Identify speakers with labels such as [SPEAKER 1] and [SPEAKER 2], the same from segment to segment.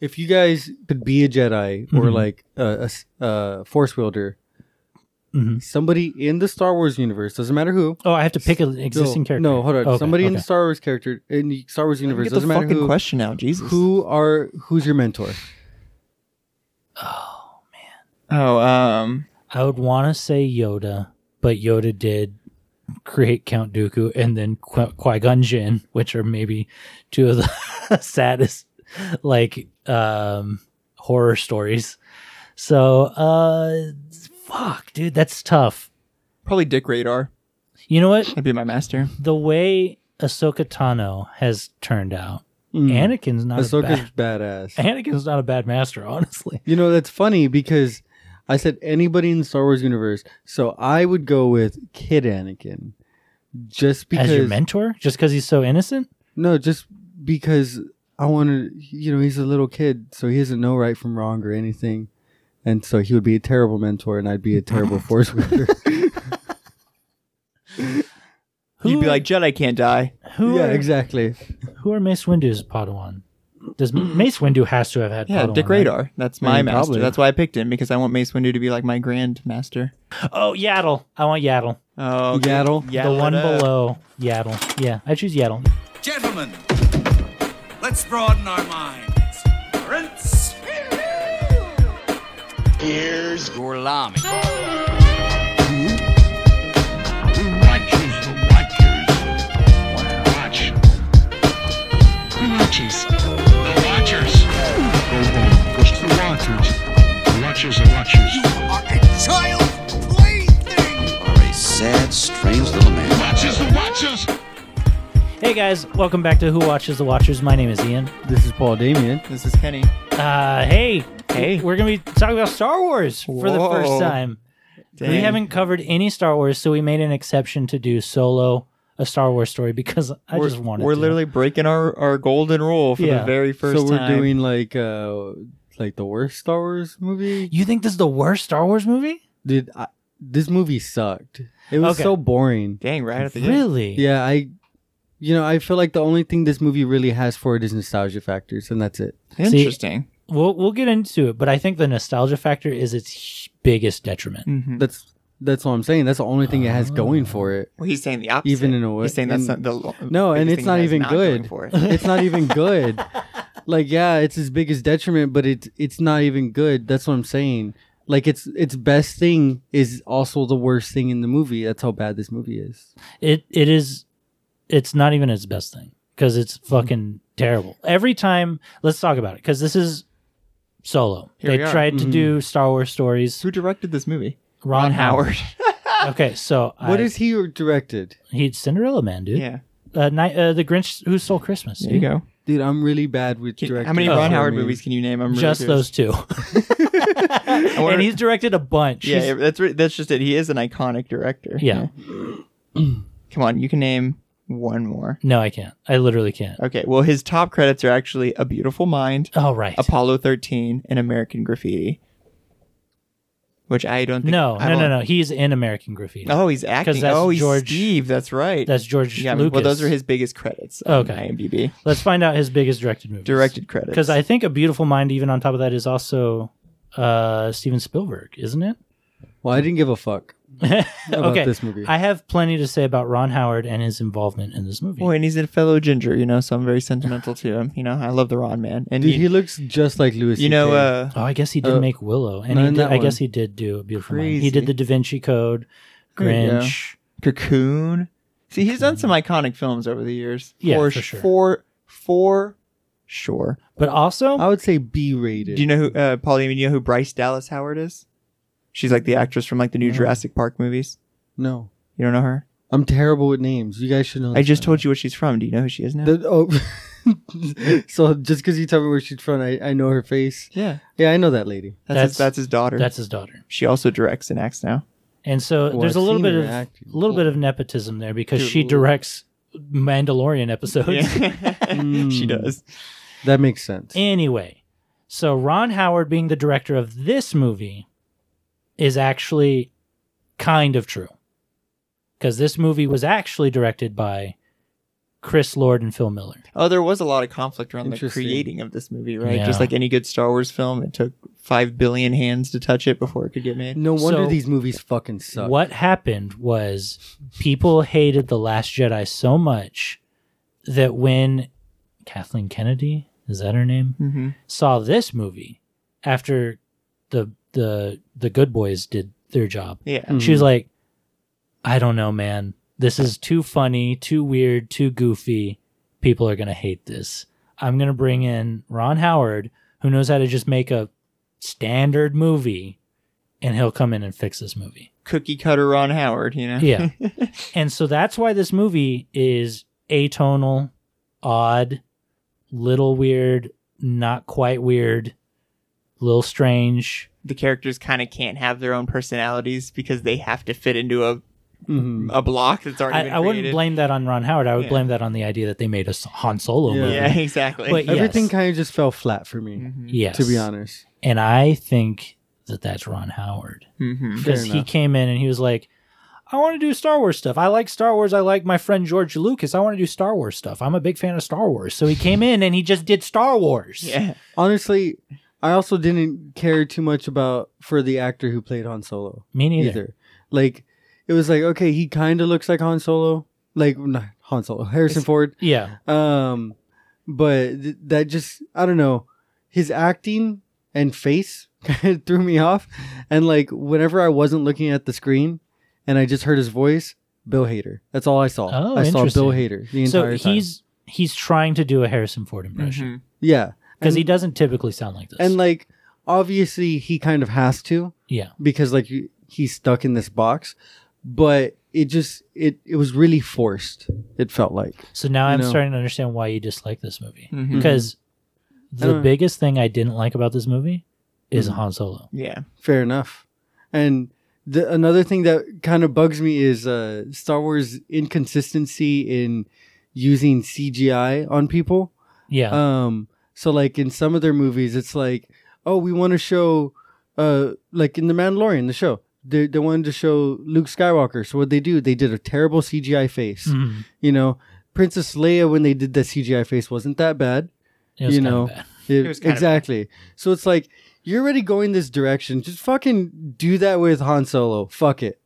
[SPEAKER 1] if you guys could be a Jedi
[SPEAKER 2] Mm-hmm.
[SPEAKER 1] or like a, a s- a Force wielder,
[SPEAKER 2] Mhm.
[SPEAKER 1] somebody in the Star Wars universe doesn't matter who.
[SPEAKER 2] Oh, I have to pick an existing
[SPEAKER 1] no,
[SPEAKER 2] character.
[SPEAKER 1] No, hold on.
[SPEAKER 2] Okay,
[SPEAKER 1] somebody in the
[SPEAKER 2] okay.
[SPEAKER 1] Star Wars character in the Star Wars universe
[SPEAKER 3] Get the
[SPEAKER 1] doesn't matter
[SPEAKER 3] fucking
[SPEAKER 1] who.
[SPEAKER 3] question out, Jesus.
[SPEAKER 1] Who are who's your mentor?
[SPEAKER 3] Oh, um,
[SPEAKER 2] I would want to say Yoda, but Yoda did create Count Dooku and then Qui Qui Gon Jinn, which are maybe two of the saddest like um, horror stories. So, uh, fuck, dude, that's tough.
[SPEAKER 3] probably Dick Radar.
[SPEAKER 2] You know what?
[SPEAKER 3] That'd be my master.
[SPEAKER 2] The way Ahsoka Tano has turned out,
[SPEAKER 1] Mm.
[SPEAKER 2] Anakin's not a bad,
[SPEAKER 1] Ahsoka's badass.
[SPEAKER 2] Anakin's not a bad master, honestly.
[SPEAKER 1] You know, that's funny because I said anybody in the Star Wars universe, so I would go with Kid Anakin, just because.
[SPEAKER 2] As your mentor, just because he's so innocent.
[SPEAKER 1] No, just because I wanted. You know, he's a little kid, so he doesn't know right from wrong or anything, and so he would be a terrible mentor, and I'd be a terrible force wielder.
[SPEAKER 3] You'd be like Jedi can't die.
[SPEAKER 2] who
[SPEAKER 1] yeah,
[SPEAKER 2] are-
[SPEAKER 1] exactly.
[SPEAKER 2] Who are Mace Windu's Padawan? Does Mace Windu has to have had
[SPEAKER 3] Yeah,
[SPEAKER 2] Padawan,
[SPEAKER 3] Dick
[SPEAKER 2] right?
[SPEAKER 3] Radar. That's my
[SPEAKER 1] mean,
[SPEAKER 3] master.
[SPEAKER 1] probably.
[SPEAKER 3] That's why I picked him because I want Mace Windu to be like my grand master.
[SPEAKER 2] Oh, Yaddle. I want Yaddle.
[SPEAKER 3] Oh,
[SPEAKER 1] Yaddle.
[SPEAKER 2] the one below Yaddle. Yeah, I choose Yaddle.
[SPEAKER 4] Gentlemen, let's broaden our minds. Lawrence. Here's Gorlami.
[SPEAKER 5] Watchers, the Watchers. Watch. Watch. The Watchers. The Watchers. Go home. Push the Watchers. The Watchers, the Watchers.
[SPEAKER 4] Are a child plaything. Are a sad, strange little man.
[SPEAKER 5] Watchers, the Watchers.
[SPEAKER 2] Hey guys, welcome back to Who Watches the Watchers. My name is Ian.
[SPEAKER 1] This is Paul Damien.
[SPEAKER 3] This is Kenny.
[SPEAKER 2] Uh, hey,
[SPEAKER 3] Hey.
[SPEAKER 2] we're gonna be talking about Star Wars for the
[SPEAKER 3] Whoa.
[SPEAKER 2] first time. We
[SPEAKER 3] Dang.
[SPEAKER 2] haven't covered any Star Wars, so we made an exception to do Solo, a Star Wars story, because I
[SPEAKER 3] we're,
[SPEAKER 2] just wanted.
[SPEAKER 3] We're
[SPEAKER 2] to.
[SPEAKER 3] literally breaking our, our golden rule for
[SPEAKER 2] Yeah.
[SPEAKER 3] the very first
[SPEAKER 1] so we're
[SPEAKER 3] time.
[SPEAKER 1] doing like uh like the worst Star Wars movie.
[SPEAKER 2] You think this is the worst Star Wars movie?
[SPEAKER 1] Dude, I, this movie sucked. It was
[SPEAKER 2] Okay.
[SPEAKER 1] so boring.
[SPEAKER 3] Dang, right at the end.
[SPEAKER 2] Really?
[SPEAKER 1] Yeah, I, you know, I feel like the only thing this movie really has for it is nostalgia factors, and that's it.
[SPEAKER 2] See-
[SPEAKER 3] Interesting.
[SPEAKER 2] We'll we'll get into it, but I think the nostalgia factor is its h- biggest detriment.
[SPEAKER 3] hmm
[SPEAKER 1] That's that's what I'm saying. That's the only thing it has going for it.
[SPEAKER 3] Well, he's saying the opposite.
[SPEAKER 1] Even in a way-
[SPEAKER 3] he's saying that's
[SPEAKER 1] in-
[SPEAKER 3] not the lo-
[SPEAKER 1] No, and
[SPEAKER 3] biggest
[SPEAKER 1] it's
[SPEAKER 3] thing
[SPEAKER 1] not
[SPEAKER 3] he has
[SPEAKER 1] even
[SPEAKER 3] going
[SPEAKER 1] good.
[SPEAKER 3] For it.
[SPEAKER 1] It's not even good. Like, yeah, it's his biggest detriment, but it's it's not even good. That's what I'm saying. Like, its its best thing is also the worst thing in the movie. That's how bad this movie is.
[SPEAKER 2] It it is it's not even its best thing because it's fucking terrible. Every time let's talk about it because this is solo.
[SPEAKER 3] Here
[SPEAKER 2] they
[SPEAKER 3] we are. Mm-hmm.
[SPEAKER 2] tried to
[SPEAKER 1] Mhm.
[SPEAKER 2] do Star Wars stories.
[SPEAKER 3] Who directed this movie?
[SPEAKER 2] Ron, Howard. okay, so
[SPEAKER 1] What
[SPEAKER 2] I,
[SPEAKER 1] is he directed?
[SPEAKER 2] he's Cinderella Man, dude?
[SPEAKER 3] yeah.
[SPEAKER 2] Uh, Ni- uh, the Grinch Who Stole Christmas.
[SPEAKER 3] There you
[SPEAKER 2] dude.
[SPEAKER 3] go.
[SPEAKER 1] Dude, I'm really bad with
[SPEAKER 3] Can-
[SPEAKER 1] directing.
[SPEAKER 3] how many Ron
[SPEAKER 1] I
[SPEAKER 3] Howard
[SPEAKER 1] mean,
[SPEAKER 3] movies can you name? I'm really
[SPEAKER 2] Just those
[SPEAKER 3] curious.
[SPEAKER 2] two,
[SPEAKER 3] wonder-
[SPEAKER 2] and he's directed a bunch.
[SPEAKER 3] Yeah,
[SPEAKER 2] He's-
[SPEAKER 3] that's re- that's just it. He is an iconic director.
[SPEAKER 2] yeah.
[SPEAKER 3] Come on, you can name one more.
[SPEAKER 2] No, I can't. I literally can't.
[SPEAKER 3] Okay. Well, his top credits are actually A Beautiful Mind,
[SPEAKER 2] All right.
[SPEAKER 3] Apollo 13, and American Graffiti. Which I don't think.
[SPEAKER 2] No,
[SPEAKER 3] I
[SPEAKER 2] no, no,
[SPEAKER 3] don't-
[SPEAKER 2] no. He's in American Graffiti.
[SPEAKER 3] Oh, he's acting.
[SPEAKER 2] that's
[SPEAKER 3] oh, he's
[SPEAKER 2] George-
[SPEAKER 3] Steve. That's right.
[SPEAKER 2] That's George
[SPEAKER 3] yeah. I mean,
[SPEAKER 2] Lucas.
[SPEAKER 3] Well, those are his biggest credits. on
[SPEAKER 2] Okay.
[SPEAKER 3] IMDb
[SPEAKER 2] Let's find out his biggest directed movies.
[SPEAKER 3] directed credits.
[SPEAKER 2] Because I think A Beautiful Mind, even on top of that, is also uh, Steven Spielberg, isn't it?
[SPEAKER 1] Well, I didn't give a fuck about
[SPEAKER 2] okay.
[SPEAKER 1] this movie.
[SPEAKER 2] I have plenty to say about Ron Howard and his involvement in this movie.
[SPEAKER 3] Boy, and he's a fellow ginger, you know, so I'm very sentimental to him. You know, I love the Ron man. And
[SPEAKER 1] Dude,
[SPEAKER 3] you,
[SPEAKER 1] he looks just like Louis.
[SPEAKER 3] you know,
[SPEAKER 1] CK.
[SPEAKER 3] uh,
[SPEAKER 2] Oh, I guess he did
[SPEAKER 1] Uh,
[SPEAKER 2] make Willow, and
[SPEAKER 1] not
[SPEAKER 2] he
[SPEAKER 1] in
[SPEAKER 2] did,
[SPEAKER 1] that
[SPEAKER 2] I guess
[SPEAKER 1] one.
[SPEAKER 2] he did do A Beautiful Mind.
[SPEAKER 3] Crazy.
[SPEAKER 2] He did the Da Vinci Code,
[SPEAKER 3] There you go.
[SPEAKER 2] Grinch.
[SPEAKER 3] Cocoon. See, he's done some iconic films over the years.
[SPEAKER 2] Yeah, for
[SPEAKER 3] sh-
[SPEAKER 2] sure.
[SPEAKER 3] For, for sure.
[SPEAKER 2] But also,
[SPEAKER 1] I would say B rated.
[SPEAKER 3] Do you know who, uh, Pauline, do you know who Bryce Dallas Howard is? She's like the actress from like the new Jurassic Park movies.
[SPEAKER 1] No,
[SPEAKER 3] You don't know her?
[SPEAKER 1] I'm terrible with names. You guys should know.
[SPEAKER 3] I just told you what she's from. Do you know who she is now?
[SPEAKER 1] The, oh, so just because you tell me where she's from, I, I know her face.
[SPEAKER 3] yeah.
[SPEAKER 1] Yeah, I know that lady.
[SPEAKER 3] That's,
[SPEAKER 2] That's-
[SPEAKER 3] his, that's his daughter.
[SPEAKER 2] that's his daughter,
[SPEAKER 3] she also directs and acts now.
[SPEAKER 2] and so
[SPEAKER 1] Well,
[SPEAKER 2] there's a
[SPEAKER 1] I've
[SPEAKER 2] little
[SPEAKER 1] seen
[SPEAKER 2] bit
[SPEAKER 1] her
[SPEAKER 2] of a
[SPEAKER 1] act.
[SPEAKER 2] little bit of nepotism there because
[SPEAKER 3] Dude,
[SPEAKER 2] she
[SPEAKER 3] look.
[SPEAKER 2] directs Mandalorian episodes.
[SPEAKER 3] she
[SPEAKER 2] Hmm.
[SPEAKER 1] Mm.
[SPEAKER 3] does.
[SPEAKER 1] That makes sense.
[SPEAKER 2] Anyway, so Ron Howard being the director of this movie is actually kind of true. Because this movie was actually directed by Chris Lord and Phil Miller.
[SPEAKER 3] Oh, there was a lot of conflict around the
[SPEAKER 1] Interesting.
[SPEAKER 3] creating of this movie, right?
[SPEAKER 2] Yeah.
[SPEAKER 3] Just like any good Star Wars film, it took five billion hands to touch it before it could get made.
[SPEAKER 1] No wonder
[SPEAKER 2] So-
[SPEAKER 1] these movies fucking suck.
[SPEAKER 2] What happened was people hated The Last Jedi so much that when Kathleen Kennedy, is that her name?
[SPEAKER 3] Mm-hmm.
[SPEAKER 2] saw this movie after the the the good boys did their job.
[SPEAKER 3] Yeah.
[SPEAKER 1] Mm.
[SPEAKER 2] She was like, I don't know, man. This is too funny, too weird, too goofy. People are gonna hate this. I'm gonna bring in Ron Howard, who knows how to just make a standard movie, and he'll come in and fix this movie.
[SPEAKER 3] Cookie cutter Ron Howard, you know?
[SPEAKER 2] Yeah. and so that's why this movie is atonal, odd, little weird, not quite weird, little strange.
[SPEAKER 3] the characters kind of can't have their own personalities because they have to fit into a,
[SPEAKER 1] Mhm.
[SPEAKER 3] a block that's already
[SPEAKER 2] I,
[SPEAKER 3] been
[SPEAKER 2] I wouldn't
[SPEAKER 3] created.
[SPEAKER 2] blame that on Ron Howard. I would
[SPEAKER 3] Yeah.
[SPEAKER 2] blame that on the idea that they made a S- Han Solo
[SPEAKER 1] Yeah.
[SPEAKER 2] movie.
[SPEAKER 3] Yeah, exactly.
[SPEAKER 2] But-
[SPEAKER 1] Everything
[SPEAKER 2] yes.
[SPEAKER 1] kind of just fell flat for me,
[SPEAKER 2] Yes.
[SPEAKER 1] to be honest.
[SPEAKER 2] And I think that that's Ron Howard.
[SPEAKER 3] hmm
[SPEAKER 2] because
[SPEAKER 1] Fair
[SPEAKER 2] he
[SPEAKER 1] enough.
[SPEAKER 2] came in and he was like, "I want to do Star Wars stuff. I like Star Wars. I like my friend George Lucas. I want to do Star Wars stuff. I'm a big fan of Star Wars." So he came in and he just did Star Wars.
[SPEAKER 3] Yeah.
[SPEAKER 1] Honestly, I also didn't care too much about for the actor who played Han Solo
[SPEAKER 2] me neither.
[SPEAKER 1] either. Like, it was like okay, he kind of looks like Han Solo, like not Han Solo, Harrison
[SPEAKER 3] It's-
[SPEAKER 1] Ford.
[SPEAKER 2] Yeah,
[SPEAKER 1] Um, but th- that just I don't know his acting and face kind of threw me off, and like whenever I wasn't looking at the screen and I just heard his voice, Bill Hader. That's all I saw.
[SPEAKER 2] Oh,
[SPEAKER 1] I saw Bill
[SPEAKER 2] interesting.
[SPEAKER 1] Hader the
[SPEAKER 2] so
[SPEAKER 1] entire time.
[SPEAKER 2] he's he's trying to do a Harrison Ford impression
[SPEAKER 3] Mhm.
[SPEAKER 1] yeah,
[SPEAKER 2] because
[SPEAKER 1] Mm-hmm. And-
[SPEAKER 2] he doesn't typically sound like this.
[SPEAKER 1] and like obviously he kind of has to
[SPEAKER 2] yeah,
[SPEAKER 1] because like you- he's stuck in this box, but it just it it was really forced. It felt like
[SPEAKER 2] so now I'm
[SPEAKER 1] No.
[SPEAKER 2] starting to understand why you dislike this movie
[SPEAKER 1] Mm-hmm.
[SPEAKER 3] Mhm.
[SPEAKER 2] because the
[SPEAKER 1] Uh.
[SPEAKER 2] biggest thing I didn't like about this movie is
[SPEAKER 1] Mhm.
[SPEAKER 2] Han Solo.
[SPEAKER 3] Yeah.
[SPEAKER 1] Fair enough. And the, another thing that kind of bugs me is uh, Star Wars inconsistency in using CGI on people.
[SPEAKER 2] Yeah,
[SPEAKER 1] Um, so like in some of their movies, it's like, oh, we want to show, uh, like in the Mandalorian, the show. They, they wanted to show Luke Skywalker. So what they do, they did a terrible CGI face.
[SPEAKER 2] Mhm.
[SPEAKER 1] You know, Princess Leia when they did the CGI face wasn't that bad.
[SPEAKER 2] it was
[SPEAKER 1] you
[SPEAKER 2] kinda
[SPEAKER 1] know,
[SPEAKER 2] bad.
[SPEAKER 1] It,
[SPEAKER 3] was kind of-
[SPEAKER 1] exactly. So it's like you're already going this direction. Just fucking do that with Han Solo. Fuck it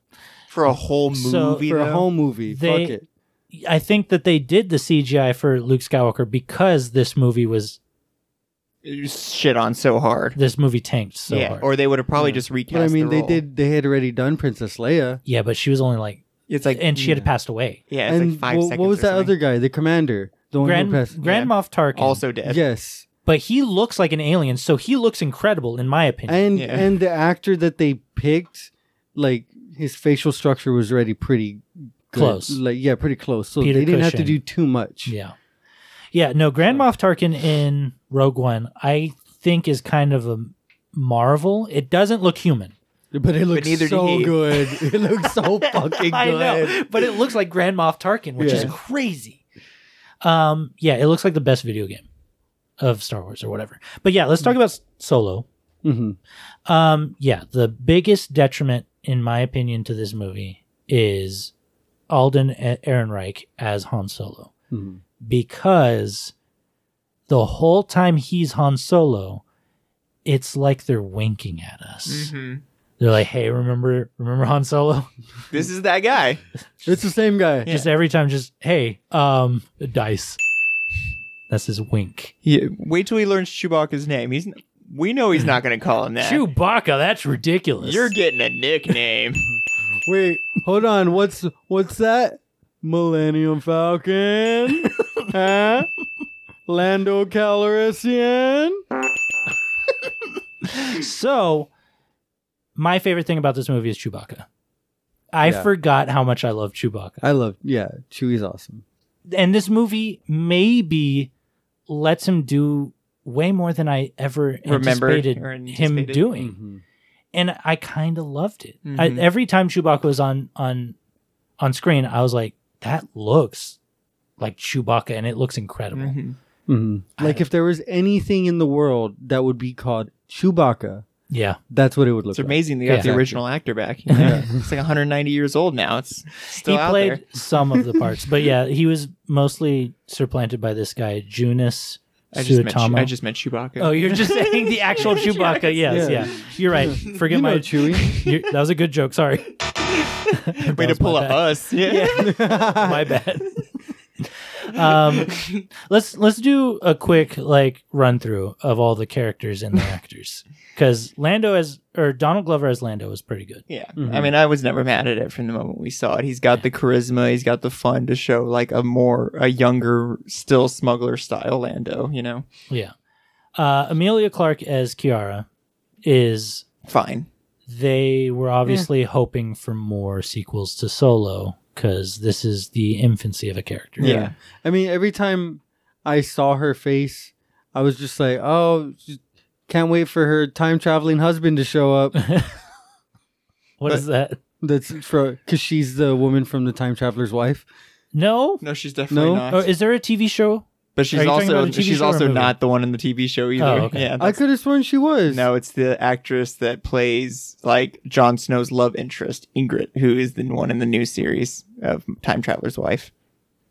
[SPEAKER 3] For a whole movie,
[SPEAKER 2] So-
[SPEAKER 1] for a
[SPEAKER 3] though?
[SPEAKER 1] whole movie.
[SPEAKER 2] They-
[SPEAKER 1] Fuck it.
[SPEAKER 2] I think that they did the CGI for Luke Skywalker because this movie was
[SPEAKER 3] shit on so hard.
[SPEAKER 2] this movie tanked so
[SPEAKER 3] yeah,
[SPEAKER 2] hard.
[SPEAKER 3] or they would have probably
[SPEAKER 1] Yeah.
[SPEAKER 3] just recast.
[SPEAKER 1] But I mean,
[SPEAKER 3] the
[SPEAKER 1] they
[SPEAKER 3] role.
[SPEAKER 1] did. They had already done Princess Leia.
[SPEAKER 2] yeah, but she was only like,
[SPEAKER 3] It's like
[SPEAKER 2] and she had
[SPEAKER 1] yeah.
[SPEAKER 2] passed away.
[SPEAKER 3] yeah, it's
[SPEAKER 1] and
[SPEAKER 3] like five
[SPEAKER 1] wha-
[SPEAKER 3] seconds.
[SPEAKER 1] what was
[SPEAKER 3] or
[SPEAKER 1] that
[SPEAKER 3] something.
[SPEAKER 1] other guy? The commander, the one
[SPEAKER 2] Grand
[SPEAKER 1] who passed.
[SPEAKER 2] Grand Moff Tarkin,
[SPEAKER 3] Also dead.
[SPEAKER 1] Yes,
[SPEAKER 2] but he looks like an alien, so he looks incredible in my opinion.
[SPEAKER 1] and
[SPEAKER 3] Yeah.
[SPEAKER 1] and the actor that they picked, like his facial structure was already pretty good.
[SPEAKER 2] Close.
[SPEAKER 1] Like yeah, pretty close. So
[SPEAKER 2] Peter
[SPEAKER 1] they didn't have to
[SPEAKER 2] Cushing.
[SPEAKER 1] do too much.
[SPEAKER 2] yeah, yeah, no, Grand Moff Tarkin in Rogue One, I think is kind of a marvel. It doesn't look human.
[SPEAKER 1] But it looks
[SPEAKER 3] neither did
[SPEAKER 1] so
[SPEAKER 3] he.
[SPEAKER 1] good. It looks so fucking good.
[SPEAKER 2] I know, but it looks like Grand Moff Tarkin, which is
[SPEAKER 1] Yeah.
[SPEAKER 2] crazy. Um, yeah, it looks like the best video game of Star Wars or whatever. But yeah, let's talk about S- Solo.
[SPEAKER 1] hmm
[SPEAKER 2] Um, yeah, the biggest detriment, in my opinion, to this movie is Alden A- Ehrenreich as Han Solo
[SPEAKER 1] Mhm.
[SPEAKER 2] because the whole time he's Han Solo, it's like they're winking at us.
[SPEAKER 3] Mhm.
[SPEAKER 2] They're like, "Hey, remember, remember Han Solo?"
[SPEAKER 3] This is that guy.
[SPEAKER 1] It's the same guy.
[SPEAKER 2] just every time just hey um dice that's his wink
[SPEAKER 3] Yeah. Wait till he learns Chewbacca's name. He's. n- We know he's not going to call him that.
[SPEAKER 2] chewbacca that's ridiculous
[SPEAKER 3] You're getting a nickname.
[SPEAKER 1] Wait, hold on. What's what's that? Millennium Falcon? huh? Lando Calrissian?
[SPEAKER 2] so my favorite thing about this movie is chewbacca i
[SPEAKER 1] Yeah.
[SPEAKER 2] forgot how much i love chewbacca
[SPEAKER 1] I love. Yeah, Chewie's awesome.
[SPEAKER 2] and this movie maybe lets him do way more than i ever
[SPEAKER 3] Remembered
[SPEAKER 2] anticipated,
[SPEAKER 3] or
[SPEAKER 2] him
[SPEAKER 3] anticipated.
[SPEAKER 2] doing
[SPEAKER 1] Mm-hmm.
[SPEAKER 2] and I kind of loved it. I,
[SPEAKER 3] Mhm.
[SPEAKER 2] every time Chewbacca was on on on screen, I was like, "That looks like Chewbacca, and it looks incredible."
[SPEAKER 3] Mhm.
[SPEAKER 1] Mm-hmm. Mhm. Like if there was anything in the world that would be called Chewbacca,
[SPEAKER 2] Yeah.
[SPEAKER 1] That's what it would look
[SPEAKER 3] It's
[SPEAKER 1] like.
[SPEAKER 3] amazing they got the
[SPEAKER 2] Yeah.
[SPEAKER 3] original actor back. you know? it's like 190 years old now. It's still
[SPEAKER 2] he
[SPEAKER 3] out
[SPEAKER 2] played
[SPEAKER 3] there.
[SPEAKER 2] some of the parts, but yeah, he was mostly supplanted by this guy, Junus
[SPEAKER 3] I just, meant,
[SPEAKER 2] Suetamo.
[SPEAKER 3] I just meant Chewbacca.
[SPEAKER 2] Oh, you're just saying the actual Chewbacca. Yes,
[SPEAKER 1] Yeah.
[SPEAKER 2] yeah. You're right. Forget
[SPEAKER 1] You
[SPEAKER 2] my
[SPEAKER 1] know Chewie.
[SPEAKER 2] you- that was a good joke. Sorry.
[SPEAKER 3] Way to
[SPEAKER 2] was
[SPEAKER 3] pull
[SPEAKER 2] my
[SPEAKER 3] a
[SPEAKER 2] bad.
[SPEAKER 3] us. Yeah.
[SPEAKER 2] my bad. um, let's let's do a quick like run through of all the characters and the actors because Lando as or Donald Glover as Lando was pretty good.
[SPEAKER 3] Yeah. I
[SPEAKER 1] Mhm.
[SPEAKER 3] mean, I was never mad at it from the moment we saw it. He's got the charisma, he's got the fun to show like a more a younger, still smuggler style Lando, you know.
[SPEAKER 2] Yeah, uh, Amelia Clark as Kiara is
[SPEAKER 3] Fine.
[SPEAKER 2] they were obviously hoping for more sequels to Solo because this is the infancy of a character.
[SPEAKER 3] Yeah.
[SPEAKER 1] I mean, every time I saw her face, I was just like, oh, just can't wait for her time traveling husband to show up.
[SPEAKER 2] What is that?
[SPEAKER 1] That's for because she's the woman from the time traveler's wife.
[SPEAKER 2] No.
[SPEAKER 3] No, she's definitely
[SPEAKER 1] No?
[SPEAKER 3] not.
[SPEAKER 2] Or is there a TV show?
[SPEAKER 3] but
[SPEAKER 2] are
[SPEAKER 3] she's
[SPEAKER 2] you talking
[SPEAKER 3] also
[SPEAKER 2] about the TV
[SPEAKER 3] she's
[SPEAKER 2] show or
[SPEAKER 3] also
[SPEAKER 2] movie?
[SPEAKER 3] not the one in the TV show either.
[SPEAKER 2] Oh, okay.
[SPEAKER 3] Yeah.
[SPEAKER 1] I could have sworn she was.
[SPEAKER 3] No, it's the actress that plays like Jon Snow's love interest, Ingrid, who is the one in the new series of Time Traveler's Wife.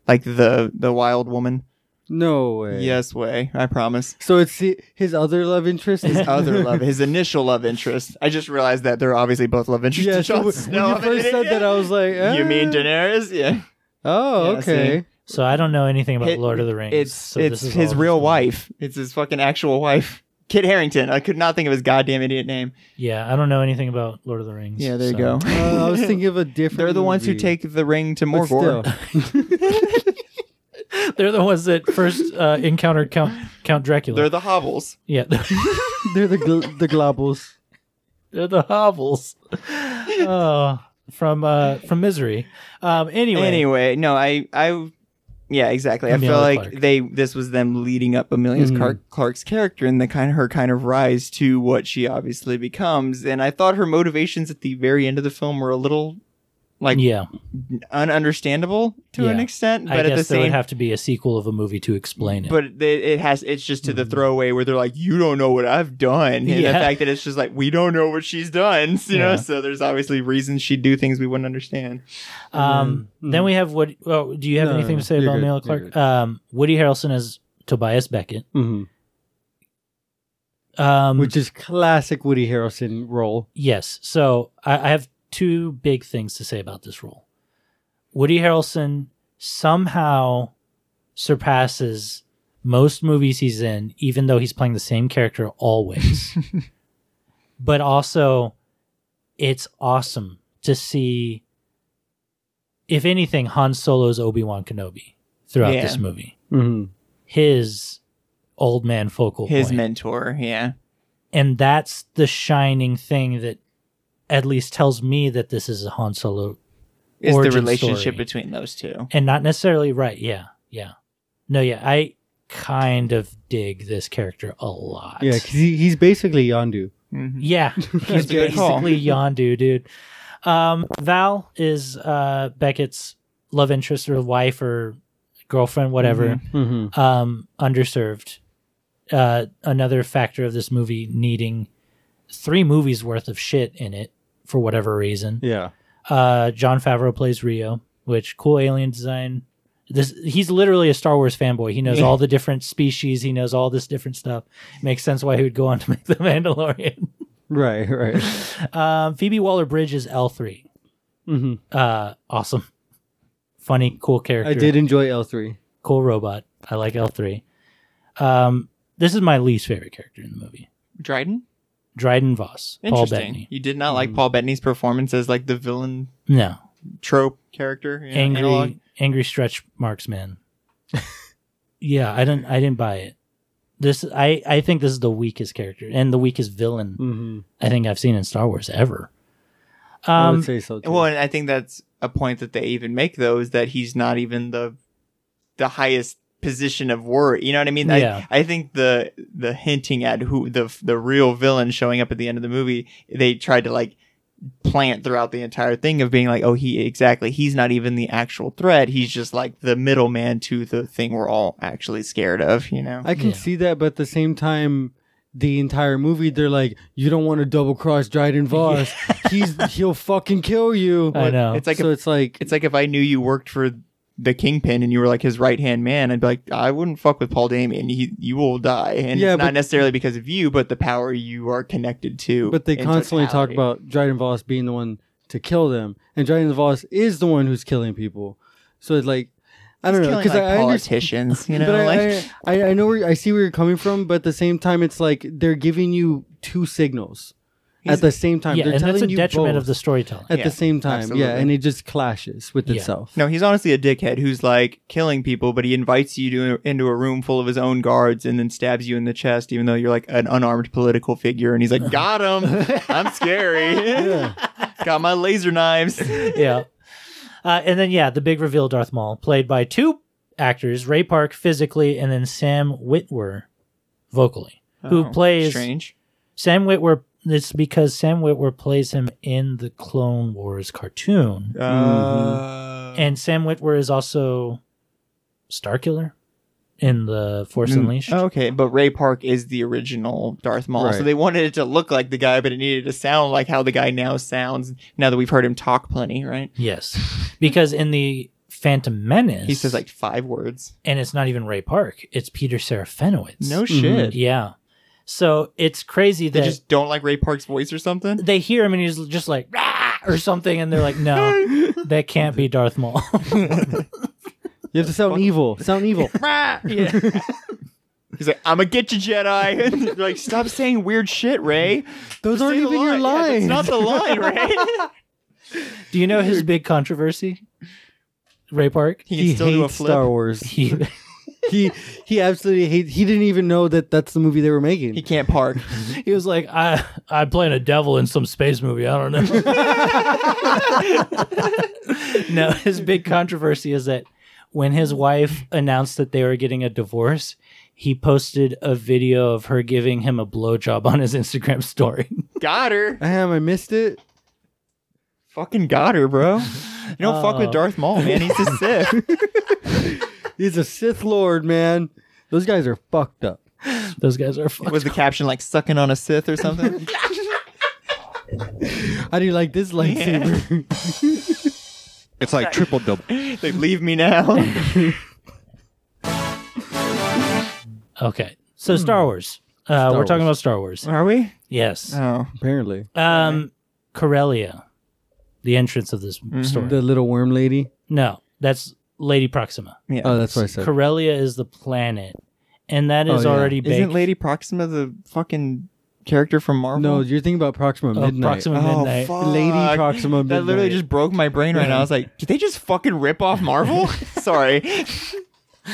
[SPEAKER 3] Like the the wild woman.
[SPEAKER 1] no way.
[SPEAKER 3] Yes, way. I promise.
[SPEAKER 1] So it's the, his other love interest.
[SPEAKER 3] His other love, his initial love interest. I just realized that they're obviously both love interests.
[SPEAKER 1] Yeah.
[SPEAKER 3] to
[SPEAKER 1] So
[SPEAKER 3] Jon
[SPEAKER 1] when
[SPEAKER 3] Snow.
[SPEAKER 1] when you first said that, I was like, eh.
[SPEAKER 3] You mean Daenerys? Yeah.
[SPEAKER 1] Oh,
[SPEAKER 3] Yeah,
[SPEAKER 1] okay.
[SPEAKER 2] So I don't know anything about
[SPEAKER 3] It-
[SPEAKER 2] Lord of the Rings.
[SPEAKER 3] It's
[SPEAKER 2] so
[SPEAKER 3] it's
[SPEAKER 2] this is
[SPEAKER 3] his
[SPEAKER 2] all
[SPEAKER 3] real
[SPEAKER 2] just-
[SPEAKER 3] wife. It's his fucking actual wife. Kit Harrington. I could not think of his goddamn idiot name.
[SPEAKER 2] Yeah, I don't know anything about Lord of the Rings.
[SPEAKER 3] Yeah, there you
[SPEAKER 2] so-
[SPEAKER 3] go.
[SPEAKER 1] Uh, I was thinking of a different.
[SPEAKER 3] They're the ones who
[SPEAKER 1] movie.
[SPEAKER 3] take the ring to
[SPEAKER 1] But
[SPEAKER 3] Morgor.
[SPEAKER 1] still.
[SPEAKER 2] They're the ones that first uh, encountered Count Count Dracula.
[SPEAKER 3] They're the hobbles.
[SPEAKER 2] yeah,
[SPEAKER 1] They're the gl- the globals.
[SPEAKER 2] they're the hovels. oh, from uh, from Misery. Um, anyway,
[SPEAKER 3] Anyway, no, I, I, yeah, exactly. I
[SPEAKER 2] Amelia
[SPEAKER 3] feel like
[SPEAKER 2] Clarke.
[SPEAKER 3] they this was them leading up Amelia's
[SPEAKER 2] Mm-hmm.
[SPEAKER 1] Mhm.
[SPEAKER 3] Clark, Clark's character and the kind of her kind of rise to what she obviously becomes. And I thought her motivations at the very end of the film were a little like
[SPEAKER 2] yeah,
[SPEAKER 3] ununderstandable to an
[SPEAKER 2] Yeah.
[SPEAKER 3] extent,
[SPEAKER 2] I
[SPEAKER 3] but at the
[SPEAKER 2] guess there would
[SPEAKER 3] same
[SPEAKER 2] have to be a sequel of a movie to explain it.
[SPEAKER 3] but they, it has it's just to the throwaway where they're like you don't know what i've done and
[SPEAKER 2] Mm-hmm. Yeah.
[SPEAKER 3] the fact that it's just like we don't know what she's done you
[SPEAKER 2] Yeah.
[SPEAKER 3] know so there's obviously reasons she'd do things we wouldn't understand
[SPEAKER 2] um,
[SPEAKER 1] Mhm.
[SPEAKER 2] then we have what? Oh, do you have
[SPEAKER 1] No, no,
[SPEAKER 2] anything
[SPEAKER 1] no.
[SPEAKER 2] to say
[SPEAKER 1] You're
[SPEAKER 2] about
[SPEAKER 1] good,
[SPEAKER 2] Neil
[SPEAKER 1] you're
[SPEAKER 2] Clark?
[SPEAKER 1] good.
[SPEAKER 2] Um, Woody Harrelson as Tobias Beckett,
[SPEAKER 3] Mm-hmm.
[SPEAKER 1] Mhm.
[SPEAKER 2] um,
[SPEAKER 1] Which is classic Woody Harrelson role.
[SPEAKER 2] Yes. So I, I have two big things to say about this role. Woody Harrelson somehow surpasses most movies he's in, even though he's playing the same character always. but also, it's awesome to see, if anything, Han Solo's Obi Wan Kenobi throughout
[SPEAKER 3] Yeah.
[SPEAKER 2] this movie.
[SPEAKER 1] Mm-hmm.
[SPEAKER 2] His old man focal
[SPEAKER 3] his
[SPEAKER 2] point
[SPEAKER 3] mentor yeah
[SPEAKER 2] and that's the shining thing that at least tells me that this is a Han Solo
[SPEAKER 3] is the
[SPEAKER 2] Origin
[SPEAKER 3] relationship
[SPEAKER 2] story.
[SPEAKER 3] between those two
[SPEAKER 2] and not necessarily right. Yeah. Yeah. No, yeah. I kind of dig this character a lot.
[SPEAKER 1] Yeah, 'cause he, he's basically Yondu.
[SPEAKER 3] Mhm.
[SPEAKER 2] Yeah. He's
[SPEAKER 3] That's a good call.
[SPEAKER 2] basically Yondu, dude. Um, Val is uh, Beckett's love interest or wife or girlfriend, whatever.
[SPEAKER 1] Mm-hmm.
[SPEAKER 2] um, underserved. Uh, another factor of this movie needing three movies worth of shit in it for whatever reason.
[SPEAKER 1] Yeah.
[SPEAKER 2] Uh, John Favreau plays Rio, which cool alien design. This he's literally a Star Wars fanboy. He knows all the different species. He knows all this different stuff. Makes sense why he would go on to make The Mandalorian.
[SPEAKER 1] Right, right.
[SPEAKER 2] Um, Phoebe Waller Bridge is L three.
[SPEAKER 1] hmm
[SPEAKER 2] Uh, awesome, funny, cool character.
[SPEAKER 1] I did enjoy L3.
[SPEAKER 2] cool robot. I like L three. Um, this is my least favorite character in the movie.
[SPEAKER 3] dryden
[SPEAKER 2] Dryden Voss, Paul
[SPEAKER 3] interesting
[SPEAKER 2] Bettany.
[SPEAKER 3] you did not like paul bettany's performance as like the villain
[SPEAKER 2] No,
[SPEAKER 3] trope character you know,
[SPEAKER 2] angry,
[SPEAKER 3] analog?
[SPEAKER 2] angry stretch marks man. yeah, I didn't, I didn't buy it. This, I, I think this is the weakest character and the weakest villain
[SPEAKER 1] Mm-hmm.
[SPEAKER 2] I think I've seen in Star Wars ever.
[SPEAKER 1] I
[SPEAKER 2] Um,
[SPEAKER 1] would say so too.
[SPEAKER 3] Well, and I think that's a point that they even make though is that he's not even the the highest position of worry. You know what I mean?
[SPEAKER 2] Yeah.
[SPEAKER 3] I, I think the the hinting at who the the real villain showing up at the end of the movie, they tried to like plant throughout the entire thing of being like, oh, he exactly he's not even the actual threat. He's just like the middleman to the thing we're all actually scared of. You know?
[SPEAKER 1] I can
[SPEAKER 2] Yeah.
[SPEAKER 1] see that, but at the same time, the entire movie they're like, you don't want to double cross Dryden Voss. He's he'll fucking kill you.
[SPEAKER 2] I know.
[SPEAKER 3] It's like
[SPEAKER 1] so
[SPEAKER 3] a-
[SPEAKER 1] it's like
[SPEAKER 3] It's like if I knew you worked for the kingpin and you were like his right hand man, I'd be like, I wouldn't fuck with Paul Damien. He, you will die, and
[SPEAKER 1] Yeah,
[SPEAKER 3] it's
[SPEAKER 1] but-
[SPEAKER 3] not necessarily because of you, but the power you are connected to.
[SPEAKER 1] but they
[SPEAKER 3] in
[SPEAKER 1] constantly talk
[SPEAKER 3] totality.
[SPEAKER 1] about Dryden Voss being the one to kill them, and Dryden Voss is the one who's killing people. So it's like, I don't
[SPEAKER 3] He's
[SPEAKER 1] know,
[SPEAKER 3] killing,
[SPEAKER 1] because
[SPEAKER 3] like,
[SPEAKER 1] I, I understand.
[SPEAKER 3] politicians, you know,
[SPEAKER 1] but I,
[SPEAKER 3] like
[SPEAKER 1] I, I, I know where I see where you're coming from, but at the same time, it's like they're giving you two signals at the same time.
[SPEAKER 2] yeah,
[SPEAKER 1] they're
[SPEAKER 2] and
[SPEAKER 1] telling
[SPEAKER 2] that's a
[SPEAKER 1] you
[SPEAKER 2] detriment
[SPEAKER 1] both
[SPEAKER 2] of the storytelling.
[SPEAKER 1] at
[SPEAKER 3] Yeah,
[SPEAKER 1] the same time. Yeah,
[SPEAKER 3] absolutely.
[SPEAKER 1] and it just clashes with
[SPEAKER 2] Yeah.
[SPEAKER 1] itself.
[SPEAKER 3] No, he's honestly a dickhead who's like killing people, but he invites you to, into a room full of his own guards and then stabs you in the chest, even though you're like an unarmed political figure. And he's like, "Got him! I'm scary. Got my laser knives."
[SPEAKER 2] yeah. Uh, and then yeah, the big reveal Darth Maul, played by two actors, Ray Park physically and then Sam Witwer vocally. Who
[SPEAKER 3] Oh,
[SPEAKER 2] plays
[SPEAKER 3] Strange?
[SPEAKER 2] Sam Witwer it's because Sam Witwer plays him in the Clone Wars cartoon.
[SPEAKER 1] Mm-hmm.
[SPEAKER 3] Uh,
[SPEAKER 2] And Sam Witwer is also Starkiller in the Force
[SPEAKER 3] Hmm.
[SPEAKER 1] Mm.
[SPEAKER 2] Unleashed.
[SPEAKER 3] okay, but Ray Park is the original Darth Maul, so
[SPEAKER 1] Right.
[SPEAKER 3] they wanted it to look like the guy, but it needed to sound like how the guy now sounds. Now that we've heard him talk plenty, right?
[SPEAKER 2] Yes. Because in the Phantom Menace
[SPEAKER 3] He says like five words.
[SPEAKER 2] and it's not even Ray Park, it's Peter Serafinowicz.
[SPEAKER 3] No
[SPEAKER 1] Mm-hmm.
[SPEAKER 3] shit.
[SPEAKER 2] Yeah. So it's crazy
[SPEAKER 3] They
[SPEAKER 2] that
[SPEAKER 3] just don't like Ray Park's voice or something.
[SPEAKER 2] they hear him and he's just like "Rah!" or something, and they're like, "No, that can't be Darth Maul."
[SPEAKER 1] You have to sound evil. Sound evil.
[SPEAKER 3] He's like, I'm gonna get you, Jedi. And they're like, stop saying weird shit, Ray.
[SPEAKER 1] Those aren't
[SPEAKER 3] Say the
[SPEAKER 1] even your
[SPEAKER 3] line.
[SPEAKER 1] lines.
[SPEAKER 3] Yeah, that's not the line, Ray.
[SPEAKER 2] do you know his big controversy? Ray Park.
[SPEAKER 3] He can
[SPEAKER 1] he
[SPEAKER 3] still do a
[SPEAKER 1] hates
[SPEAKER 3] flip.
[SPEAKER 1] Star Wars.
[SPEAKER 2] He,
[SPEAKER 1] he he absolutely hates. He didn't even know that that's the movie they were making.
[SPEAKER 3] He can't park.
[SPEAKER 2] he was like, "I I'm playing a devil in some space movie. I don't know." no, his big controversy is that when his wife announced that they were getting a divorce, he posted a video of her giving him a blowjob on his Instagram story.
[SPEAKER 3] got her.
[SPEAKER 1] Damn, I missed it.
[SPEAKER 3] Fucking got her, bro. You don't fuck
[SPEAKER 2] Oh.
[SPEAKER 3] with Darth Maul, man. He's a Sith.
[SPEAKER 1] He's a Sith Lord, man. Those guys are fucked up.
[SPEAKER 2] Those guys are fucking.
[SPEAKER 3] Was the caption like sucking on a Sith or something?
[SPEAKER 1] How do you like this lightsaber?
[SPEAKER 6] It's like triple double.
[SPEAKER 3] they leave me now.
[SPEAKER 2] Okay. So Star Wars. Uh, we're talking about Star Wars.
[SPEAKER 3] Are we?
[SPEAKER 2] Yes.
[SPEAKER 3] Oh.
[SPEAKER 1] Apparently,
[SPEAKER 2] Um, Corellia, the entrance of this story.
[SPEAKER 1] the little worm lady.
[SPEAKER 2] no, that's Lady Proxima.
[SPEAKER 3] Yeah.
[SPEAKER 1] Oh, that's what I said.
[SPEAKER 2] Corellia is the planet, and that
[SPEAKER 1] Oh,
[SPEAKER 2] is
[SPEAKER 1] yeah.
[SPEAKER 2] already baked.
[SPEAKER 3] Isn't Lady Proxima the fucking character from Marvel?
[SPEAKER 1] No, you're thinking about Proxima
[SPEAKER 2] Oh,
[SPEAKER 1] Midnight.
[SPEAKER 2] Proxima
[SPEAKER 3] Oh,
[SPEAKER 2] Midnight.
[SPEAKER 3] fuck.
[SPEAKER 1] Lady Proxima Midnight.
[SPEAKER 3] That literally just broke my brain right now. I was like, did they just fucking rip off Marvel? Sorry.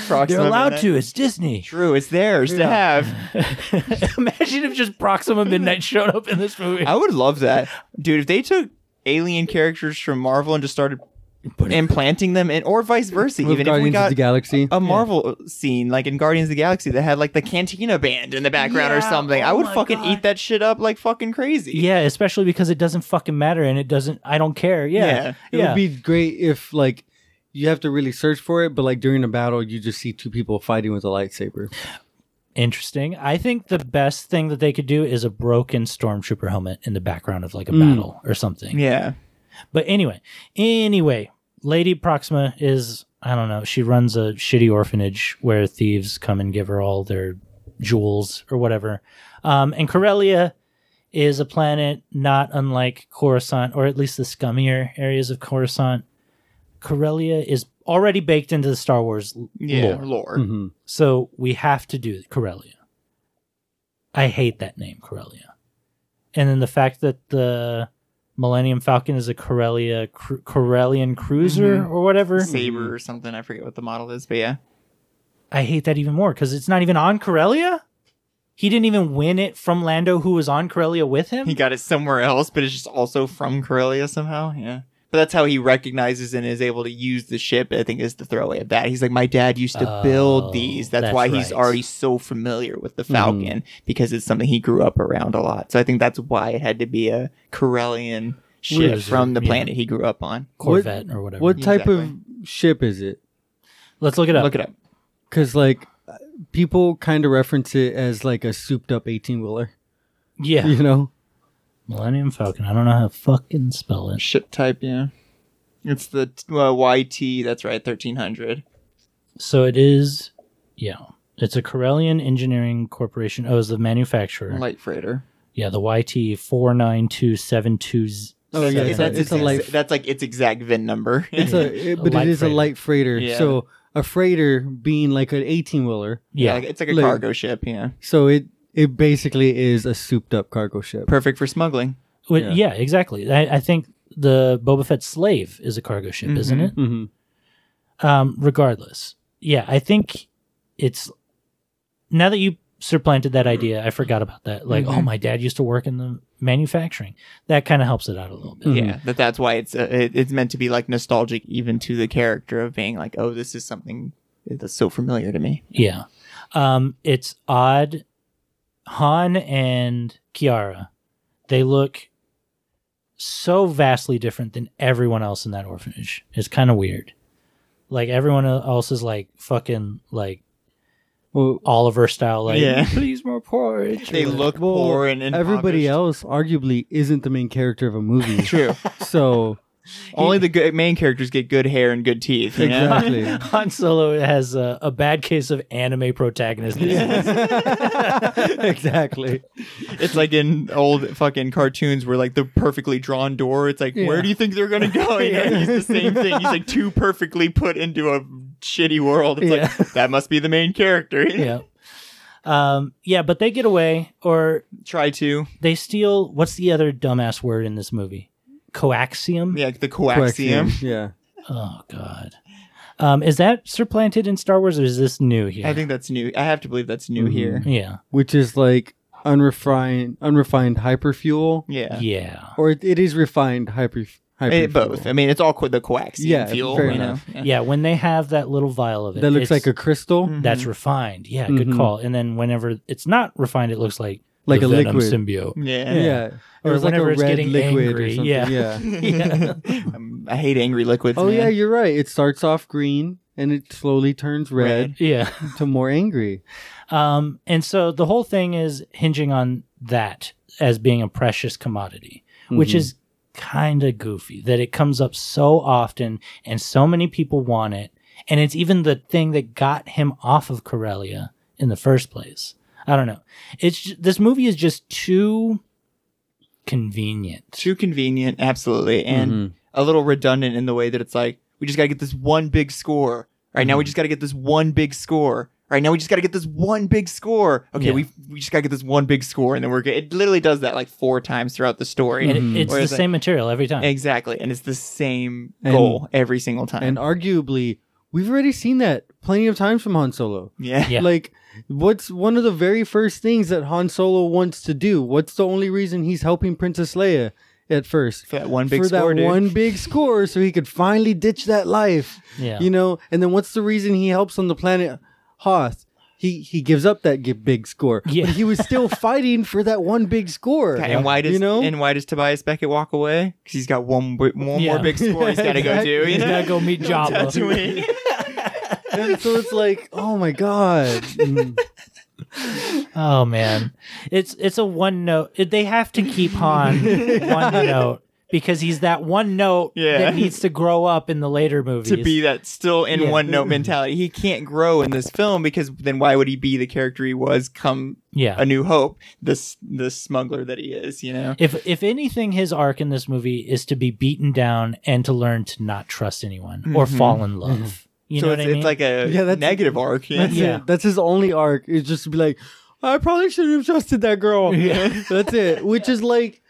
[SPEAKER 3] Proxima
[SPEAKER 2] They're allowed
[SPEAKER 3] Midnight.
[SPEAKER 2] to. It's Disney.
[SPEAKER 3] True, it's theirs to have.
[SPEAKER 2] Imagine if just Proxima Midnight showed up in this movie.
[SPEAKER 3] I would love that, dude. If they took alien characters from Marvel and just started implanting them, in, or vice versa,
[SPEAKER 1] With
[SPEAKER 3] even if
[SPEAKER 1] Guardians
[SPEAKER 3] we
[SPEAKER 1] of
[SPEAKER 3] got
[SPEAKER 1] the Galaxy.
[SPEAKER 3] a Marvel uh, scene like in Guardians of the Galaxy that had like the Cantina band in the background or
[SPEAKER 2] Yeah,
[SPEAKER 3] something, I
[SPEAKER 2] oh
[SPEAKER 3] would
[SPEAKER 2] my
[SPEAKER 3] fucking
[SPEAKER 2] God.
[SPEAKER 3] eat that shit up like fucking crazy.
[SPEAKER 2] Yeah, especially because it doesn't fucking matter, and it doesn't. I don't care. Yeah,
[SPEAKER 3] Yeah.
[SPEAKER 2] yeah.
[SPEAKER 1] It would be great if like you have to really search for it, but like during a battle, you just see two people fighting with a lightsaber.
[SPEAKER 2] Interesting. I think the best thing that they could do is a broken stormtrooper helmet in the background of like a
[SPEAKER 1] Mm.
[SPEAKER 2] battle or something.
[SPEAKER 3] yeah.
[SPEAKER 2] But anyway, anyway, Lady Proxima is I don't know. She runs a shitty orphanage where thieves come and give her all their jewels or whatever. Um, and Corellia is a planet not unlike Coruscant, or at least the scummier areas of Coruscant. Corellia is already baked into the Star Wars l-
[SPEAKER 3] Yeah,
[SPEAKER 2] lore.
[SPEAKER 3] lore.
[SPEAKER 1] hmm
[SPEAKER 2] So we have to do Corellia. I hate that name, Corellia. And then the fact that the Millennium Falcon is a Corellia cru- Corellian cruiser or whatever.
[SPEAKER 3] Saber or something. I forget what the model is, but yeah.
[SPEAKER 2] I hate that even more because it's not even on Corellia. He didn't even win it from Lando, who was on Corellia with him.
[SPEAKER 3] He got it somewhere else, but it's just also from Corellia somehow. Yeah. But that's how he recognizes and is able to use the ship. I think is the throwaway of that. He's like, my dad used to
[SPEAKER 2] Oh,
[SPEAKER 3] build these. That's,
[SPEAKER 2] that's
[SPEAKER 3] why he's
[SPEAKER 2] right.
[SPEAKER 3] already so familiar with
[SPEAKER 1] Mm-hmm.
[SPEAKER 3] the Falcon because it's something he grew up around a lot. So I think that's why it had to be a Corellian ship
[SPEAKER 2] Cruiser,
[SPEAKER 3] from the
[SPEAKER 2] yeah.
[SPEAKER 3] planet he grew up on.
[SPEAKER 2] Corvette or whatever.
[SPEAKER 1] What type
[SPEAKER 3] Exactly.
[SPEAKER 1] of ship is it?
[SPEAKER 2] Let's look it up.
[SPEAKER 3] Look it up.
[SPEAKER 1] Because like people kind of reference it as like a souped up 18 wheeler,
[SPEAKER 2] Yeah.
[SPEAKER 1] you know?
[SPEAKER 2] Millennium Falcon. I don't know how to fucking spell it.
[SPEAKER 3] Ship type, yeah. It's the t- uh, YT. That's right, thirteen hundred.
[SPEAKER 2] So it is, yeah. It's a Corellian Engineering Corporation. Oh, is the manufacturer.
[SPEAKER 3] Light freighter.
[SPEAKER 2] yeah, the YT four nine two seven two.
[SPEAKER 1] Oh, yeah,
[SPEAKER 3] That's-
[SPEAKER 1] it's a,
[SPEAKER 3] that's
[SPEAKER 1] it's a
[SPEAKER 3] its-
[SPEAKER 1] light
[SPEAKER 3] That's like its exact VIN number.
[SPEAKER 1] It's a, it-
[SPEAKER 2] A
[SPEAKER 1] but
[SPEAKER 2] light
[SPEAKER 1] it is
[SPEAKER 2] freighter.
[SPEAKER 1] a light freighter.
[SPEAKER 3] Yeah.
[SPEAKER 1] So a freighter being like an eighteen wheeler.
[SPEAKER 2] Yeah.
[SPEAKER 3] like, it's like a
[SPEAKER 1] Like-
[SPEAKER 3] cargo ship. Yeah,
[SPEAKER 1] So it it basically is a souped up cargo ship.
[SPEAKER 3] perfect for smuggling.
[SPEAKER 2] Well, yeah. exactly. I, I think the Boba Fett slave is a cargo ship, isn't it?
[SPEAKER 1] hmm
[SPEAKER 2] Um, regardless, yeah, I think it's now that you supplanted that idea, I forgot about that. Like,
[SPEAKER 1] Mm-hmm.
[SPEAKER 2] oh, my dad used to work in the manufacturing. That kind of helps it out a little bit.
[SPEAKER 1] Mm-hmm.
[SPEAKER 3] Yeah, that that's why it's uh, it, it's meant to be like nostalgic, even to the character of being like, oh, this is something that's so familiar to me.
[SPEAKER 2] Yeah. Um, it's odd. Han and Kiara, they look so vastly different than everyone else in that orphanage. It's kind of weird. Like everyone else is like fucking like
[SPEAKER 1] Well,
[SPEAKER 2] Oliver style, like
[SPEAKER 3] Yeah.
[SPEAKER 2] please more porridge.
[SPEAKER 3] They
[SPEAKER 2] or-
[SPEAKER 3] look
[SPEAKER 1] well,
[SPEAKER 3] poor and, and
[SPEAKER 1] everybody else
[SPEAKER 3] impoverished.
[SPEAKER 1] arguably isn't the main character of a movie.
[SPEAKER 3] True.
[SPEAKER 1] So
[SPEAKER 3] Only the good main characters get good hair and good teeth. You know?
[SPEAKER 1] exactly.
[SPEAKER 2] Han Solo has a, a bad case of anime protagonist.
[SPEAKER 1] exactly.
[SPEAKER 3] It's like in old fucking cartoons where like the perfectly drawn door. It's like, where do you think they're gonna go? You know, he's the same thing. He's like too perfectly put into a shitty world. It's
[SPEAKER 2] Yeah.
[SPEAKER 3] like that must be the main character.
[SPEAKER 2] yeah. Um, yeah, but they get away or
[SPEAKER 3] Try to.
[SPEAKER 2] they steal what's the other dumbass word in this movie? Coaxium?
[SPEAKER 3] Yeah, the coaxium.
[SPEAKER 1] Coaxium, Yeah.
[SPEAKER 2] Oh god. Um, is that supplanted in Star Wars or is this new here?
[SPEAKER 3] I think that's new. I have to believe that's new
[SPEAKER 1] Mhm.
[SPEAKER 3] here.
[SPEAKER 2] yeah.
[SPEAKER 1] Which is like unrefined unrefined hyperfuel.
[SPEAKER 3] Yeah.
[SPEAKER 2] Yeah.
[SPEAKER 1] Or it, it is refined hyper hyperfuel.
[SPEAKER 3] Eh, both. I mean, it's all co- the coaxium
[SPEAKER 1] Yeah,
[SPEAKER 3] fuel.
[SPEAKER 1] fair
[SPEAKER 3] you know?
[SPEAKER 1] enough.
[SPEAKER 3] Yeah.
[SPEAKER 2] Yeah, when they have that little vial of it.
[SPEAKER 1] That looks
[SPEAKER 2] it's-
[SPEAKER 1] like
[SPEAKER 2] Mm,
[SPEAKER 1] a crystal.
[SPEAKER 2] that's refined. Yeah, good
[SPEAKER 1] Mhm.
[SPEAKER 2] call. And then whenever it's not refined, it looks like
[SPEAKER 1] Like
[SPEAKER 2] the
[SPEAKER 1] a
[SPEAKER 2] Venom
[SPEAKER 1] liquid.
[SPEAKER 2] symbiote.
[SPEAKER 3] Yeah.
[SPEAKER 1] Yeah.
[SPEAKER 2] Or
[SPEAKER 1] It was like a
[SPEAKER 2] whenever it's
[SPEAKER 1] red
[SPEAKER 2] getting
[SPEAKER 1] liquid
[SPEAKER 2] angry,
[SPEAKER 1] or something.
[SPEAKER 2] yeah.
[SPEAKER 1] yeah.
[SPEAKER 2] Yeah.
[SPEAKER 3] Um, I hate angry liquids.
[SPEAKER 1] Oh
[SPEAKER 3] man.
[SPEAKER 1] yeah, you're right. It starts off green and it slowly turns red,
[SPEAKER 2] yeah.
[SPEAKER 1] to more angry.
[SPEAKER 2] Um, and so the whole thing is hinging on that as being a precious commodity, which
[SPEAKER 1] Mhm.
[SPEAKER 2] is kind of goofy that it comes up so often and so many people want it. And it's even the thing that got him off of Corellia in the first place. I don't know. It's ju- this movie is just too convenient.
[SPEAKER 3] Too convenient, absolutely, and
[SPEAKER 1] Mm-hmm.
[SPEAKER 3] a little redundant in the way that it's like we just got to get this one big score. Right
[SPEAKER 1] Mm-hmm.
[SPEAKER 3] now, we just got to get this one big score. Right now, we just got to get this one big score. Okay,
[SPEAKER 2] Yeah.
[SPEAKER 3] we we just got to get this one big score, and then we're good. It literally does that like four times throughout the story.
[SPEAKER 2] And
[SPEAKER 1] Mm-hmm.
[SPEAKER 2] it, it's
[SPEAKER 3] Whereas,
[SPEAKER 2] the
[SPEAKER 3] like-
[SPEAKER 2] same material every time.
[SPEAKER 3] exactly, and it's the same
[SPEAKER 1] And-
[SPEAKER 3] goal every single time.
[SPEAKER 1] And arguably, we've already seen that plenty of times from Han Solo.
[SPEAKER 3] yeah,
[SPEAKER 2] Yeah.
[SPEAKER 1] Like, what's one of the very first things that Han Solo wants to do? What's the only reason he's helping Princess Leia at first?
[SPEAKER 3] for that one big
[SPEAKER 1] For
[SPEAKER 3] score,
[SPEAKER 1] that
[SPEAKER 3] dude.
[SPEAKER 1] one big score, so he could finally ditch that life.
[SPEAKER 2] Yeah.
[SPEAKER 1] You know, and then what's the reason he helps on the planet Hoth? He he gives up that gi- big score,
[SPEAKER 2] Yeah.
[SPEAKER 1] but he was still fighting for that one big score.
[SPEAKER 3] Okay, And why does
[SPEAKER 1] you know?
[SPEAKER 3] and why does Tobias Beckett walk away? Because he's got one bi- one
[SPEAKER 2] Yeah.
[SPEAKER 3] more big score he's got to go do.
[SPEAKER 2] He's
[SPEAKER 3] You
[SPEAKER 2] gotta
[SPEAKER 3] know?
[SPEAKER 2] go meet Jabba.
[SPEAKER 3] Tatooine.
[SPEAKER 1] And so it's like, oh my god, Mm.
[SPEAKER 2] Oh man, it's it's a one note. it- They have to keep Han one note because he's that one note
[SPEAKER 3] Yeah.
[SPEAKER 2] that needs to grow up in the later movies.
[SPEAKER 3] to be that still in
[SPEAKER 2] Yeah.
[SPEAKER 3] one note mentality. He can't grow in this film because then why would he be the character he was come
[SPEAKER 2] yeah.
[SPEAKER 3] A New Hope, this the smuggler that he is, you know?
[SPEAKER 2] If if anything, his arc in this movie is to be beaten down and to learn to not trust anyone or fall in love. You
[SPEAKER 3] Mm-hmm. so
[SPEAKER 2] know
[SPEAKER 3] it's,
[SPEAKER 2] what I mean?
[SPEAKER 3] it's like a
[SPEAKER 1] Yeah, that's-
[SPEAKER 3] negative arc. Yeah.
[SPEAKER 1] that's
[SPEAKER 2] Yeah.
[SPEAKER 1] it. That's his only arc. Is just to be like, I probably shouldn't have trusted that girl.
[SPEAKER 2] Yeah.
[SPEAKER 1] that's it. Which is like,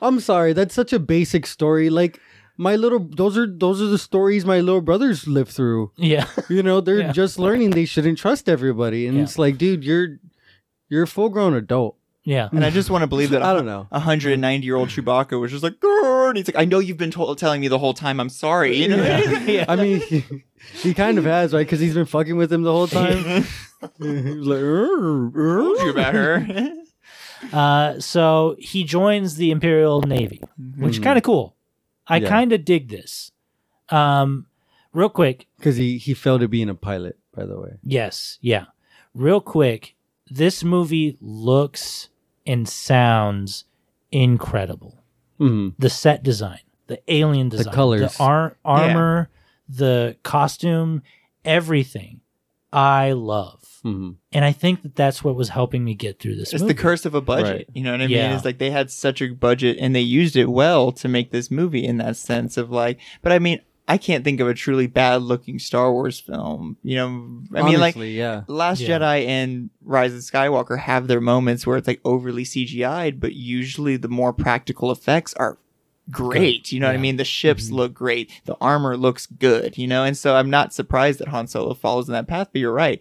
[SPEAKER 1] I'm sorry, that's such a basic story. Like my little, those are those are the stories my little brothers live through.
[SPEAKER 2] yeah,
[SPEAKER 1] You know, they're
[SPEAKER 2] Yeah.
[SPEAKER 1] just learning they shouldn't trust everybody, and
[SPEAKER 2] Yeah.
[SPEAKER 1] it's like, dude, you're you're a full grown adult.
[SPEAKER 2] yeah.
[SPEAKER 3] And I just want to believe that
[SPEAKER 1] I don't know.
[SPEAKER 3] A hundred and ninety year old Chewbacca was just like, "Grrr," and he's like, I know you've been told, telling me the whole time. I'm sorry. You know?
[SPEAKER 1] I mean, he, he kind of has, right? Because he's been fucking with him the whole time. He's like, "Arr,
[SPEAKER 3] told
[SPEAKER 1] arr."
[SPEAKER 3] you about her.
[SPEAKER 2] Uh, so he joins the Imperial Navy, which is
[SPEAKER 3] Mm.
[SPEAKER 2] kind of cool. I
[SPEAKER 1] Yeah.
[SPEAKER 2] kind of dig this. Um, real quick,
[SPEAKER 1] Because he, he failed at being a pilot, by the way.
[SPEAKER 2] Yes, yeah. real quick, this movie looks and sounds incredible.
[SPEAKER 1] hmm
[SPEAKER 2] The set design, the alien design,
[SPEAKER 1] colors.
[SPEAKER 2] the ar- armor, the costume, everything. I love,
[SPEAKER 1] hmm
[SPEAKER 2] and I think that that's what was helping me get through this.
[SPEAKER 3] It's
[SPEAKER 2] movie.
[SPEAKER 3] the curse of a budget.
[SPEAKER 1] Right.
[SPEAKER 3] You know what I mean?
[SPEAKER 2] Yeah.
[SPEAKER 3] It's like they had such a budget and they used it well to make this movie in that sense of like, but I mean, I can't think of a truly bad looking Star Wars film. You know, I mean, like
[SPEAKER 1] Honestly, yeah.
[SPEAKER 3] Last
[SPEAKER 2] Yeah.
[SPEAKER 3] Jedi and Rise of Skywalker have their moments where it's like overly CGI'd, but usually the more practical effects are great. You know what I
[SPEAKER 2] Yeah. Mm-hmm.
[SPEAKER 3] mean? The ships look great, the armor looks good, you know? And so I'm not surprised that Han Solo follows in that path, but you're right.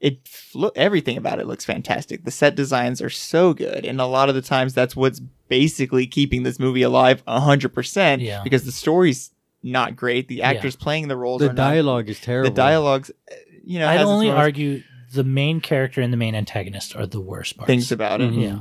[SPEAKER 3] It flo- everything about it looks fantastic. The set designs are so good, and a lot of the times that's what's basically keeping this movie alive 100%
[SPEAKER 2] Yeah.
[SPEAKER 3] because the story's not great. The
[SPEAKER 2] Yeah.
[SPEAKER 3] actors playing the roles
[SPEAKER 1] The
[SPEAKER 3] are
[SPEAKER 1] dialogue is
[SPEAKER 3] not, the
[SPEAKER 1] terrible.
[SPEAKER 3] dialogues uh, you know,
[SPEAKER 2] I'd
[SPEAKER 3] has its
[SPEAKER 2] only
[SPEAKER 3] moments-
[SPEAKER 2] argue the main character and the main antagonist are the worst parts.
[SPEAKER 3] things about it.
[SPEAKER 1] Mhm.
[SPEAKER 2] Yeah.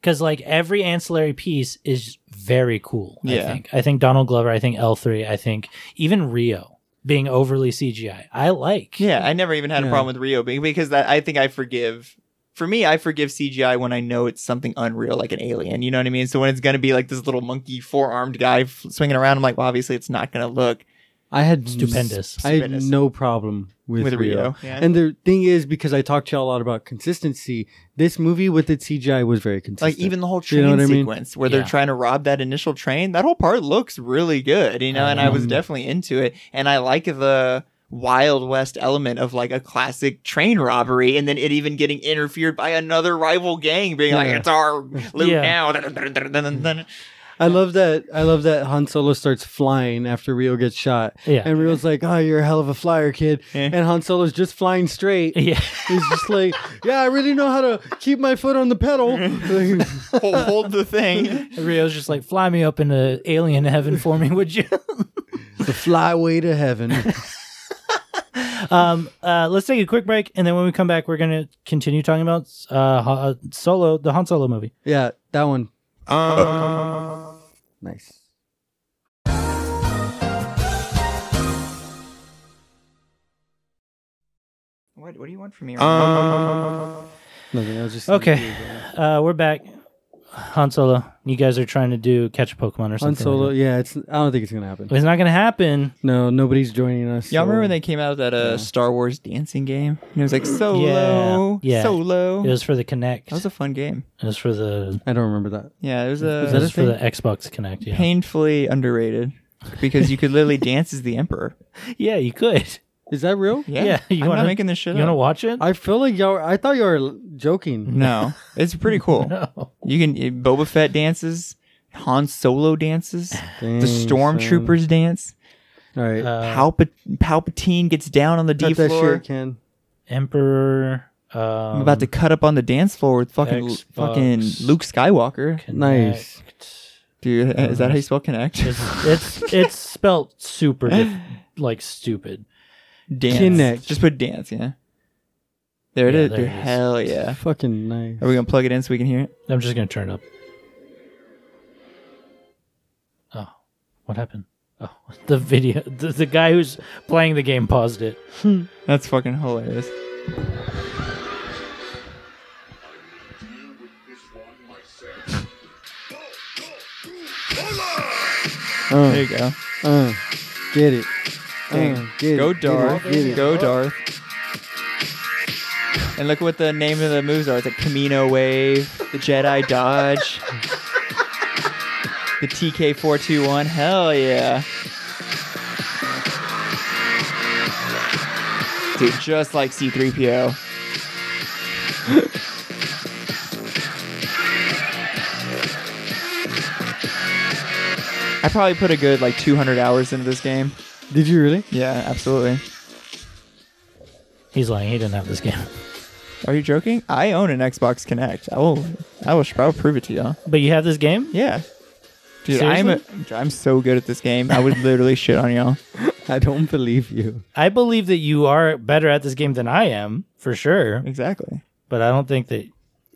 [SPEAKER 2] Because like every ancillary piece is very cool. I
[SPEAKER 3] Yeah.
[SPEAKER 2] think. I think Donald Glover. I think L three. I think even Rio being overly CGI. I like.
[SPEAKER 3] Yeah, I never even had a
[SPEAKER 1] Yeah.
[SPEAKER 3] problem with Rio being because that I think I forgive. For me, I forgive CGI when I know it's something unreal, like an alien. You know what I mean? So when it's going to be like this little monkey, four armed guy f- swinging around, I'm like, well, obviously it's not going to look
[SPEAKER 1] I had
[SPEAKER 2] Stupendous.
[SPEAKER 1] I had
[SPEAKER 3] Stupendous.
[SPEAKER 1] no problem with,
[SPEAKER 3] with, Rio.
[SPEAKER 1] Rio.
[SPEAKER 3] Yeah.
[SPEAKER 1] And the thing is, because I talked to y'all a lot about consistency, this movie with its CGI was very
[SPEAKER 3] like
[SPEAKER 1] consistent.
[SPEAKER 3] even the whole
[SPEAKER 1] You
[SPEAKER 3] train
[SPEAKER 1] know what I mean?
[SPEAKER 3] sequence where
[SPEAKER 2] Yeah.
[SPEAKER 3] they're trying to rob that initial train, that whole part looks really good, you know. And I was
[SPEAKER 1] Mhm.
[SPEAKER 3] definitely into it, and I like the Wild West element of like a classic train robbery, and then it even getting interfered by another rival gang being like,
[SPEAKER 1] Yeah.
[SPEAKER 3] "It's our loot
[SPEAKER 2] Yeah.
[SPEAKER 3] now."
[SPEAKER 1] I love that. I love that Han Solo starts flying after Rio gets shot,
[SPEAKER 2] Yeah.
[SPEAKER 1] and Rio's like, "Oh, you're a hell of a flyer, kid."
[SPEAKER 3] Yeah.
[SPEAKER 1] And Han Solo's just flying straight.
[SPEAKER 2] yeah.
[SPEAKER 1] He's just like, "Yeah, I really know how to keep my foot on the pedal." Like,
[SPEAKER 3] hold, hold the thing.
[SPEAKER 2] Rio's just like fly me up into alien heaven for me, would you?
[SPEAKER 1] the flyway to heaven.
[SPEAKER 2] um. Uh. Let's take a quick break, and then when we come back, we're gonna continue talking about uh Ha- Solo, the Han Solo movie.
[SPEAKER 1] Yeah, that one.
[SPEAKER 6] Uh,
[SPEAKER 3] Um,
[SPEAKER 1] Nice.
[SPEAKER 3] What, what do you want from me?
[SPEAKER 1] Um,
[SPEAKER 6] uh,
[SPEAKER 1] Nothing. I was just
[SPEAKER 2] Okay. Uh. We're back. Han Solo. You guys are trying to do catch a Pokemon or
[SPEAKER 1] Han
[SPEAKER 2] something.
[SPEAKER 1] Solo.
[SPEAKER 2] Like
[SPEAKER 1] Yeah, it's. I don't think it's gonna happen.
[SPEAKER 2] that. It's not gonna happen.
[SPEAKER 1] No, nobody's joining us.
[SPEAKER 3] Y'all remember
[SPEAKER 1] so-
[SPEAKER 3] when they came out with that uh,
[SPEAKER 1] Yeah.
[SPEAKER 3] Star Wars dancing game? And it was like solo,
[SPEAKER 2] Yeah.
[SPEAKER 3] solo.
[SPEAKER 2] It was for the Connect.
[SPEAKER 3] that Oh. was a fun game.
[SPEAKER 2] It was for the
[SPEAKER 1] I don't remember that.
[SPEAKER 3] Yeah, it was uh, a.
[SPEAKER 2] That
[SPEAKER 1] that
[SPEAKER 2] is
[SPEAKER 1] a
[SPEAKER 2] for
[SPEAKER 1] thing?
[SPEAKER 2] the Xbox Connect. Yeah,
[SPEAKER 3] painfully underrated because you could literally dance as the emperor.
[SPEAKER 2] yeah, you could.
[SPEAKER 1] Is that real?
[SPEAKER 3] Yeah,
[SPEAKER 2] Yeah, you
[SPEAKER 3] I'm
[SPEAKER 2] wanna-
[SPEAKER 3] not making this shit
[SPEAKER 2] You want to
[SPEAKER 3] up.
[SPEAKER 2] watch it?
[SPEAKER 1] I feel like y'all. I thought you were joking.
[SPEAKER 3] no, it's pretty cool.
[SPEAKER 2] no.
[SPEAKER 3] You can eh, Boba Fett dances, Han Solo dances, the stormtroopers dance.
[SPEAKER 1] All right.
[SPEAKER 2] Mm, Uh,
[SPEAKER 3] Palpa- Palpatine gets down on the D
[SPEAKER 1] Cut that
[SPEAKER 3] floor.
[SPEAKER 1] shit, Ken.
[SPEAKER 2] Emperor. Um,
[SPEAKER 3] I'm about to cut up on the dance floor with fucking
[SPEAKER 2] Xbox.
[SPEAKER 3] fucking Luke Skywalker.
[SPEAKER 1] Nice.
[SPEAKER 2] Connect.
[SPEAKER 3] Dude,
[SPEAKER 2] Uh,
[SPEAKER 3] is that how you spell connect?
[SPEAKER 2] It's it's, it's spelt super diff- like stupid.
[SPEAKER 3] dance.
[SPEAKER 1] Kinect.
[SPEAKER 3] Just put dance, yeah. There it
[SPEAKER 2] Yeah,
[SPEAKER 3] is.
[SPEAKER 2] there
[SPEAKER 3] dude.
[SPEAKER 2] it is.
[SPEAKER 3] Hell yeah.
[SPEAKER 1] Fucking nice.
[SPEAKER 3] Are we gonna plug it in so we can hear it?
[SPEAKER 2] I'm just gonna turn it up. Oh, what happened? Oh, the video. The, the guy who's playing the game paused it.
[SPEAKER 3] That's fucking hilarious. There
[SPEAKER 1] Uh,
[SPEAKER 3] you go.
[SPEAKER 1] uh, get it. Uh, get
[SPEAKER 3] Go
[SPEAKER 1] it, get it,
[SPEAKER 3] Darth.
[SPEAKER 1] Get it.
[SPEAKER 3] Go Darth. And look what the name of the moves are. It's like Camino Wave, the Jedi Dodge, the TK421. Hell yeah. Dude, just like C3PO. I probably put a good like 200 hours into this game.
[SPEAKER 1] Did you really?
[SPEAKER 3] Yeah, absolutely.
[SPEAKER 2] He's lying. He didn't have this game.
[SPEAKER 3] Are you joking? I own an Xbox Connect. I will. I will. I'll prove it to y'all.
[SPEAKER 2] But you have this game?
[SPEAKER 3] Yeah. Dude, I'm, a, I'm so good at this game. I would literally shit on y'all.
[SPEAKER 1] I don't believe you.
[SPEAKER 2] I believe that you are better at this game than I am, for sure.
[SPEAKER 3] Exactly.
[SPEAKER 2] But I don't think that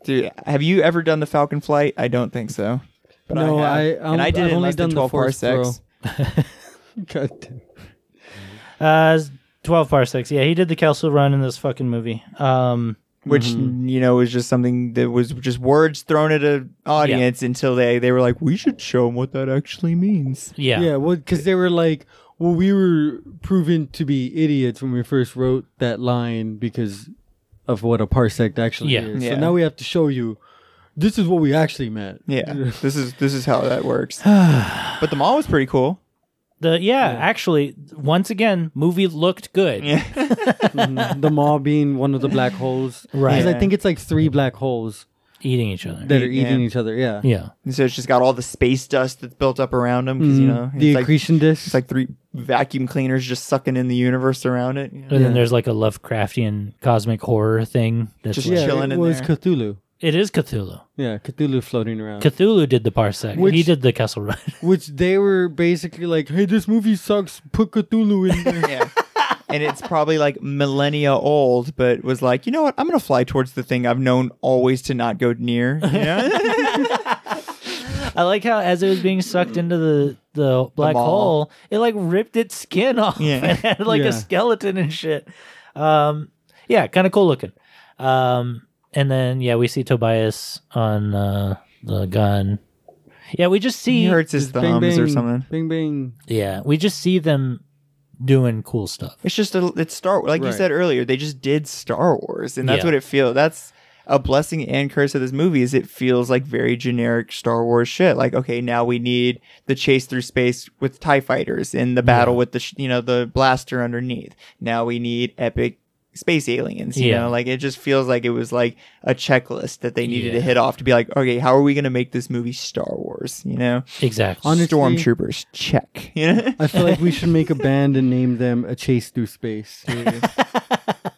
[SPEAKER 3] Dude, have you ever done the Falcon flight? I don't think so. But
[SPEAKER 1] no,
[SPEAKER 3] I,
[SPEAKER 1] I,
[SPEAKER 3] have.
[SPEAKER 1] um,
[SPEAKER 3] and I did
[SPEAKER 1] I've
[SPEAKER 3] it in
[SPEAKER 1] only
[SPEAKER 3] less
[SPEAKER 1] done
[SPEAKER 3] than 12
[SPEAKER 1] the force
[SPEAKER 3] parsecs.
[SPEAKER 1] throw. God damn.
[SPEAKER 2] Uh, 12 parsecs. Yeah, he did the Kessel run in this fucking movie. Um,
[SPEAKER 3] which
[SPEAKER 1] Mm-hmm.
[SPEAKER 3] you know was just something that was just words thrown at an audience until they they were like, we should show them what that actually means.
[SPEAKER 2] yeah.
[SPEAKER 1] Yeah, well, because they were like, well, we were proven to be idiots when we first wrote that line because of what a parsec actually
[SPEAKER 2] Yeah.
[SPEAKER 1] is.
[SPEAKER 3] Yeah.
[SPEAKER 1] So now we have to show you this is what we actually meant.
[SPEAKER 3] Yeah, this is this is how that works. but the mall was pretty cool.
[SPEAKER 2] The yeah, actually, once again, movie looked good.
[SPEAKER 3] Yeah,
[SPEAKER 1] Mhm. the mall being one of the black holes. Because
[SPEAKER 2] Right.
[SPEAKER 1] I think it's like three black holes
[SPEAKER 2] Eating each other.
[SPEAKER 1] that are
[SPEAKER 3] Yeah.
[SPEAKER 1] eating each other. Yeah.
[SPEAKER 2] yeah.
[SPEAKER 3] and so it's just got all the space dust that's built up around them because you know
[SPEAKER 1] Mm-hmm. Mm. the
[SPEAKER 3] it's like,
[SPEAKER 1] accretion disk.
[SPEAKER 3] it's like three vacuum cleaners just sucking in the universe around it. you know?
[SPEAKER 2] And then there's like a Lovecraftian cosmic horror thing. That's
[SPEAKER 3] Just-
[SPEAKER 2] like-
[SPEAKER 1] yeah,
[SPEAKER 3] chilling
[SPEAKER 1] it
[SPEAKER 3] in
[SPEAKER 1] was
[SPEAKER 3] there.
[SPEAKER 1] Cthulhu.
[SPEAKER 2] It is Cthulhu.
[SPEAKER 1] Yeah, Cthulhu floating around.
[SPEAKER 2] Cthulhu did the parsec.
[SPEAKER 1] Which-
[SPEAKER 2] he did the Kessel run.
[SPEAKER 1] which they were basically like, hey, this movie sucks. Put Cthulhu in there.
[SPEAKER 3] Yeah. and it's probably like millennia old, but was like, you know what? I'm gonna fly towards the thing I've known always to not go near. Yeah.
[SPEAKER 2] I like how as it was being sucked into the the black
[SPEAKER 3] mall.
[SPEAKER 2] hole, it like ripped its skin off
[SPEAKER 3] Yeah.
[SPEAKER 2] and had like
[SPEAKER 1] Yeah.
[SPEAKER 2] a skeleton and shit. Um, yeah, kind of cool looking. Um, and then yeah, we see Tobias on uh, the gun. Yeah, we just see
[SPEAKER 3] he hurts his thumbs or something.
[SPEAKER 1] Bing bang.
[SPEAKER 2] Yeah, we just see them doing cool stuff.
[SPEAKER 3] It's just a it's Star like you
[SPEAKER 1] Right.
[SPEAKER 3] said earlier, they just did Star Wars, and that's
[SPEAKER 2] Yeah.
[SPEAKER 3] what it feels. That's a blessing and curse of this movie is it feels like very generic Star Wars shit. Like okay, now we need the chase through space with Tie fighters and the battle with the sh- you know the blaster underneath. Now we need epic space aliens. You
[SPEAKER 2] Yeah.
[SPEAKER 3] know, like it just feels like it was like a checklist that they needed
[SPEAKER 2] Yeah.
[SPEAKER 3] to hit off to be like, okay, how are we going to make this movie Star Wars? You know,
[SPEAKER 2] Exactly.
[SPEAKER 1] Honestly-
[SPEAKER 3] stormtroopers check. You know,
[SPEAKER 1] I feel like we should make a band and name them A Chase Through Space.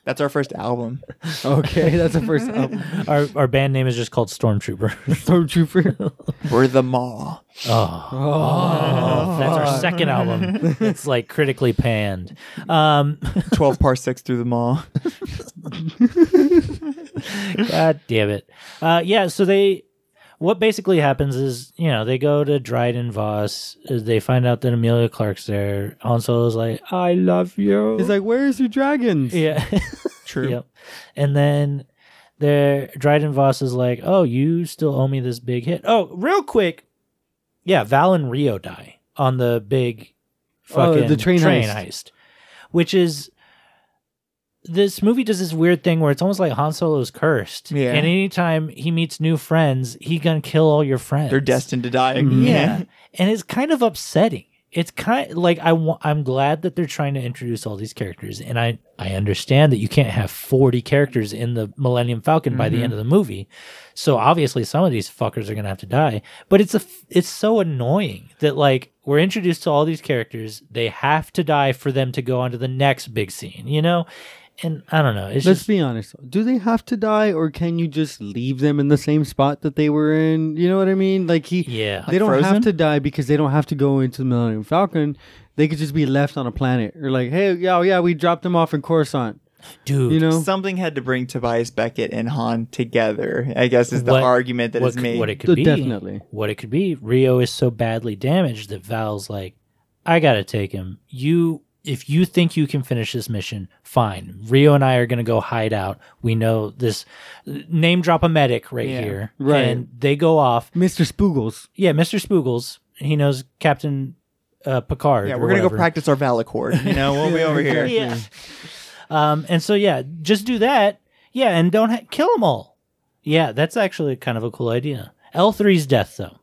[SPEAKER 3] that's our first album.
[SPEAKER 1] okay, that's the first up.
[SPEAKER 2] our our band name is just called Stormtrooper.
[SPEAKER 1] Stormtrooper.
[SPEAKER 3] We're the Maw.
[SPEAKER 2] Oh, Oh, that's our second album. It's like critically panned. Um,
[SPEAKER 3] 12 parsecs through the mall.
[SPEAKER 2] God damn it. Uh, yeah, so they, what basically happens is, you know, they go to Dryden Voss. uh, They find out that Amelia Clark's there. Han Solo's like, I love you.
[SPEAKER 1] He's like, where's your dragons?
[SPEAKER 2] yeah.
[SPEAKER 3] True.
[SPEAKER 2] yep. And then there, Dryden Voss is like, oh, you still owe me this big hit. Oh, real quick. Yeah, Val and Rio die on the big
[SPEAKER 1] Oh,
[SPEAKER 2] fucking
[SPEAKER 1] the train heist.
[SPEAKER 2] heist. which is this movie does this weird thing where it's almost like Han Solo's cursed.
[SPEAKER 3] Yeah.
[SPEAKER 2] And anytime he meets new friends, he gonna kill all your friends.
[SPEAKER 3] They're destined to die.
[SPEAKER 1] Mm-hmm.
[SPEAKER 3] again.
[SPEAKER 2] Yeah. and it's kind of upsetting. It's kind like I wa- I'm glad that they're trying to introduce all these characters, and I I understand that you can't have 40 characters in the Millennium Falcon by
[SPEAKER 1] Mm-hmm.
[SPEAKER 2] the end of the movie, so obviously some of these fuckers are gonna have to die. But it's a f- it's so annoying that like we're introduced to all these characters, they have to die for them to go on to the next big scene, you know. And I don't know. It's
[SPEAKER 1] Let's
[SPEAKER 2] just
[SPEAKER 1] be honest. Do they have to die, or can you just leave them in the same spot that they were in? You know what I mean? Like he,
[SPEAKER 2] Yeah.
[SPEAKER 1] they don't
[SPEAKER 3] Frozen?
[SPEAKER 1] have to die because they don't have to go into the Millennium Falcon. They could just be left on a planet. Or like, hey, yeah, oh, yeah, we dropped them off in Coruscant.
[SPEAKER 2] dude.
[SPEAKER 1] You know,
[SPEAKER 3] Something had to bring Tobias Beckett and Han together, I guess, is the
[SPEAKER 2] What-
[SPEAKER 3] argument that
[SPEAKER 2] what,
[SPEAKER 3] is
[SPEAKER 2] c-
[SPEAKER 3] made.
[SPEAKER 2] What it could
[SPEAKER 1] D-
[SPEAKER 2] be,
[SPEAKER 1] definitely.
[SPEAKER 2] What it could be. Rio is so badly damaged that Val's like, I gotta take him. You, if you think you can finish this mission, fine. Rio and I are gonna go hide out. We know this. Name drop a medic right
[SPEAKER 3] Yeah,
[SPEAKER 2] here,
[SPEAKER 1] right.
[SPEAKER 2] And they go off.
[SPEAKER 1] Mr. Spoogles.
[SPEAKER 2] Yeah, Mister Spoogles. He knows Captain uh, Picard.
[SPEAKER 3] yeah,
[SPEAKER 2] or
[SPEAKER 3] we're going to go
[SPEAKER 2] whatever.
[SPEAKER 3] practice our Valacord. You know, we'll be over here.
[SPEAKER 2] Yeah. Um, and so yeah, just do that. Yeah, and don't ha- kill them all. Yeah, that's actually kind of a cool idea. L 3s death though,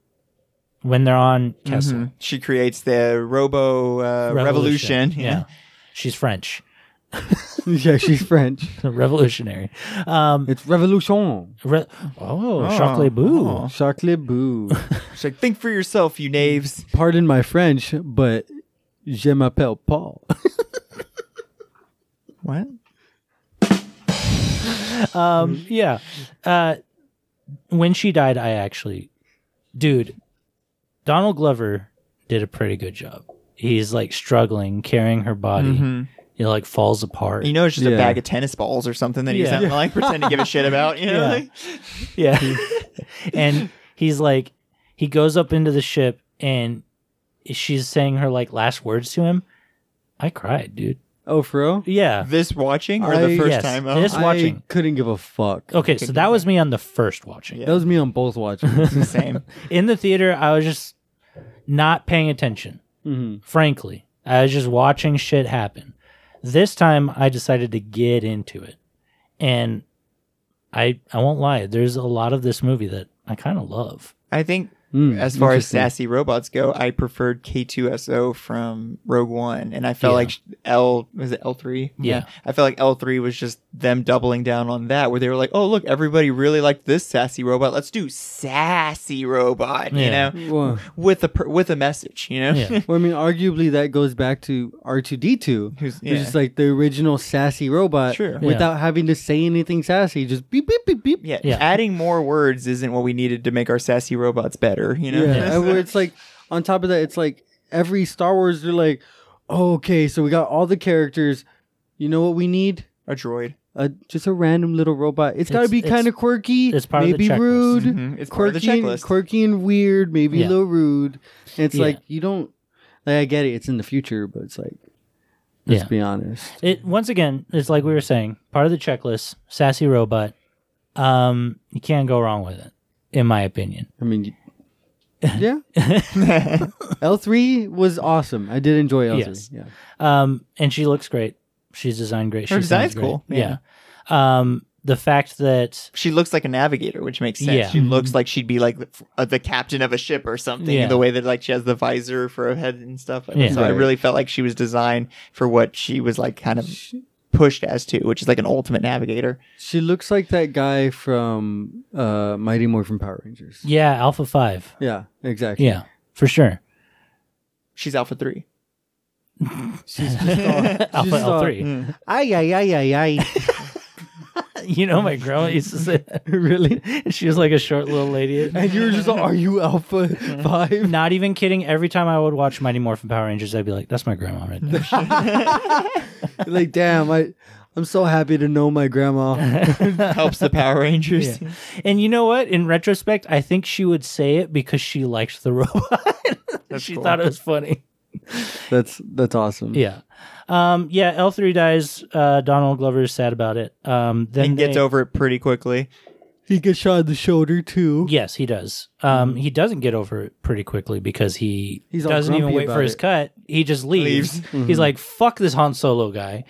[SPEAKER 2] when they're on Kessel
[SPEAKER 3] Mhm. She creates the Robo uh, Revolution.
[SPEAKER 2] Yeah, she's French,
[SPEAKER 1] yeah, she's French.
[SPEAKER 2] revolutionary. Um,
[SPEAKER 1] It's revolution.
[SPEAKER 2] re- oh, chocolate boo.
[SPEAKER 3] oh.
[SPEAKER 1] Chocolate boo.
[SPEAKER 3] She's like, think for yourself, you knaves.
[SPEAKER 1] Pardon my French, but je m'appelle Paul.
[SPEAKER 3] What?
[SPEAKER 2] Um, yeah. Uh, when she died, I actually, dude, Donald Glover did a pretty good job. He's like struggling carrying her body.
[SPEAKER 3] Mm-hmm.
[SPEAKER 2] It like falls apart.
[SPEAKER 3] You know, it's just a
[SPEAKER 1] Yeah.
[SPEAKER 3] bag of tennis balls or something that he's
[SPEAKER 2] Yeah.
[SPEAKER 3] not like pretend to give a shit about. You know,
[SPEAKER 2] Yeah.
[SPEAKER 3] like,
[SPEAKER 2] Yeah. and he's like, he goes up into the ship and she's saying her like last words to him. I cried, dude.
[SPEAKER 1] Oh, for real?
[SPEAKER 2] Yeah.
[SPEAKER 3] This watching or
[SPEAKER 1] I-
[SPEAKER 3] the first
[SPEAKER 2] yes,
[SPEAKER 3] time Oh, out?
[SPEAKER 2] this- Just watching. Oh,
[SPEAKER 1] I couldn't give a fuck.
[SPEAKER 2] Okay, so that was me on the first watching.
[SPEAKER 3] Yeah.
[SPEAKER 1] That was me on both watches.
[SPEAKER 3] the same.
[SPEAKER 2] In the theater, I was just not paying attention.
[SPEAKER 1] hmm
[SPEAKER 2] frankly. I was just watching shit happen. This time I decided to get into it. And I I won't lie, there's a lot of this movie that I kind of love.
[SPEAKER 3] I think
[SPEAKER 1] Mm,
[SPEAKER 3] as far as
[SPEAKER 1] interesting.
[SPEAKER 3] sassy robots go, I preferred K2SO from Rogue One, and I felt like L was it L3?
[SPEAKER 2] Yeah.
[SPEAKER 3] I felt like L3 was just them doubling down on that, where they were like, "Oh, look, everybody really liked this sassy robot. Let's do sassy robot,"
[SPEAKER 2] Yeah.
[SPEAKER 3] you know,
[SPEAKER 1] Well,
[SPEAKER 3] with a per- with a message, you know.
[SPEAKER 2] Yeah.
[SPEAKER 1] well, I mean, arguably that goes back to R two D two,
[SPEAKER 3] Who's-
[SPEAKER 1] which
[SPEAKER 3] yeah.
[SPEAKER 1] is like the original sassy robot,
[SPEAKER 3] Sure. Yeah.
[SPEAKER 1] without having to say anything sassy, just beep beep beep beep.
[SPEAKER 3] yeah,
[SPEAKER 2] Yeah.
[SPEAKER 3] adding more words isn't what we needed to make our sassy robots better, you know.
[SPEAKER 1] Yeah, and where it's like on top of that, it's like every Star Wars, they're like, oh, okay, so we got all the characters. You know what we need?
[SPEAKER 3] a droid.
[SPEAKER 1] A just a random little robot. it's got to
[SPEAKER 2] It's-
[SPEAKER 1] be
[SPEAKER 2] it's-
[SPEAKER 1] kind of quirky,
[SPEAKER 2] it's part of the
[SPEAKER 1] maybe
[SPEAKER 2] checklist.
[SPEAKER 1] rude,
[SPEAKER 3] Mhm. It's part of the
[SPEAKER 1] quirky, and,
[SPEAKER 3] checklist.
[SPEAKER 1] quirky and weird, maybe a
[SPEAKER 2] Yeah.
[SPEAKER 1] little rude. And it's
[SPEAKER 2] Yeah.
[SPEAKER 1] like you don't. Like, I get it; it's in the future, but it's like, let's
[SPEAKER 2] Yeah.
[SPEAKER 1] be honest.
[SPEAKER 2] It once again, it's like we were saying, part of the checklist, sassy robot. Um, you can't go wrong with it, in my opinion.
[SPEAKER 1] I mean, yeah, L three was awesome. I did enjoy L three.
[SPEAKER 2] Yes.
[SPEAKER 1] Yeah,
[SPEAKER 2] Um, and she looks great. She's designed great.
[SPEAKER 3] Her
[SPEAKER 2] she sounds
[SPEAKER 3] design's cool,
[SPEAKER 2] great. yeah. Um, the fact that
[SPEAKER 3] she looks like a navigator, which makes sense.
[SPEAKER 2] Yeah.
[SPEAKER 3] She looks like she'd be like the, uh, the captain of a ship or something.
[SPEAKER 2] Yeah.
[SPEAKER 3] The way that like she has the visor for her head and stuff.
[SPEAKER 2] Yeah.
[SPEAKER 3] So I
[SPEAKER 1] Right.
[SPEAKER 3] really felt like she was designed for what she was like kind of pushed as to, which is like an ultimate navigator.
[SPEAKER 1] she looks like that guy from uh, Mighty Morphin Power Rangers.
[SPEAKER 2] yeah, Alpha Five.
[SPEAKER 1] Yeah, exactly.
[SPEAKER 2] Yeah, for sure.
[SPEAKER 3] She's Alpha Three.
[SPEAKER 1] She's just all,
[SPEAKER 2] Alpha
[SPEAKER 1] all-
[SPEAKER 2] L three.
[SPEAKER 1] ay, ay, ay, ay, ay.
[SPEAKER 2] You know, my grandma used to say that. really. She was like a short little lady.
[SPEAKER 1] and you were just like, are you Alpha 5?
[SPEAKER 2] Not even kidding. Every time I would watch Mighty Morphin Power Rangers, I'd be like, "That's my grandma right there."
[SPEAKER 1] like, damn, I, I'm so happy to know my grandma.
[SPEAKER 3] Helps the Power Rangers.
[SPEAKER 2] and you know what? In retrospect, I think she would say it because she liked the robot. she
[SPEAKER 3] cool.
[SPEAKER 2] thought it was funny.
[SPEAKER 1] That's that's awesome.
[SPEAKER 2] Yeah, um, yeah. L three dies. Uh, Donald Glover is sad about it. Um, then
[SPEAKER 3] And gets
[SPEAKER 2] they-
[SPEAKER 3] over it pretty quickly.
[SPEAKER 1] He gets shot in the shoulder, too.
[SPEAKER 2] Yes, he does. Um, he doesn't get over it pretty quickly because he
[SPEAKER 1] Mm-hmm. He's all
[SPEAKER 2] doesn't even
[SPEAKER 1] grumpy
[SPEAKER 2] wait for
[SPEAKER 1] about
[SPEAKER 2] his
[SPEAKER 1] it. Mm-hmm.
[SPEAKER 2] cut. He just leaves.
[SPEAKER 3] Leaves.
[SPEAKER 2] He's like, "Fuck this Han Solo guy."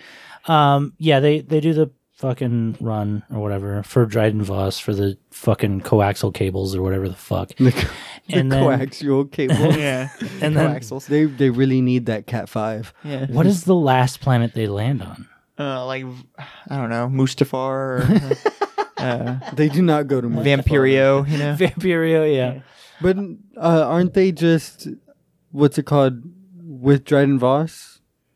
[SPEAKER 2] Um, yeah, they they do the fucking run or whatever for Dryden Voss for the fucking coaxial cables or whatever the fuck,
[SPEAKER 1] The, co- the
[SPEAKER 2] and then
[SPEAKER 1] coaxial cable.
[SPEAKER 3] Yeah.
[SPEAKER 2] and then
[SPEAKER 3] Coaxials.
[SPEAKER 1] they, they really need that Cat 5.
[SPEAKER 3] Yeah.
[SPEAKER 2] what is the last planet they land on?
[SPEAKER 3] Uh, like I don't know, Mustafar, or,
[SPEAKER 1] They do not go to Mustafar.
[SPEAKER 3] Vampirio. You know.
[SPEAKER 2] Vampirio, yeah.
[SPEAKER 1] But uh, aren't they just, what's it called, with Dryden Voss?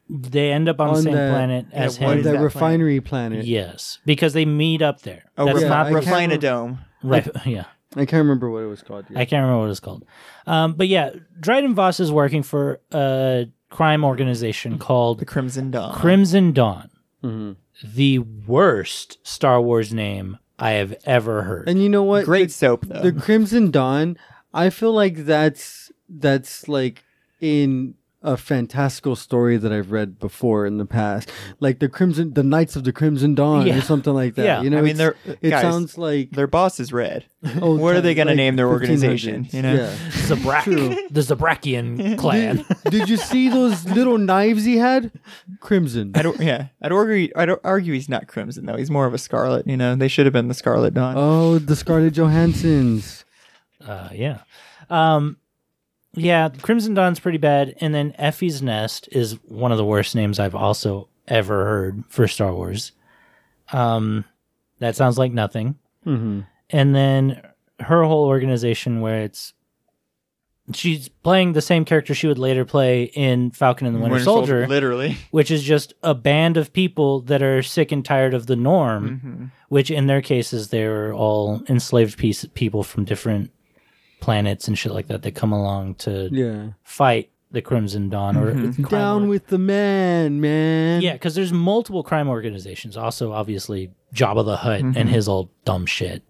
[SPEAKER 2] They end up on, the
[SPEAKER 1] On
[SPEAKER 2] same
[SPEAKER 1] that-
[SPEAKER 2] planet as
[SPEAKER 3] what
[SPEAKER 1] On
[SPEAKER 3] is
[SPEAKER 2] him.
[SPEAKER 1] that,
[SPEAKER 3] that
[SPEAKER 1] refinery planet.
[SPEAKER 2] Yes, because they meet up there.
[SPEAKER 3] Oh,
[SPEAKER 2] That's
[SPEAKER 1] yeah,
[SPEAKER 2] not
[SPEAKER 1] I can't
[SPEAKER 3] refine a
[SPEAKER 1] remember-
[SPEAKER 3] dome.
[SPEAKER 2] right. Yeah.
[SPEAKER 1] I can't remember what it was called. yet.
[SPEAKER 2] I can't remember what it's called. Um, but yeah, Dryden Voss is working for a crime organization called
[SPEAKER 3] The Crimson Dawn.
[SPEAKER 2] Crimson Dawn.
[SPEAKER 1] Mm-hmm.
[SPEAKER 2] The worst Star Wars name I have ever heard.
[SPEAKER 1] and you know what?
[SPEAKER 3] Great soap though.
[SPEAKER 1] the Crimson Dawn, I feel like that's that's like in a fantastical story that I've read before in the past, like the Crimson, the Knights of the Crimson Dawn,
[SPEAKER 2] Yeah.
[SPEAKER 1] or something like that.
[SPEAKER 2] Yeah.
[SPEAKER 1] You know,
[SPEAKER 3] I mean,
[SPEAKER 1] it's-
[SPEAKER 3] they're-
[SPEAKER 1] it
[SPEAKER 3] guys,
[SPEAKER 1] sounds like
[SPEAKER 3] their boss is red.
[SPEAKER 1] oh,
[SPEAKER 3] what are they gonna
[SPEAKER 1] like
[SPEAKER 3] name their organization,
[SPEAKER 1] 1500s.
[SPEAKER 3] you know?
[SPEAKER 1] Yeah.
[SPEAKER 2] Zabrak,
[SPEAKER 1] True.
[SPEAKER 2] the Zabrakian clan.
[SPEAKER 1] Did you see those little knives he had? Crimson.
[SPEAKER 3] I'd, yeah, I'd argue. I'd argue he's not crimson though. He's more of a scarlet. You know, they should have been the Scarlet Dawn.
[SPEAKER 1] Oh, the Scarlett Johansson's.
[SPEAKER 2] uh, yeah. Um, yeah, Crimson Dawn's pretty bad. And then Effie's Nest is one of the worst names I've also ever heard for Star Wars. Um, that sounds like nothing.
[SPEAKER 1] Mm-hmm.
[SPEAKER 2] and then her whole organization where it's she's playing the same character she would later play in Falcon and the Winter,
[SPEAKER 3] Winter Sol-
[SPEAKER 2] Soldier,
[SPEAKER 3] literally.
[SPEAKER 2] which is just a band of people that are sick and tired of the norm, which in their cases they're all enslaved piece- people from different planets and shit like that that come along to
[SPEAKER 1] Yeah.
[SPEAKER 2] fight the Crimson Dawn or crime
[SPEAKER 1] Down
[SPEAKER 2] or-
[SPEAKER 1] with the man, man.
[SPEAKER 2] yeah, because there's multiple crime organizations. Also, obviously, Jabba the Hutt and his old dumb shit.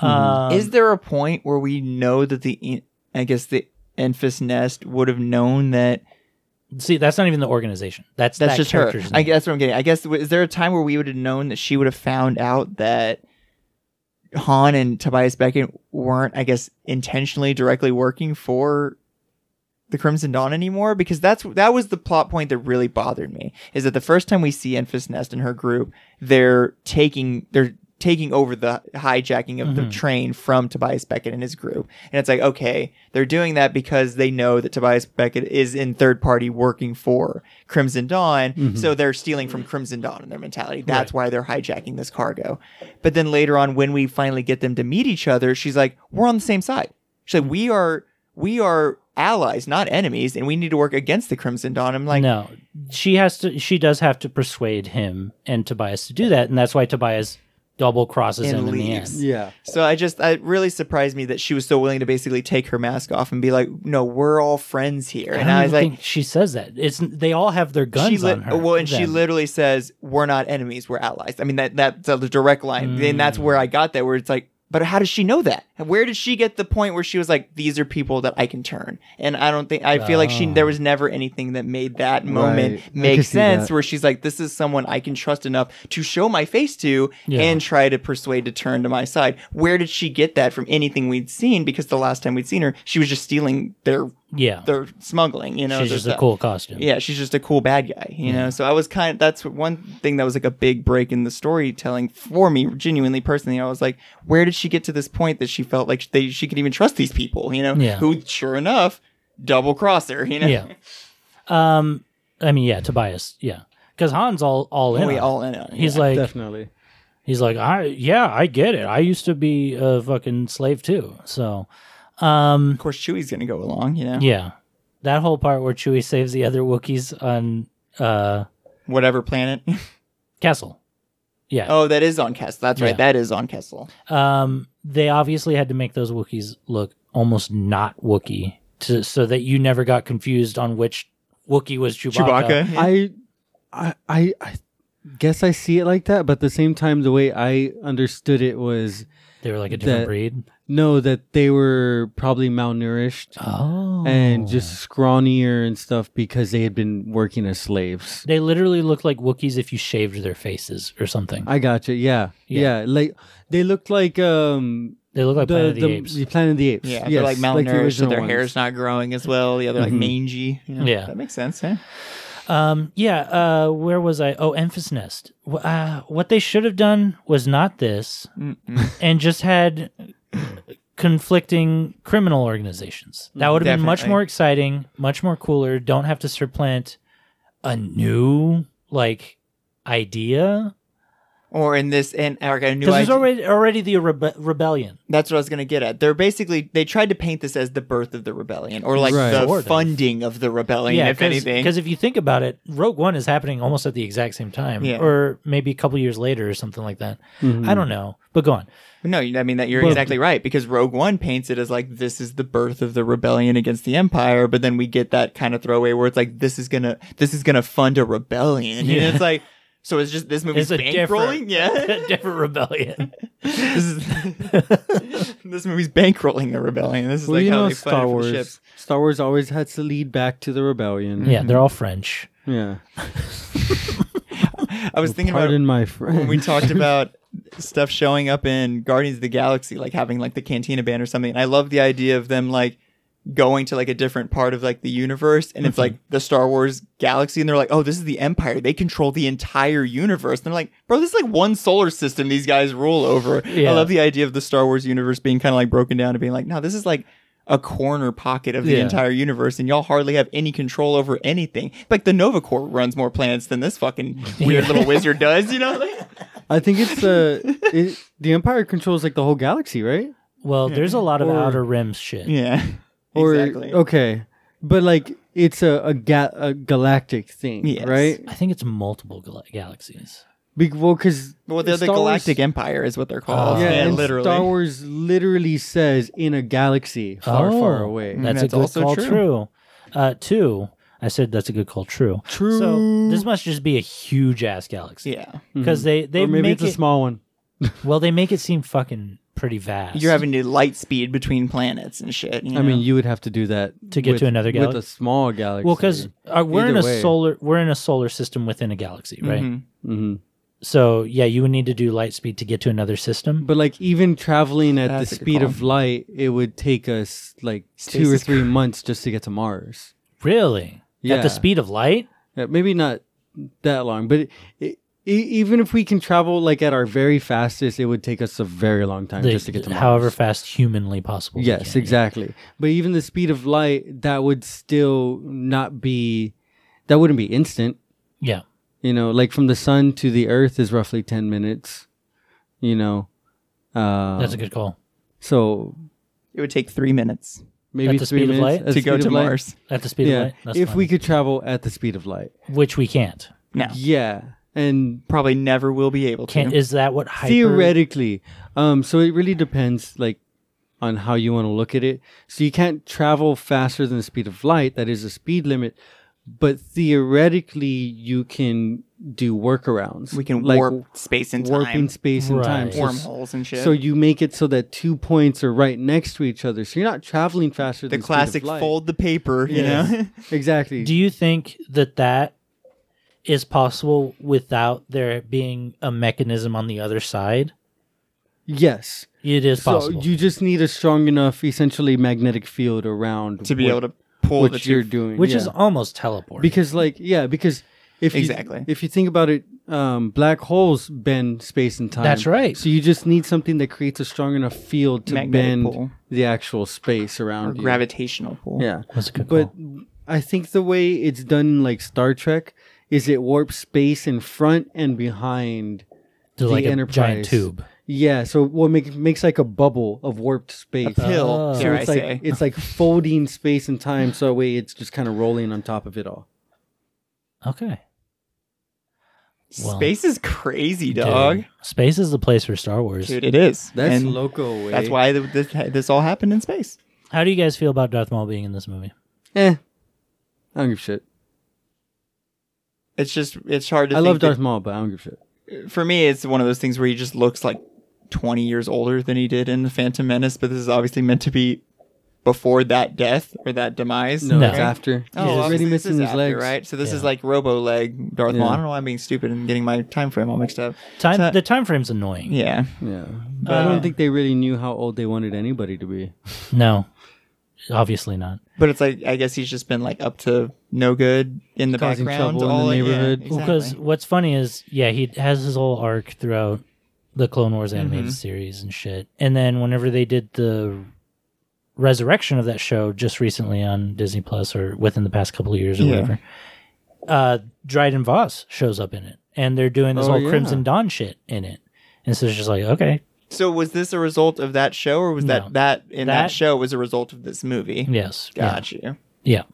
[SPEAKER 2] Um,
[SPEAKER 3] Mm-hmm. is there a point where we know that the, en- I guess the Enfys Nest would have known that
[SPEAKER 2] See, that's not even the organization. That's
[SPEAKER 3] That's
[SPEAKER 2] that
[SPEAKER 3] just her.
[SPEAKER 2] character's
[SPEAKER 3] I
[SPEAKER 2] name.
[SPEAKER 3] guess that's what I'm getting. I guess w- is there a time where we would have known that she would have found out that Han and Tobias Beckett weren't, I guess, intentionally directly working for the Crimson Dawn anymore? Because that's that was the plot point that really bothered me. Is that the first time we see Enfys Nest and her group, they're taking they're taking over the hijacking of the train from Tobias Beckett and his group. And it's like, okay, they're doing that because they know that Tobias Beckett is in third party working for Crimson Dawn. So they're stealing from Crimson Dawn in their mentality. That's why they're hijacking this cargo. But then later on, when we finally get them to meet each other, she's like, we're on the same side. She's like, we are, we are allies, not enemies, and we need to work against the Crimson Dawn. I'm like,
[SPEAKER 2] no, she has to. She does have to persuade him and Tobias to do that, and that's why Tobias double crosses
[SPEAKER 3] And
[SPEAKER 2] him
[SPEAKER 3] leaves.
[SPEAKER 2] in the
[SPEAKER 1] Yeah.
[SPEAKER 2] end.
[SPEAKER 3] So I just, it really surprised me that she was so willing to basically take her mask off and be like, "No, we're all friends here."
[SPEAKER 2] I
[SPEAKER 3] And
[SPEAKER 2] don't
[SPEAKER 3] I, was
[SPEAKER 2] even
[SPEAKER 3] like,
[SPEAKER 2] think she says that. It's they all have their guns
[SPEAKER 3] she lit-
[SPEAKER 2] on her.
[SPEAKER 3] well, and she
[SPEAKER 2] then.
[SPEAKER 3] literally says, "We're not enemies, we're allies." I mean, that that's a direct line, and that's where I got that. Where it's like, but how does she know that? And Where did she get the point where she was like, "These are people that I can turn"? And I don't think I feel like she there was
[SPEAKER 2] Oh.
[SPEAKER 3] never anything that made that moment
[SPEAKER 1] Right. I
[SPEAKER 3] make
[SPEAKER 1] could see
[SPEAKER 3] sense.
[SPEAKER 1] that.
[SPEAKER 3] Where she's like, "This is someone I can trust enough to show my face to
[SPEAKER 2] Yeah.
[SPEAKER 3] and try to persuade to turn to my side." Where did she get that from anything we'd seen? Because the last time we'd seen her, she was just stealing their
[SPEAKER 2] yeah,
[SPEAKER 3] their smuggling. You know,
[SPEAKER 2] she's
[SPEAKER 3] their
[SPEAKER 2] just a
[SPEAKER 3] stuff.
[SPEAKER 2] cool costume.
[SPEAKER 3] Yeah, she's just a cool bad guy, you know. So I was kind of that's one thing that was like a big break in the storytelling for me, genuinely personally. I was like, where did she get to this point that she felt like they, she could even trust these people, you know?
[SPEAKER 2] Yeah.
[SPEAKER 3] Who, sure enough, double cross her, you know?
[SPEAKER 2] yeah. Um, I mean, yeah, Tobias, yeah, because Han's all all in.
[SPEAKER 3] We
[SPEAKER 2] on it.
[SPEAKER 3] all in on it,
[SPEAKER 2] He's
[SPEAKER 3] yeah.
[SPEAKER 2] like,
[SPEAKER 1] Definitely.
[SPEAKER 2] he's like, I yeah, I get it. I used to be a fucking slave too. So, um,
[SPEAKER 3] Of course, Chewie's gonna go along, you know.
[SPEAKER 2] yeah, that whole part where Chewie saves the other Wookiees on uh
[SPEAKER 3] Whatever planet.
[SPEAKER 2] Kessel, yeah,
[SPEAKER 3] oh, that is on Kessel. That's
[SPEAKER 2] Yeah.
[SPEAKER 3] right. That is on Kessel.
[SPEAKER 2] um, they obviously had to make those Wookiees look almost not Wookiee to so that you never got confused on which Wookiee was Chewbacca.
[SPEAKER 1] I, I, I, I guess I see it like that, but at the same time, the way I understood it was
[SPEAKER 2] They were like a different
[SPEAKER 1] That-
[SPEAKER 2] breed.
[SPEAKER 1] no, that they were probably malnourished
[SPEAKER 2] Oh,
[SPEAKER 1] and just scrawnier and stuff because they had been working as slaves.
[SPEAKER 2] They literally look like Wookiees if you shaved their faces or something.
[SPEAKER 1] I gotcha. Yeah,
[SPEAKER 2] Yeah.
[SPEAKER 1] yeah. Like they looked like um
[SPEAKER 2] They look like Planet of the,
[SPEAKER 1] the,
[SPEAKER 2] Apes.
[SPEAKER 1] the Planet of the Apes.
[SPEAKER 3] Yeah,
[SPEAKER 1] Yes,
[SPEAKER 3] they're like malnourished, so
[SPEAKER 1] original
[SPEAKER 3] their
[SPEAKER 1] ones.
[SPEAKER 3] hair's not growing as well. Yeah, they're like mangy. you know.
[SPEAKER 2] Mm-hmm. Yeah.
[SPEAKER 3] that makes sense. Yeah,
[SPEAKER 2] Um, yeah. Uh, where was I? Oh, Emphas Nest. Wh- Uh, what they should have done was not this, and just had conflicting criminal organizations. That would have been much
[SPEAKER 3] Mm, Definitely.
[SPEAKER 2] more exciting, much more cooler. Don't have to supplant a new like idea
[SPEAKER 3] or in this, and Eric, I knew
[SPEAKER 2] because
[SPEAKER 3] I
[SPEAKER 2] there's already already the rebe- rebellion.
[SPEAKER 3] That's what I was going to get at. They're basically they tried to paint this as the birth of the rebellion, or like
[SPEAKER 1] Right.
[SPEAKER 3] the
[SPEAKER 2] Sort of.
[SPEAKER 3] funding of the rebellion, if anything.
[SPEAKER 2] Because if you think about it, Rogue One is happening almost at the exact same time,
[SPEAKER 3] Yeah.
[SPEAKER 2] or maybe a couple years later or something like that. I don't know, but go on.
[SPEAKER 3] No, you- I mean that you're
[SPEAKER 1] Well-
[SPEAKER 3] exactly right. Because Rogue One paints it as like this is the birth of the rebellion against the Empire, but then we get that kind of throwaway where it's like this is gonna this is gonna fund a rebellion,
[SPEAKER 2] Yeah.
[SPEAKER 3] and it's like so it's just this movie's
[SPEAKER 2] It's a different,
[SPEAKER 3] bankrolling, yeah.
[SPEAKER 2] different rebellion.
[SPEAKER 3] this is this movie's bankrolling the rebellion. This is
[SPEAKER 1] Well,
[SPEAKER 3] like
[SPEAKER 1] you
[SPEAKER 3] how
[SPEAKER 1] know,
[SPEAKER 3] they
[SPEAKER 1] Star
[SPEAKER 3] funded for the
[SPEAKER 1] Wars.
[SPEAKER 3] ships.
[SPEAKER 1] Star Wars always had to lead back to the rebellion.
[SPEAKER 2] Yeah, they're all French.
[SPEAKER 1] yeah.
[SPEAKER 3] I was thinking about
[SPEAKER 1] Pardon my friend.
[SPEAKER 3] when we talked about stuff showing up in Guardians of the Galaxy, like having like the Cantina band or something. And I love the idea of them like going to like a different part of like the universe and it's
[SPEAKER 2] Mm-hmm.
[SPEAKER 3] like the Star Wars galaxy and they're like, oh, this is the Empire. They control the entire universe. And they're like, bro, this is like one solar system these guys rule over.
[SPEAKER 2] Yeah.
[SPEAKER 3] I love the idea of the Star Wars universe being kind of like broken down and being like, no, this is like a corner pocket of the
[SPEAKER 2] Yeah.
[SPEAKER 3] entire universe and y'all hardly have any control over anything. Like the Nova Corps runs more planets than this fucking weird little wizard does, you know? Like,
[SPEAKER 1] I think it's the it, the Empire controls like the whole galaxy, right?
[SPEAKER 2] Well, there's a lot of
[SPEAKER 1] Or-
[SPEAKER 2] outer rim shit.
[SPEAKER 3] Yeah.
[SPEAKER 1] Or
[SPEAKER 3] exactly.
[SPEAKER 1] okay, but like it's a a, ga- a galactic thing,
[SPEAKER 3] Yes.
[SPEAKER 1] right?
[SPEAKER 2] I think it's multiple gal- galaxies.
[SPEAKER 1] Be- well, because
[SPEAKER 3] Well, they're the Galactic Empire, is what they're
[SPEAKER 2] Oh.
[SPEAKER 3] called.
[SPEAKER 1] yeah,
[SPEAKER 3] yeah,
[SPEAKER 1] and
[SPEAKER 3] literally.
[SPEAKER 1] Star Wars literally says in a galaxy far,
[SPEAKER 2] Oh,
[SPEAKER 1] far away.
[SPEAKER 2] That's,
[SPEAKER 3] That's
[SPEAKER 2] a good
[SPEAKER 3] also
[SPEAKER 2] call. True.
[SPEAKER 3] true.
[SPEAKER 2] Uh, two. I said that's a good call. True.
[SPEAKER 1] True.
[SPEAKER 2] So this must just be a huge ass galaxy.
[SPEAKER 3] yeah.
[SPEAKER 2] Because they they
[SPEAKER 1] or maybe
[SPEAKER 2] make
[SPEAKER 1] it's a
[SPEAKER 2] it
[SPEAKER 1] small one.
[SPEAKER 2] well they make it seem fucking pretty vast.
[SPEAKER 3] You're having to light speed between planets and shit. you
[SPEAKER 1] I mean,
[SPEAKER 3] know?
[SPEAKER 1] you would have to do that
[SPEAKER 2] To get to another galaxy?
[SPEAKER 1] with a small galaxy.
[SPEAKER 2] well because uh, we're in
[SPEAKER 1] Either
[SPEAKER 2] a
[SPEAKER 1] way.
[SPEAKER 2] solar we're in a solar system within a galaxy, right?
[SPEAKER 3] Mhm.
[SPEAKER 1] Mhm.
[SPEAKER 2] So yeah, you would need to do light speed to get to another system.
[SPEAKER 1] but like even traveling at
[SPEAKER 3] That's a
[SPEAKER 1] the
[SPEAKER 3] good
[SPEAKER 1] speed
[SPEAKER 3] call.
[SPEAKER 1] of light, it would take us like two or
[SPEAKER 3] Stasis.
[SPEAKER 1] three months just to get to Mars.
[SPEAKER 2] really, at
[SPEAKER 1] Yeah.
[SPEAKER 2] the speed of light,
[SPEAKER 1] Yeah, maybe not that long, but it, it, e- even if we can travel like at our very fastest, it would take us a very long time
[SPEAKER 2] the-
[SPEAKER 1] just to get to Mars.
[SPEAKER 2] however fast humanly possible. we
[SPEAKER 1] Yes,
[SPEAKER 2] can, yeah.
[SPEAKER 1] exactly. But even the speed of light, that would still not be, that wouldn't be instant.
[SPEAKER 2] Yeah.
[SPEAKER 1] You know, like from the sun to the earth is roughly 10 minutes, you know. Uh,
[SPEAKER 2] That's a good call.
[SPEAKER 1] So
[SPEAKER 3] it would take three minutes
[SPEAKER 1] maybe
[SPEAKER 2] At the
[SPEAKER 1] three
[SPEAKER 2] speed of
[SPEAKER 1] minutes
[SPEAKER 2] light?
[SPEAKER 1] at the
[SPEAKER 2] To
[SPEAKER 3] to go
[SPEAKER 1] speed
[SPEAKER 3] to
[SPEAKER 1] of light.
[SPEAKER 3] Mars.
[SPEAKER 2] At the speed
[SPEAKER 1] Yeah.
[SPEAKER 2] of light, that's
[SPEAKER 1] if we
[SPEAKER 2] fine.
[SPEAKER 1] could travel at the speed of light.
[SPEAKER 2] which we can't.
[SPEAKER 3] No,
[SPEAKER 1] Yeah. And
[SPEAKER 3] probably never will be able to.
[SPEAKER 2] Can't is that what hyper?
[SPEAKER 1] theoretically um so it really depends like on how you want to look at it so you can't travel faster than the speed of light that is a speed limit but theoretically you can do workarounds
[SPEAKER 3] we can
[SPEAKER 1] like
[SPEAKER 3] warp space and
[SPEAKER 1] warping
[SPEAKER 3] time,
[SPEAKER 1] space and time
[SPEAKER 2] Right.
[SPEAKER 1] So-
[SPEAKER 3] wormholes and shit.
[SPEAKER 1] so you make it so that two points are right next to each other so you're not traveling faster
[SPEAKER 3] the
[SPEAKER 1] than speed
[SPEAKER 3] classic
[SPEAKER 1] of light.
[SPEAKER 3] fold the paper,
[SPEAKER 1] Yes.
[SPEAKER 3] you know.
[SPEAKER 1] exactly
[SPEAKER 2] Do you think that that is possible without there being a mechanism on the other side?
[SPEAKER 1] yes
[SPEAKER 2] It is
[SPEAKER 1] so
[SPEAKER 2] possible.
[SPEAKER 1] you just need a strong enough essentially magnetic field around
[SPEAKER 3] to be
[SPEAKER 1] what-
[SPEAKER 3] able to pull the
[SPEAKER 1] what you're
[SPEAKER 3] two
[SPEAKER 1] doing
[SPEAKER 2] which
[SPEAKER 1] yeah.
[SPEAKER 2] is almost teleporting.
[SPEAKER 1] because like yeah because if
[SPEAKER 3] Exactly.
[SPEAKER 1] you, if you think about it um black holes bend space and time
[SPEAKER 2] That's right.
[SPEAKER 1] so you just need something that creates a strong enough field to
[SPEAKER 3] Magnetic
[SPEAKER 1] bend
[SPEAKER 3] pull.
[SPEAKER 1] the actual space
[SPEAKER 3] or
[SPEAKER 1] around you.
[SPEAKER 3] gravitational pull.
[SPEAKER 1] yeah
[SPEAKER 2] That's a good
[SPEAKER 1] but
[SPEAKER 2] call.
[SPEAKER 1] i think the way it's done in like star trek is it warps space in front and behind
[SPEAKER 2] To
[SPEAKER 1] the
[SPEAKER 2] like a giant
[SPEAKER 1] Enterprise.
[SPEAKER 2] tube.
[SPEAKER 1] yeah so what make, makes like a bubble of warped space
[SPEAKER 3] Pill,
[SPEAKER 2] Oh.
[SPEAKER 1] so
[SPEAKER 3] dare
[SPEAKER 1] it's
[SPEAKER 3] I
[SPEAKER 1] like
[SPEAKER 3] say.
[SPEAKER 1] it's like folding space and time so that way it's just kind of rolling on top of it all
[SPEAKER 2] Okay. Well,
[SPEAKER 3] Space is crazy, dog.
[SPEAKER 2] dude, space is the place for Star Wars.
[SPEAKER 3] Dude, it is.
[SPEAKER 1] that's
[SPEAKER 3] and
[SPEAKER 1] loco way.
[SPEAKER 3] that's why th- this this all happened in space.
[SPEAKER 2] How do you guys feel about Darth Maul being in this movie?
[SPEAKER 1] Eh. I don't give a shit.
[SPEAKER 3] It's just it's hard to.
[SPEAKER 1] I
[SPEAKER 3] think
[SPEAKER 1] love
[SPEAKER 3] that-
[SPEAKER 1] Darth Maul, but I don't give a shit.
[SPEAKER 3] For me, it's one of those things where he just looks like twenty years older than he did in the Phantom Menace, but this is obviously meant to be before that death or that demise.
[SPEAKER 1] No,
[SPEAKER 2] No.
[SPEAKER 1] it's after. He's
[SPEAKER 3] Oh,
[SPEAKER 1] already
[SPEAKER 3] obviously this
[SPEAKER 1] missing
[SPEAKER 3] is
[SPEAKER 1] his
[SPEAKER 3] after,
[SPEAKER 1] legs.
[SPEAKER 3] right? So this is
[SPEAKER 2] Yeah.
[SPEAKER 3] like Robo Leg Darth Maul.
[SPEAKER 1] Yeah.
[SPEAKER 3] I don't know why I'm being stupid and getting my time frame all mixed up.
[SPEAKER 2] Time
[SPEAKER 3] So-
[SPEAKER 2] the time frame's annoying.
[SPEAKER 3] Yeah,
[SPEAKER 1] Yeah. But I
[SPEAKER 3] Uh,
[SPEAKER 1] don't think they really knew how old they wanted anybody to be.
[SPEAKER 2] No. Obviously not.
[SPEAKER 3] but it's like I guess he's just been like up to no good in the
[SPEAKER 1] Causing
[SPEAKER 3] background,
[SPEAKER 1] trouble in the
[SPEAKER 3] all yeah,
[SPEAKER 1] neighborhood.
[SPEAKER 3] exactly.
[SPEAKER 2] Well, Because what's funny is, yeah, he has his whole arc throughout the Clone
[SPEAKER 3] Mm-hmm.
[SPEAKER 2] Wars animated series and shit. And then whenever they did the resurrection of that show just recently on Disney Plus or within the past couple of years or
[SPEAKER 3] Yeah.
[SPEAKER 2] whatever, uh, Dryden Voss shows up in it, and they're doing this
[SPEAKER 1] Oh,
[SPEAKER 2] whole
[SPEAKER 1] yeah.
[SPEAKER 2] Crimson Dawn shit in it. And so it's just like, okay,
[SPEAKER 3] So was this a result of that show, or was
[SPEAKER 2] No.
[SPEAKER 3] that that in that,
[SPEAKER 2] That-
[SPEAKER 3] show was a result of this movie?
[SPEAKER 2] yes, yeah,
[SPEAKER 3] Got you.
[SPEAKER 2] yeah,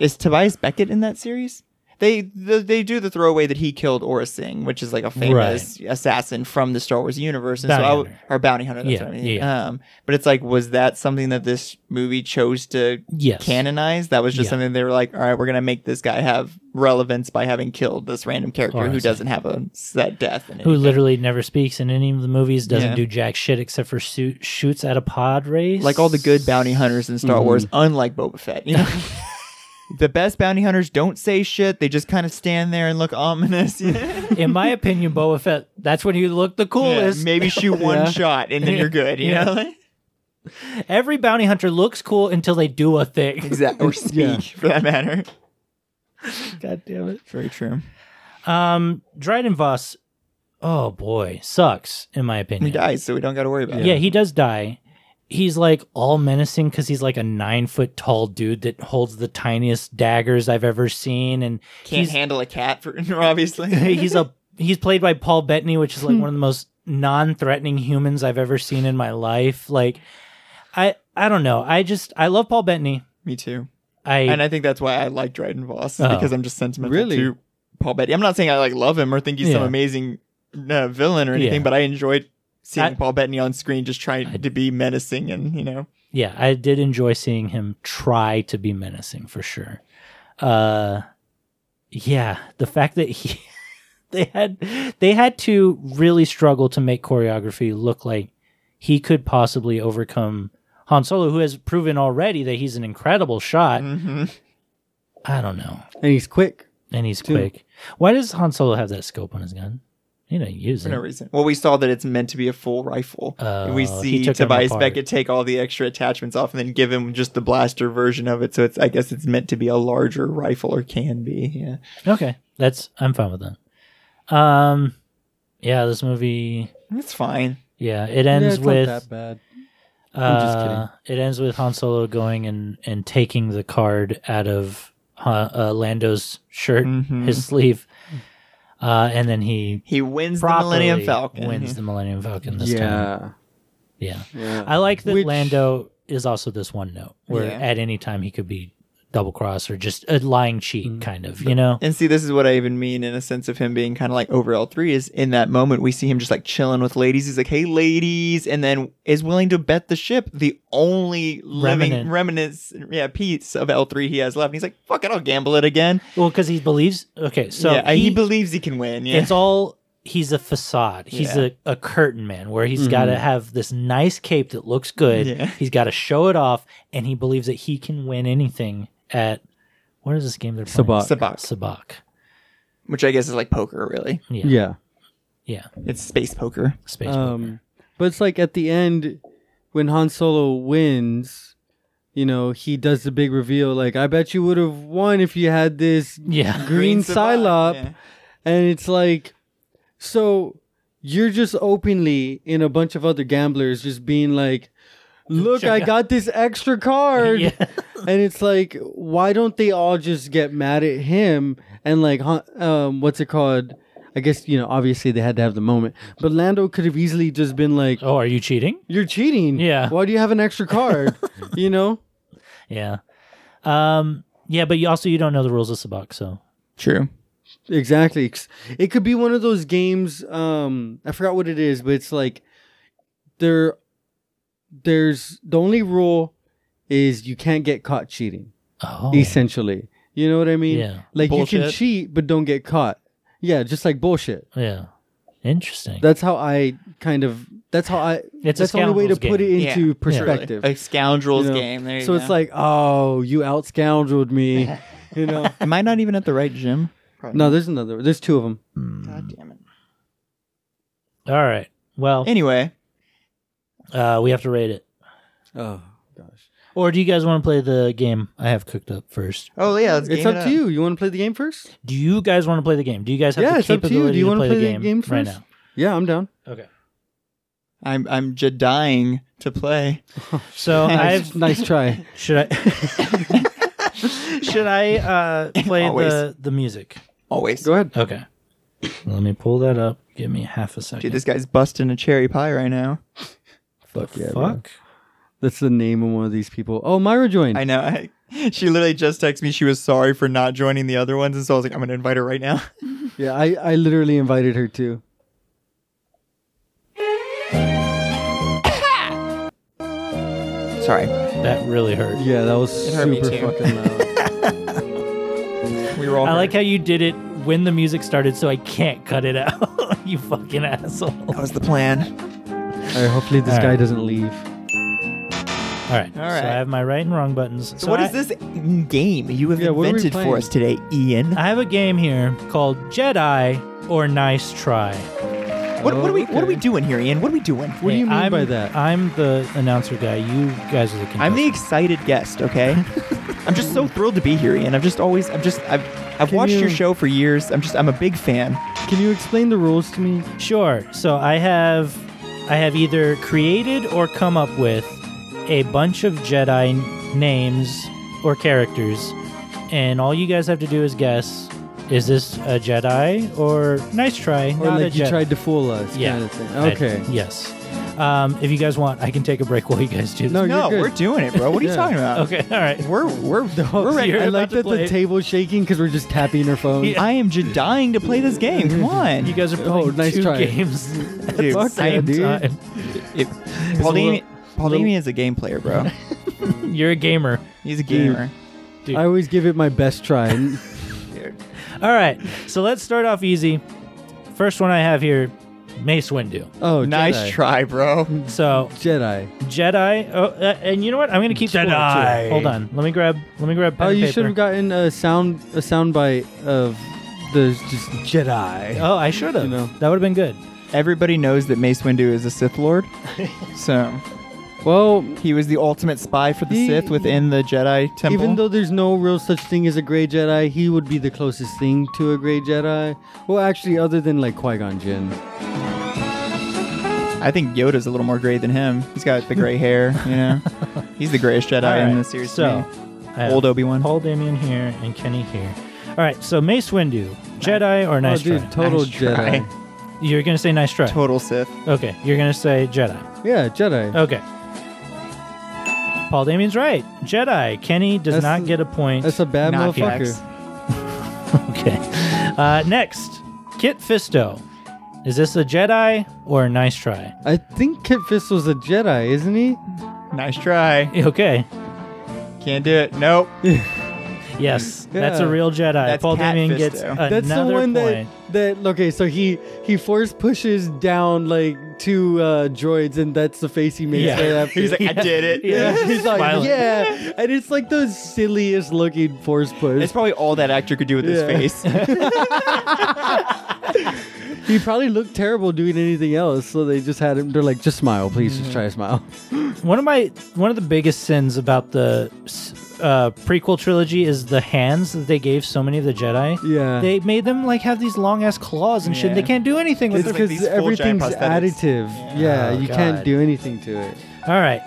[SPEAKER 3] Is Tobias Beckett in that series? They the, they do the throwaway that he killed Aura Singh, which is like a famous assassin from the Star Wars universe, and
[SPEAKER 2] Bounty
[SPEAKER 3] so I, w-
[SPEAKER 2] hunter.
[SPEAKER 3] or bounty hunter. That's
[SPEAKER 2] Yeah,
[SPEAKER 3] what I mean.
[SPEAKER 2] yeah.
[SPEAKER 3] Um, but it's like, was that something that this movie chose to
[SPEAKER 2] yes,
[SPEAKER 3] canonize? That was just
[SPEAKER 2] Yeah.
[SPEAKER 3] something they were like, all right, we're gonna make this guy have relevance by having killed this random character
[SPEAKER 2] Aura
[SPEAKER 3] who
[SPEAKER 2] Singh.
[SPEAKER 3] doesn't have a set death. In
[SPEAKER 2] who literally never speaks in any of the movies, doesn't
[SPEAKER 3] Yeah.
[SPEAKER 2] do jack shit except for suit, shoots at a pod race,
[SPEAKER 3] like all the good bounty hunters in
[SPEAKER 2] Mm-hmm.
[SPEAKER 3] Star Wars, unlike Boba Fett. You know? the best bounty hunters don't say shit; they just kind of stand there and look ominous. Yeah,
[SPEAKER 2] in my opinion, Boba Fett, that's when you look the coolest.
[SPEAKER 3] maybe shoot one
[SPEAKER 1] Yeah.
[SPEAKER 3] shot and then you're good. You
[SPEAKER 2] Yeah.
[SPEAKER 3] know,
[SPEAKER 2] Every bounty hunter looks cool until they do a thing.
[SPEAKER 3] exactly, or speak
[SPEAKER 1] Yeah.
[SPEAKER 3] for that matter. God damn it! Very true.
[SPEAKER 2] Um, Dryden Voss, oh boy, sucks in my
[SPEAKER 3] He
[SPEAKER 2] opinion.
[SPEAKER 3] dies, so we don't got to worry about
[SPEAKER 2] Yeah.
[SPEAKER 3] it.
[SPEAKER 2] he does die. He's like all menacing because he's like a nine foot tall dude that holds the tiniest daggers I've ever seen, and
[SPEAKER 3] Can't
[SPEAKER 2] he's
[SPEAKER 3] handle a cat for obviously.
[SPEAKER 2] he's a he's played by Paul Bettany, which is like
[SPEAKER 3] Hmm.
[SPEAKER 2] one of the most non-threatening humans I've ever seen in my life. Like, I I don't know. I just I love Paul Bettany.
[SPEAKER 3] Me too.
[SPEAKER 2] I
[SPEAKER 3] And I think that's why I like Dryden Voss is
[SPEAKER 2] Oh.
[SPEAKER 3] because I'm just sentimental
[SPEAKER 1] Really?
[SPEAKER 3] to Paul Bettany. I'm not saying I like love him or think he's some
[SPEAKER 2] Yeah.
[SPEAKER 3] amazing uh, villain or anything,
[SPEAKER 2] Yeah.
[SPEAKER 3] but I enjoyed seeing
[SPEAKER 2] I-
[SPEAKER 3] Paul Bettany on screen just trying to be menacing and you know
[SPEAKER 2] yeah, I did enjoy seeing him try to be menacing for sure. Uh yeah, the fact that he they had they had to really struggle to make choreography look like he could possibly overcome Han Solo, who has proven already that he's an incredible shot.
[SPEAKER 1] Mm.
[SPEAKER 3] Mm-hmm.
[SPEAKER 2] I don't know.
[SPEAKER 1] and he's quick.
[SPEAKER 2] And he's quick. Why does Han Solo have that scope on his gun? He didn't use
[SPEAKER 3] for no
[SPEAKER 2] it.
[SPEAKER 3] reason. Well, we saw that it's meant to be a full rifle.
[SPEAKER 2] Oh,
[SPEAKER 3] we
[SPEAKER 2] he
[SPEAKER 3] see
[SPEAKER 2] took them
[SPEAKER 3] Tobias
[SPEAKER 2] apart.
[SPEAKER 3] Beckett take all the extra attachments off and then give him just the blaster version of it. So it's I guess it's meant to be a larger rifle or can be. Yeah.
[SPEAKER 2] Okay, that's I'm fine with that. Um, yeah, this movie.
[SPEAKER 3] That's fine.
[SPEAKER 2] Yeah, it
[SPEAKER 1] Yeah,
[SPEAKER 2] ends
[SPEAKER 1] it's
[SPEAKER 2] with
[SPEAKER 1] not that bad. I'm just kidding.
[SPEAKER 2] Uh, it ends with Han Solo going and, and taking the card out of Han, uh, Lando's shirt,
[SPEAKER 3] Mhm.
[SPEAKER 2] his sleeve, uh, and then he
[SPEAKER 3] He wins the
[SPEAKER 2] properly
[SPEAKER 3] Millennium Falcon.
[SPEAKER 2] wins the Millennium Falcon this time.
[SPEAKER 1] Yeah.
[SPEAKER 2] Yeah,
[SPEAKER 1] yeah.
[SPEAKER 2] I like that
[SPEAKER 1] Which-
[SPEAKER 2] Lando is also this one note where
[SPEAKER 3] Yeah.
[SPEAKER 2] at any time he could be double cross or just a lying cheat, kind of, you know.
[SPEAKER 3] And see, this is what I even mean in a sense of him being kind of like over L3 is in that moment we see him just like chilling with ladies. He's like, hey, ladies, and then is willing to bet the ship the only living
[SPEAKER 2] Remnant.
[SPEAKER 3] remnants, yeah, piece of L3 he has left. And he's like, fuck it, I'll gamble it again.
[SPEAKER 2] Well, because he believes. Okay, so
[SPEAKER 3] So yeah, he,
[SPEAKER 2] he
[SPEAKER 3] believes he can win. Yeah.
[SPEAKER 2] it's all he's a facade he's
[SPEAKER 3] Yeah.
[SPEAKER 2] a, a curtain man where he's got to have this nice cape that looks good
[SPEAKER 3] Yeah.
[SPEAKER 2] he's got to show it off and he believes that he can win anything at what is this game they're playing
[SPEAKER 1] Sabacc.
[SPEAKER 3] Sabacc.
[SPEAKER 2] sabak
[SPEAKER 3] which I guess is like poker, really.
[SPEAKER 2] yeah yeah,
[SPEAKER 1] Yeah.
[SPEAKER 3] It's space poker.
[SPEAKER 2] space poker.
[SPEAKER 1] Um, but it's like at the end when Han Solo wins, you know, he does the big reveal. Like, I bet you would have won if you had this
[SPEAKER 2] yeah
[SPEAKER 1] green
[SPEAKER 3] Sabacc,
[SPEAKER 1] Psylop.
[SPEAKER 3] yeah.
[SPEAKER 1] And it's like, so you're just openly in a bunch of other gamblers just being like, look, I got this extra card.
[SPEAKER 2] yeah
[SPEAKER 1] And it's like, why don't they all just get mad at him? And like, huh, um, what's it called? I guess, you know, obviously they had to have the moment. But Lando could have easily just been like,
[SPEAKER 2] oh are you cheating
[SPEAKER 1] you're cheating.
[SPEAKER 2] Yeah.
[SPEAKER 1] Why do you have an extra card? you know?
[SPEAKER 2] yeah um yeah but you also you don't know the rules of sabak so
[SPEAKER 3] True.
[SPEAKER 1] Exactly. Ex- It could be one of those games. Um, I forgot what it is, but it's like there. There's the only rule is you can't get caught cheating.
[SPEAKER 2] oh
[SPEAKER 1] Essentially, you know what I mean?
[SPEAKER 2] Yeah.
[SPEAKER 1] Like you can
[SPEAKER 3] Bullshit.
[SPEAKER 1] cheat, but don't get caught. Yeah, just like bullshit.
[SPEAKER 2] yeah interesting
[SPEAKER 1] That's how I kind of. That's how I.
[SPEAKER 2] It's a
[SPEAKER 1] that's the only way to
[SPEAKER 2] scoundrel's
[SPEAKER 1] put it
[SPEAKER 2] game.
[SPEAKER 3] Yeah,
[SPEAKER 1] into
[SPEAKER 3] truly.
[SPEAKER 1] perspective.
[SPEAKER 3] A scoundrel's
[SPEAKER 1] you know?
[SPEAKER 3] game. There you
[SPEAKER 1] so it's
[SPEAKER 3] go.
[SPEAKER 1] like, oh, you outscoundreled me. you know?
[SPEAKER 3] am I not even at the right gym?
[SPEAKER 1] No, there's another. There's two of them.
[SPEAKER 3] God damn it.
[SPEAKER 2] all right well
[SPEAKER 3] Anyway,
[SPEAKER 2] uh we have to rate it
[SPEAKER 1] Oh gosh.
[SPEAKER 2] or do you guys want to play the game i have cooked up first
[SPEAKER 3] oh yeah, let's
[SPEAKER 1] It's
[SPEAKER 3] game
[SPEAKER 1] up,
[SPEAKER 3] it
[SPEAKER 1] to you. You want to play the game first?
[SPEAKER 2] Do you guys want to play the game? Do you guys have
[SPEAKER 1] Yeah,
[SPEAKER 2] the
[SPEAKER 1] it's up to you.
[SPEAKER 2] capability
[SPEAKER 1] Do you
[SPEAKER 2] to
[SPEAKER 1] wanna
[SPEAKER 2] play,
[SPEAKER 1] play
[SPEAKER 2] the
[SPEAKER 1] the
[SPEAKER 2] game,
[SPEAKER 1] game
[SPEAKER 2] right
[SPEAKER 1] first?
[SPEAKER 2] now?
[SPEAKER 1] Yeah, I'm down.
[SPEAKER 2] Okay.
[SPEAKER 3] I'm I'm Jediing to play.
[SPEAKER 2] So I've
[SPEAKER 1] nice try.
[SPEAKER 2] should I should I uh, play the
[SPEAKER 3] Always.
[SPEAKER 2] the music?
[SPEAKER 3] Always.
[SPEAKER 1] Go ahead.
[SPEAKER 2] Okay. Let me pull that up. Give me half a second.
[SPEAKER 3] Dude, this guy's busting a cherry pie right now.
[SPEAKER 2] fuck
[SPEAKER 1] yeah, bro.
[SPEAKER 2] fuck.
[SPEAKER 1] That's the name of one of these people. Oh, Myra joined.
[SPEAKER 3] I know. I, she literally just texted me. She was sorry for not joining the other ones, and so I was like, I'm gonna invite her right now.
[SPEAKER 1] yeah, I, I literally invited her too.
[SPEAKER 3] sorry,
[SPEAKER 2] That really hurt.
[SPEAKER 1] Yeah, that was
[SPEAKER 3] It hurt me
[SPEAKER 1] super
[SPEAKER 3] too.
[SPEAKER 1] fucking loud.
[SPEAKER 3] we were all.
[SPEAKER 2] I like how you did it when the music started, so I can't cut it out. you fucking asshole. All
[SPEAKER 3] that was the plan.
[SPEAKER 1] All right, hopefully this
[SPEAKER 2] All
[SPEAKER 1] guy
[SPEAKER 2] right.
[SPEAKER 1] doesn't leave.
[SPEAKER 2] right. So I
[SPEAKER 3] right.
[SPEAKER 2] have my right and wrong buttons.
[SPEAKER 3] So, what
[SPEAKER 2] I,
[SPEAKER 3] is this game you have
[SPEAKER 1] Yeah, what are we
[SPEAKER 3] invented
[SPEAKER 1] playing?
[SPEAKER 3] for us today, Ian?
[SPEAKER 2] I have a game here called Jedi or Nice Try.
[SPEAKER 3] What, what are we What are we
[SPEAKER 1] Okay.
[SPEAKER 3] doing here, Ian? What are we doing?
[SPEAKER 1] What do you mean
[SPEAKER 2] I'm,
[SPEAKER 1] by that?
[SPEAKER 2] I'm the announcer guy. You guys are the
[SPEAKER 3] I'm the
[SPEAKER 2] contestants.
[SPEAKER 3] excited guest, okay? I'm just so thrilled to be here, Ian. I've just always, I've just, I've, I've
[SPEAKER 1] Can
[SPEAKER 3] watched
[SPEAKER 1] you- Oh,
[SPEAKER 3] your show for years. I'm just, I'm a big fan.
[SPEAKER 1] Can you explain the rules to me?
[SPEAKER 2] Sure. So I have I have either created or come up with a bunch of Jedi n- names or characters, and all you guys have to do is guess: is this a Jedi or nice try?
[SPEAKER 1] Or
[SPEAKER 2] not
[SPEAKER 1] like
[SPEAKER 2] a
[SPEAKER 1] you
[SPEAKER 2] Jedi.
[SPEAKER 1] tried to fool us,
[SPEAKER 2] Yeah.
[SPEAKER 1] kind of thing.
[SPEAKER 2] I-
[SPEAKER 1] Okay.
[SPEAKER 2] yes. Um, if you guys want, I can take a break while you guys do.
[SPEAKER 1] No,
[SPEAKER 2] This.
[SPEAKER 1] you're
[SPEAKER 3] no,
[SPEAKER 1] good.
[SPEAKER 3] we're doing it, bro. What are
[SPEAKER 1] Yeah. Oh,
[SPEAKER 3] you talking about?
[SPEAKER 2] Okay. All right.
[SPEAKER 3] We're, we're, we're ready.
[SPEAKER 2] you're
[SPEAKER 1] I
[SPEAKER 2] about
[SPEAKER 1] like
[SPEAKER 2] to
[SPEAKER 1] that
[SPEAKER 2] play
[SPEAKER 1] the
[SPEAKER 2] it.
[SPEAKER 1] table's shaking because we're just tapping her phone.
[SPEAKER 2] Yeah.
[SPEAKER 3] I am just dying to play this game. Come on.
[SPEAKER 2] You guys are
[SPEAKER 1] Oh,
[SPEAKER 2] playing
[SPEAKER 1] nice
[SPEAKER 2] two
[SPEAKER 1] try.
[SPEAKER 2] games at
[SPEAKER 3] Dude,
[SPEAKER 2] the
[SPEAKER 1] fuck
[SPEAKER 2] same
[SPEAKER 1] yeah, dude.
[SPEAKER 2] time.
[SPEAKER 3] It,
[SPEAKER 2] little-
[SPEAKER 3] Paul, Damian, Paul Damian is a game player, bro.
[SPEAKER 2] You're a gamer.
[SPEAKER 3] He's a gamer.
[SPEAKER 1] I always give it my best try. and-
[SPEAKER 2] All right, so let's start off easy. First one I have here Mace Windu.
[SPEAKER 1] Oh,
[SPEAKER 3] nice
[SPEAKER 1] Jedi.
[SPEAKER 3] try, bro.
[SPEAKER 2] So
[SPEAKER 1] Jedi.
[SPEAKER 2] Jedi. Oh, uh, and you know what? I'm gonna keep score, too.
[SPEAKER 7] Jedi.
[SPEAKER 2] Hold on. Let me grab. Let me grab. Pen
[SPEAKER 1] Oh,
[SPEAKER 2] and
[SPEAKER 1] you
[SPEAKER 2] paper.
[SPEAKER 1] should have gotten a sound a sound bite of the just Jedi.
[SPEAKER 2] Oh, I should have.
[SPEAKER 1] You know.
[SPEAKER 2] That would have been good.
[SPEAKER 3] Everybody knows that Mace Windu is a Sith Lord, so
[SPEAKER 1] Well,
[SPEAKER 3] he was the ultimate spy for the
[SPEAKER 1] He-
[SPEAKER 3] Sith within the Jedi temple.
[SPEAKER 1] even though there's no real such thing as a gray Jedi, he would be the closest thing to a gray Jedi. Well, actually, other than like Qui Gon Jinn.
[SPEAKER 3] I think Yoda's a little more gray than him. He's got the gray hair, you know. He's the grayest Jedi
[SPEAKER 2] All
[SPEAKER 3] in
[SPEAKER 2] right,
[SPEAKER 3] the series.
[SPEAKER 2] So,
[SPEAKER 3] to me.
[SPEAKER 2] I have
[SPEAKER 3] old Obi Wan.
[SPEAKER 2] Paul Damien here and Kenny here. All right. So Mace Windu, Jedi or nice
[SPEAKER 1] oh, dude,
[SPEAKER 2] try?
[SPEAKER 1] total
[SPEAKER 3] Nice try.
[SPEAKER 1] Jedi.
[SPEAKER 2] You're gonna say nice try.
[SPEAKER 3] Total Sith.
[SPEAKER 2] Okay. You're gonna say Jedi.
[SPEAKER 1] Yeah, Jedi.
[SPEAKER 2] Okay. Paul Damien's right. Jedi. Kenny does
[SPEAKER 1] That's-
[SPEAKER 2] not get a point.
[SPEAKER 1] That's a bad
[SPEAKER 3] Not
[SPEAKER 1] motherfucker.
[SPEAKER 3] Jax.
[SPEAKER 2] okay. Uh, next, Kit Fisto. Is this a Jedi or a nice try?
[SPEAKER 1] I think Kit Fisto's a Jedi, isn't he?
[SPEAKER 3] Nice try.
[SPEAKER 2] Okay.
[SPEAKER 3] Can't do it. Nope.
[SPEAKER 2] Yes, that's a
[SPEAKER 1] Yeah.
[SPEAKER 2] real Jedi.
[SPEAKER 3] That's
[SPEAKER 2] Paul
[SPEAKER 3] Cat
[SPEAKER 2] Damien
[SPEAKER 3] Fisto.
[SPEAKER 2] gets another
[SPEAKER 1] That's the one
[SPEAKER 2] point.
[SPEAKER 1] that that okay. So he he force pushes down like two uh, droids, and that's the face he makes
[SPEAKER 2] Yeah.
[SPEAKER 1] right after.
[SPEAKER 3] He's like, I did it.
[SPEAKER 2] Yeah.
[SPEAKER 1] he's like,
[SPEAKER 2] Smiling.
[SPEAKER 1] yeah, and it's like the silliest looking force push.
[SPEAKER 3] That's probably all that actor could do with
[SPEAKER 1] Yeah.
[SPEAKER 3] his face.
[SPEAKER 1] He probably looked terrible doing anything else, so they just had him. They're like, just smile, please, just try to smile.
[SPEAKER 2] One of my one of the biggest sins about the uh, prequel trilogy is the hands that they gave so many of the Jedi.
[SPEAKER 1] Yeah,
[SPEAKER 2] They made them like have these long ass claws and shit.
[SPEAKER 3] Yeah.
[SPEAKER 2] They can't do anything with
[SPEAKER 1] it's
[SPEAKER 2] them.
[SPEAKER 3] like
[SPEAKER 1] because
[SPEAKER 3] these full giant
[SPEAKER 1] everything's
[SPEAKER 3] prosthetics.
[SPEAKER 1] additive. Yeah,
[SPEAKER 2] Oh,
[SPEAKER 1] you
[SPEAKER 2] God.
[SPEAKER 1] can't do anything to it.
[SPEAKER 2] All right.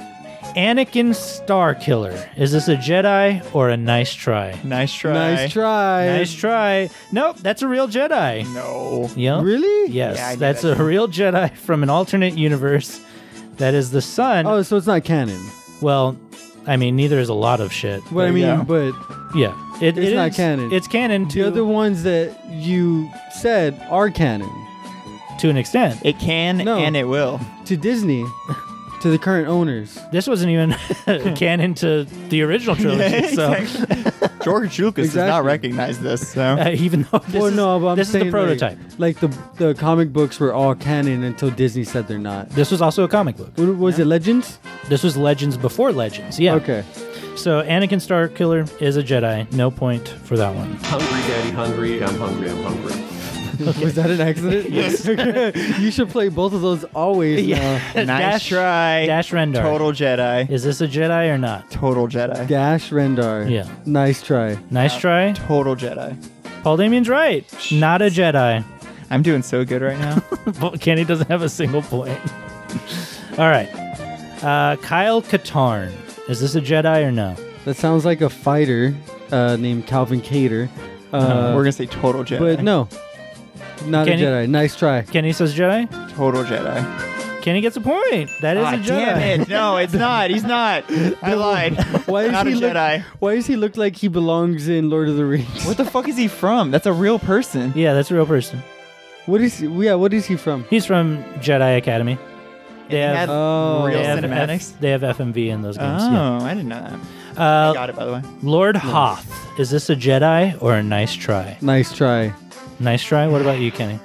[SPEAKER 2] Anakin Starkiller. Is this a Jedi or a nice try?
[SPEAKER 3] nice try.
[SPEAKER 1] Nice try.
[SPEAKER 2] Nice try. Nope, that's a real Jedi.
[SPEAKER 3] No.
[SPEAKER 2] Yep.
[SPEAKER 1] Really?
[SPEAKER 2] Yes,
[SPEAKER 3] Yeah, I knew
[SPEAKER 2] that's
[SPEAKER 3] that.
[SPEAKER 2] a real Jedi from an alternate universe. That is the son.
[SPEAKER 1] Oh, so it's not canon.
[SPEAKER 2] Well, I mean, neither is a lot of shit.
[SPEAKER 1] What I
[SPEAKER 3] There you
[SPEAKER 1] mean,
[SPEAKER 3] go.
[SPEAKER 1] but
[SPEAKER 2] Yeah, it,
[SPEAKER 1] It's
[SPEAKER 2] it
[SPEAKER 1] not
[SPEAKER 2] is-
[SPEAKER 1] canon.
[SPEAKER 2] It's canon
[SPEAKER 1] The
[SPEAKER 2] to
[SPEAKER 1] other ones that you said are canon
[SPEAKER 2] to an extent.
[SPEAKER 3] It can
[SPEAKER 1] No.
[SPEAKER 3] and it will.
[SPEAKER 1] to Disney, to the current owners.
[SPEAKER 2] This wasn't even canon to the original trilogy. so
[SPEAKER 3] George Lucas does not
[SPEAKER 1] Exactly.
[SPEAKER 3] recognize this, so
[SPEAKER 2] uh, even though this
[SPEAKER 1] well,
[SPEAKER 2] is,
[SPEAKER 1] no, but I'm
[SPEAKER 2] this is
[SPEAKER 1] saying
[SPEAKER 2] the prototype.
[SPEAKER 1] Like, like the the comic books were all canon until Disney said they're not.
[SPEAKER 2] this was also a comic book.
[SPEAKER 1] What, was it Legends?
[SPEAKER 2] This was Legends before Legends. Yeah.
[SPEAKER 1] Okay.
[SPEAKER 2] So Anakin Starkiller is a Jedi. No point for that one.
[SPEAKER 7] Hungry daddy, hungry. I'm hungry. I'm hungry.
[SPEAKER 1] Was that an accident? yes. okay. You should play both of those always. uh, now.
[SPEAKER 3] nice
[SPEAKER 2] Dash-
[SPEAKER 3] try.
[SPEAKER 2] Dash Rendar.
[SPEAKER 3] Total Jedi.
[SPEAKER 2] Is this a Jedi or not?
[SPEAKER 3] Total Jedi.
[SPEAKER 1] Dash Rendar.
[SPEAKER 2] Yeah.
[SPEAKER 1] Nice try.
[SPEAKER 3] Uh,
[SPEAKER 2] Nice try.
[SPEAKER 3] Total Jedi.
[SPEAKER 2] Paul Damien's right. Not a Jedi.
[SPEAKER 3] I'm doing so good right now.
[SPEAKER 2] But Kenny doesn't have a single point. All right. Uh, Kyle Katarn. Is this a Jedi or no?
[SPEAKER 1] That sounds like a fighter uh, named Calvin Cater. Uh,
[SPEAKER 2] Uh-huh.
[SPEAKER 3] We're gonna say total Jedi.
[SPEAKER 1] but no, not
[SPEAKER 2] Kenny?
[SPEAKER 1] a Jedi. Nice try.
[SPEAKER 2] Kenny says Jedi.
[SPEAKER 3] total Jedi.
[SPEAKER 2] Kenny gets a point. That is
[SPEAKER 3] Ah,
[SPEAKER 2] a Jedi.
[SPEAKER 3] damn it! No, it's not. He's not. I lied.
[SPEAKER 1] Why
[SPEAKER 3] not
[SPEAKER 1] does he
[SPEAKER 3] a
[SPEAKER 1] look?
[SPEAKER 3] Jedi.
[SPEAKER 1] Why does he look like he belongs in Lord of the Rings?
[SPEAKER 3] What the fuck is he from? That's a real person.
[SPEAKER 2] Yeah, that's a real person.
[SPEAKER 1] What is? He, yeah, what is he from?
[SPEAKER 2] He's from Jedi Academy. They
[SPEAKER 3] And he
[SPEAKER 2] have-
[SPEAKER 3] had
[SPEAKER 1] Oh.
[SPEAKER 3] real
[SPEAKER 2] they have
[SPEAKER 3] cinematics.
[SPEAKER 2] F- they have FMV in those
[SPEAKER 3] Oh,
[SPEAKER 2] games. yeah.
[SPEAKER 3] I didn't know that. I
[SPEAKER 2] Uh,
[SPEAKER 3] got it by the way.
[SPEAKER 2] Lord Hoth. Is this a Jedi or a nice try?
[SPEAKER 1] Nice try.
[SPEAKER 2] Nice try. What about you, Kenny?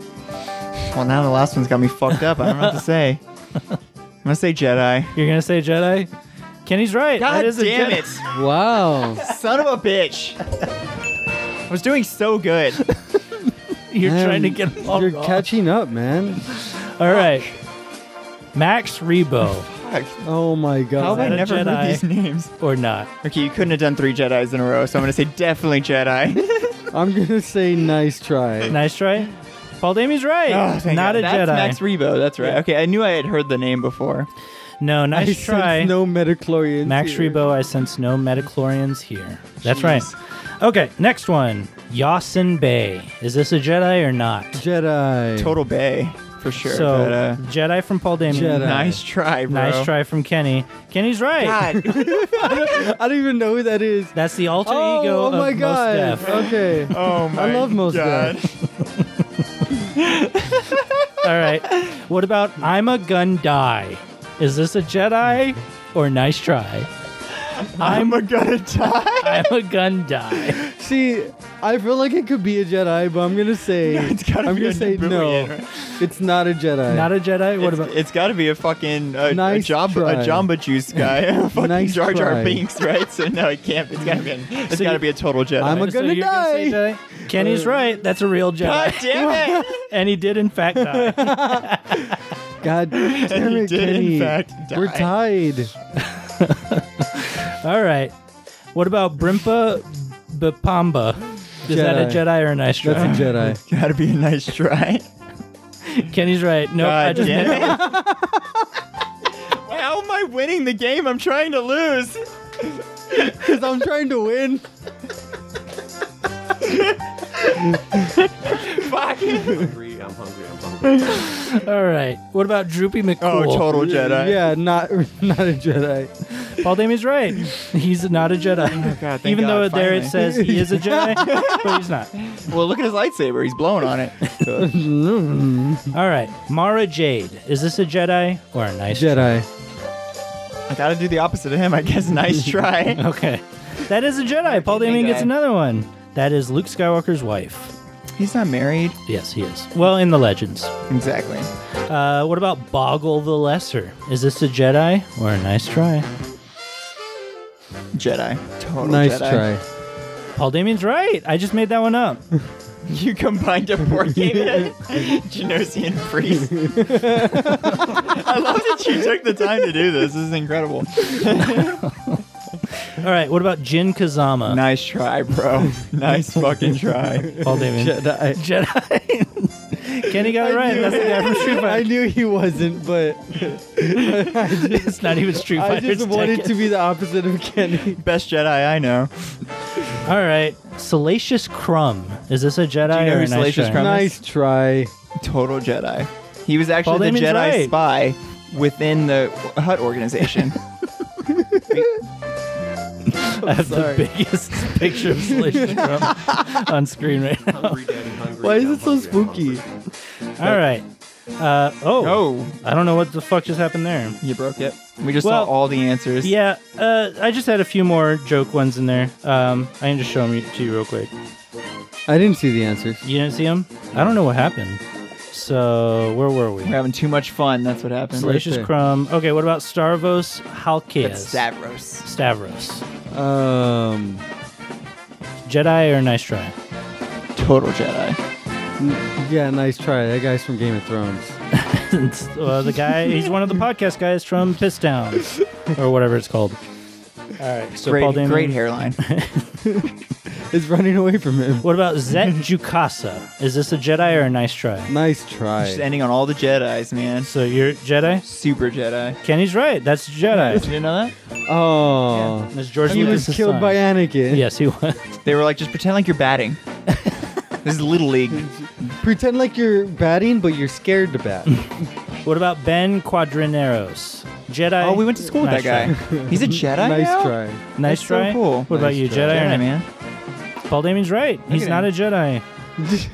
[SPEAKER 3] Well, now the last one's got me fucked up. I don't know what to say. I'm gonna say Jedi.
[SPEAKER 2] You're gonna say Jedi? Kenny's right.
[SPEAKER 3] God
[SPEAKER 2] that is
[SPEAKER 3] damn
[SPEAKER 2] a Jedi.
[SPEAKER 3] it!
[SPEAKER 1] Wow.
[SPEAKER 3] Son of a bitch! I was doing so good.
[SPEAKER 2] You're
[SPEAKER 1] Man,
[SPEAKER 2] trying to get them all
[SPEAKER 1] Um, You're
[SPEAKER 2] wrong.
[SPEAKER 1] catching up, man.
[SPEAKER 2] All right. Max Rebo
[SPEAKER 3] Fuck.
[SPEAKER 1] Oh my
[SPEAKER 3] How
[SPEAKER 1] god.
[SPEAKER 3] have I
[SPEAKER 2] that a
[SPEAKER 3] never
[SPEAKER 2] Jedi?
[SPEAKER 3] heard these names?
[SPEAKER 2] or not?
[SPEAKER 3] Okay, you couldn't have done three Jedi's in a row, so I'm gonna say definitely Jedi.
[SPEAKER 1] I'm gonna say nice try.
[SPEAKER 2] Nice try. Paul Damien's right.
[SPEAKER 1] Ah,
[SPEAKER 3] Oh, thank
[SPEAKER 2] not
[SPEAKER 3] God.
[SPEAKER 2] a
[SPEAKER 3] That's
[SPEAKER 2] Jedi.
[SPEAKER 3] Max Rebo. That's right. Okay, I knew I had heard the name before.
[SPEAKER 2] no,
[SPEAKER 1] I
[SPEAKER 2] nice
[SPEAKER 1] sense
[SPEAKER 2] try.
[SPEAKER 1] No metachlorians.
[SPEAKER 2] Max
[SPEAKER 1] here.
[SPEAKER 2] Rebo, I sense no Metachlorians here. That's right. Okay, next one. Yasin Bay. Is this a Jedi or not?
[SPEAKER 1] Jedi.
[SPEAKER 3] Total Bay for sure.
[SPEAKER 2] so,
[SPEAKER 3] but, uh,
[SPEAKER 2] Jedi from Paul Damien.
[SPEAKER 1] Jedi.
[SPEAKER 3] nice try, bro.
[SPEAKER 2] Nice try from Kenny. Kenny's right.
[SPEAKER 3] God.
[SPEAKER 1] I don't even know who that is.
[SPEAKER 2] That's the alter
[SPEAKER 1] oh,
[SPEAKER 2] ego
[SPEAKER 1] oh
[SPEAKER 2] of
[SPEAKER 1] my
[SPEAKER 2] Mos
[SPEAKER 1] god.
[SPEAKER 2] Def.
[SPEAKER 1] Okay.
[SPEAKER 3] Oh my.
[SPEAKER 1] love Mos
[SPEAKER 3] God.
[SPEAKER 2] All right. What about I'm a gun die? Is this a Jedi or nice try?
[SPEAKER 3] I'm a gonna die.
[SPEAKER 2] I'm a gun die.
[SPEAKER 1] See, I feel like it could be a Jedi, but I'm gonna say
[SPEAKER 3] It's gotta
[SPEAKER 1] I'm
[SPEAKER 3] be
[SPEAKER 1] gonna
[SPEAKER 3] a
[SPEAKER 1] say no.
[SPEAKER 3] Nabooian, right?
[SPEAKER 1] It's not a Jedi.
[SPEAKER 2] Not a Jedi. What
[SPEAKER 3] It's-
[SPEAKER 2] about?
[SPEAKER 3] it's got to be a fucking uh,
[SPEAKER 1] Nice
[SPEAKER 3] a, Jamba,
[SPEAKER 1] try.
[SPEAKER 3] a Jamba Juice guy, a fucking
[SPEAKER 1] Nice
[SPEAKER 3] Jar Jar
[SPEAKER 1] try.
[SPEAKER 3] Binks, right? So no, it can't. It's got to be. A, it's
[SPEAKER 2] So
[SPEAKER 3] got
[SPEAKER 2] you-
[SPEAKER 3] to be a total Jedi.
[SPEAKER 1] I'm a-
[SPEAKER 2] So
[SPEAKER 1] gonna
[SPEAKER 2] you're say
[SPEAKER 1] die.
[SPEAKER 2] Jedi? Kenny's right. That's a real
[SPEAKER 3] God
[SPEAKER 2] Jedi,
[SPEAKER 3] damn it!
[SPEAKER 2] and he did in fact die.
[SPEAKER 1] God damn
[SPEAKER 3] he
[SPEAKER 1] it,
[SPEAKER 3] did, in
[SPEAKER 1] Kenny.
[SPEAKER 3] fact,
[SPEAKER 1] We're
[SPEAKER 3] die.
[SPEAKER 1] tied.
[SPEAKER 2] All right. What about Brimpa Bapamba? Is that a
[SPEAKER 1] Jedi.
[SPEAKER 2] Jedi or a nice try?
[SPEAKER 1] That's a Jedi.
[SPEAKER 3] got to be a nice try.
[SPEAKER 2] Kenny's right. No, I
[SPEAKER 3] God
[SPEAKER 2] just
[SPEAKER 3] damn
[SPEAKER 2] meant
[SPEAKER 3] it! How am I winning the game? I'm trying to lose.
[SPEAKER 1] Because I'm trying to win.
[SPEAKER 3] Fuck.
[SPEAKER 7] hungry. I'm hungry. I'm hungry.
[SPEAKER 2] All right. What about Droopy McCool?
[SPEAKER 3] Oh, total Jedi.
[SPEAKER 1] Yeah, not not a Jedi.
[SPEAKER 2] Paul Damon's right. He's not a Jedi.
[SPEAKER 3] Oh, God, thank
[SPEAKER 2] Even
[SPEAKER 3] God,
[SPEAKER 2] though there it
[SPEAKER 3] finally.
[SPEAKER 2] says he is a Jedi, but he's not.
[SPEAKER 3] Well, look at his lightsaber. He's blowing on it.
[SPEAKER 2] All right. Mara Jade. Is this a Jedi or a nice
[SPEAKER 1] Jedi.
[SPEAKER 3] I gotta do the opposite of him, I guess. Nice try.
[SPEAKER 2] Okay. That is a Jedi. Paul Damon gets
[SPEAKER 3] guy.
[SPEAKER 2] another one. That is Luke Skywalker's wife.
[SPEAKER 3] He's not married.
[SPEAKER 2] Yes, he is. Well, in the legends.
[SPEAKER 3] Exactly.
[SPEAKER 2] Uh, what about Boggle the Lesser? Is this a Jedi or a nice try?
[SPEAKER 3] Jedi. Total
[SPEAKER 1] Nice
[SPEAKER 3] Jedi.
[SPEAKER 1] try.
[SPEAKER 2] Paul Damon's right. I just made that one up.
[SPEAKER 3] You combined a board game and a Genosian priest. I love that you took the time to do this. This is incredible.
[SPEAKER 2] All right. What about Jin Kazama?
[SPEAKER 3] Nice try, bro. Nice fucking try.
[SPEAKER 2] Paul Damon.
[SPEAKER 1] Jedi.
[SPEAKER 2] Jedi. Kenny got it right. That's the guy from Street
[SPEAKER 1] I
[SPEAKER 2] Fighter.
[SPEAKER 1] knew he wasn't, but
[SPEAKER 2] It's not even Street
[SPEAKER 1] I
[SPEAKER 2] Fighter.
[SPEAKER 1] just wanted to be the opposite of Kenny.
[SPEAKER 3] Best Jedi I know.
[SPEAKER 2] All right. Salacious Crumb. Is this a Jedi
[SPEAKER 3] know
[SPEAKER 2] or
[SPEAKER 3] who
[SPEAKER 2] a nice
[SPEAKER 3] Salacious
[SPEAKER 2] try?
[SPEAKER 3] Crumb-
[SPEAKER 1] Nice try.
[SPEAKER 3] Total Jedi. He was actually
[SPEAKER 2] Paul
[SPEAKER 3] the
[SPEAKER 2] Damon's
[SPEAKER 3] Jedi
[SPEAKER 2] right.
[SPEAKER 3] spy within the Hut organization.
[SPEAKER 2] I have the biggest picture of Salacious Crumb on screen right now.
[SPEAKER 7] Hungry, daddy, hungry.
[SPEAKER 1] Why is
[SPEAKER 7] I'm
[SPEAKER 1] it so
[SPEAKER 7] hungry, I'm
[SPEAKER 1] spooky?
[SPEAKER 7] hungry.
[SPEAKER 2] All right. Uh, oh,
[SPEAKER 3] oh,
[SPEAKER 2] I don't know what the fuck just happened there.
[SPEAKER 3] you broke it. We just
[SPEAKER 2] Well,
[SPEAKER 3] saw all the answers.
[SPEAKER 2] Yeah, uh, I just had a few more joke ones in there. Um, I can just show them to you real quick.
[SPEAKER 1] I didn't see the answers.
[SPEAKER 2] You didn't see them? I don't know what happened. So, where were we?
[SPEAKER 3] We're having too much fun. That's what happened.
[SPEAKER 1] Right
[SPEAKER 2] Salacious
[SPEAKER 1] there.
[SPEAKER 2] Crumb. Okay, what about Starvos
[SPEAKER 3] That's
[SPEAKER 2] Halkias?
[SPEAKER 3] Stavros.
[SPEAKER 2] Stavros.
[SPEAKER 1] Um,
[SPEAKER 2] Jedi or nice try?
[SPEAKER 3] Total Jedi.
[SPEAKER 1] yeah, nice try. That guy's from Game of Thrones.
[SPEAKER 2] well, uh, the guy, he's one of the podcast guys from Pissdown, or whatever it's called. All right, so Paul
[SPEAKER 3] great,
[SPEAKER 2] Damon.
[SPEAKER 3] great hairline.
[SPEAKER 1] Is running away from him.
[SPEAKER 2] What about Zet Jukasa? Is this a Jedi or a nice try?
[SPEAKER 1] Nice try.
[SPEAKER 3] just ending on all the Jedi's, man.
[SPEAKER 2] So you're Jedi?
[SPEAKER 3] Super Jedi.
[SPEAKER 2] Kenny's right. That's
[SPEAKER 3] Did
[SPEAKER 2] Jedi.
[SPEAKER 3] you know that?
[SPEAKER 1] Oh,
[SPEAKER 2] That's George
[SPEAKER 1] he was
[SPEAKER 2] Lucas's
[SPEAKER 1] killed
[SPEAKER 2] son.
[SPEAKER 1] by Anakin.
[SPEAKER 2] Yes, he was.
[SPEAKER 3] They were like, just pretend like you're batting. this is Little League.
[SPEAKER 1] Pretend like you're batting, but you're scared to bat.
[SPEAKER 2] What about Ben Quadrineros? Jedi.
[SPEAKER 3] Oh, we went to school with
[SPEAKER 2] nice
[SPEAKER 3] that
[SPEAKER 2] try.
[SPEAKER 3] guy. He's a Jedi.
[SPEAKER 1] nice
[SPEAKER 3] now?
[SPEAKER 1] try.
[SPEAKER 2] Nice
[SPEAKER 3] That's so
[SPEAKER 2] try.
[SPEAKER 3] cool.
[SPEAKER 2] What about
[SPEAKER 1] Nice
[SPEAKER 2] you,
[SPEAKER 1] try.
[SPEAKER 2] Jedi? or
[SPEAKER 3] Jedi,
[SPEAKER 2] not?
[SPEAKER 3] man.
[SPEAKER 2] Paul Damon's right. He's
[SPEAKER 3] at
[SPEAKER 2] not a Jedi.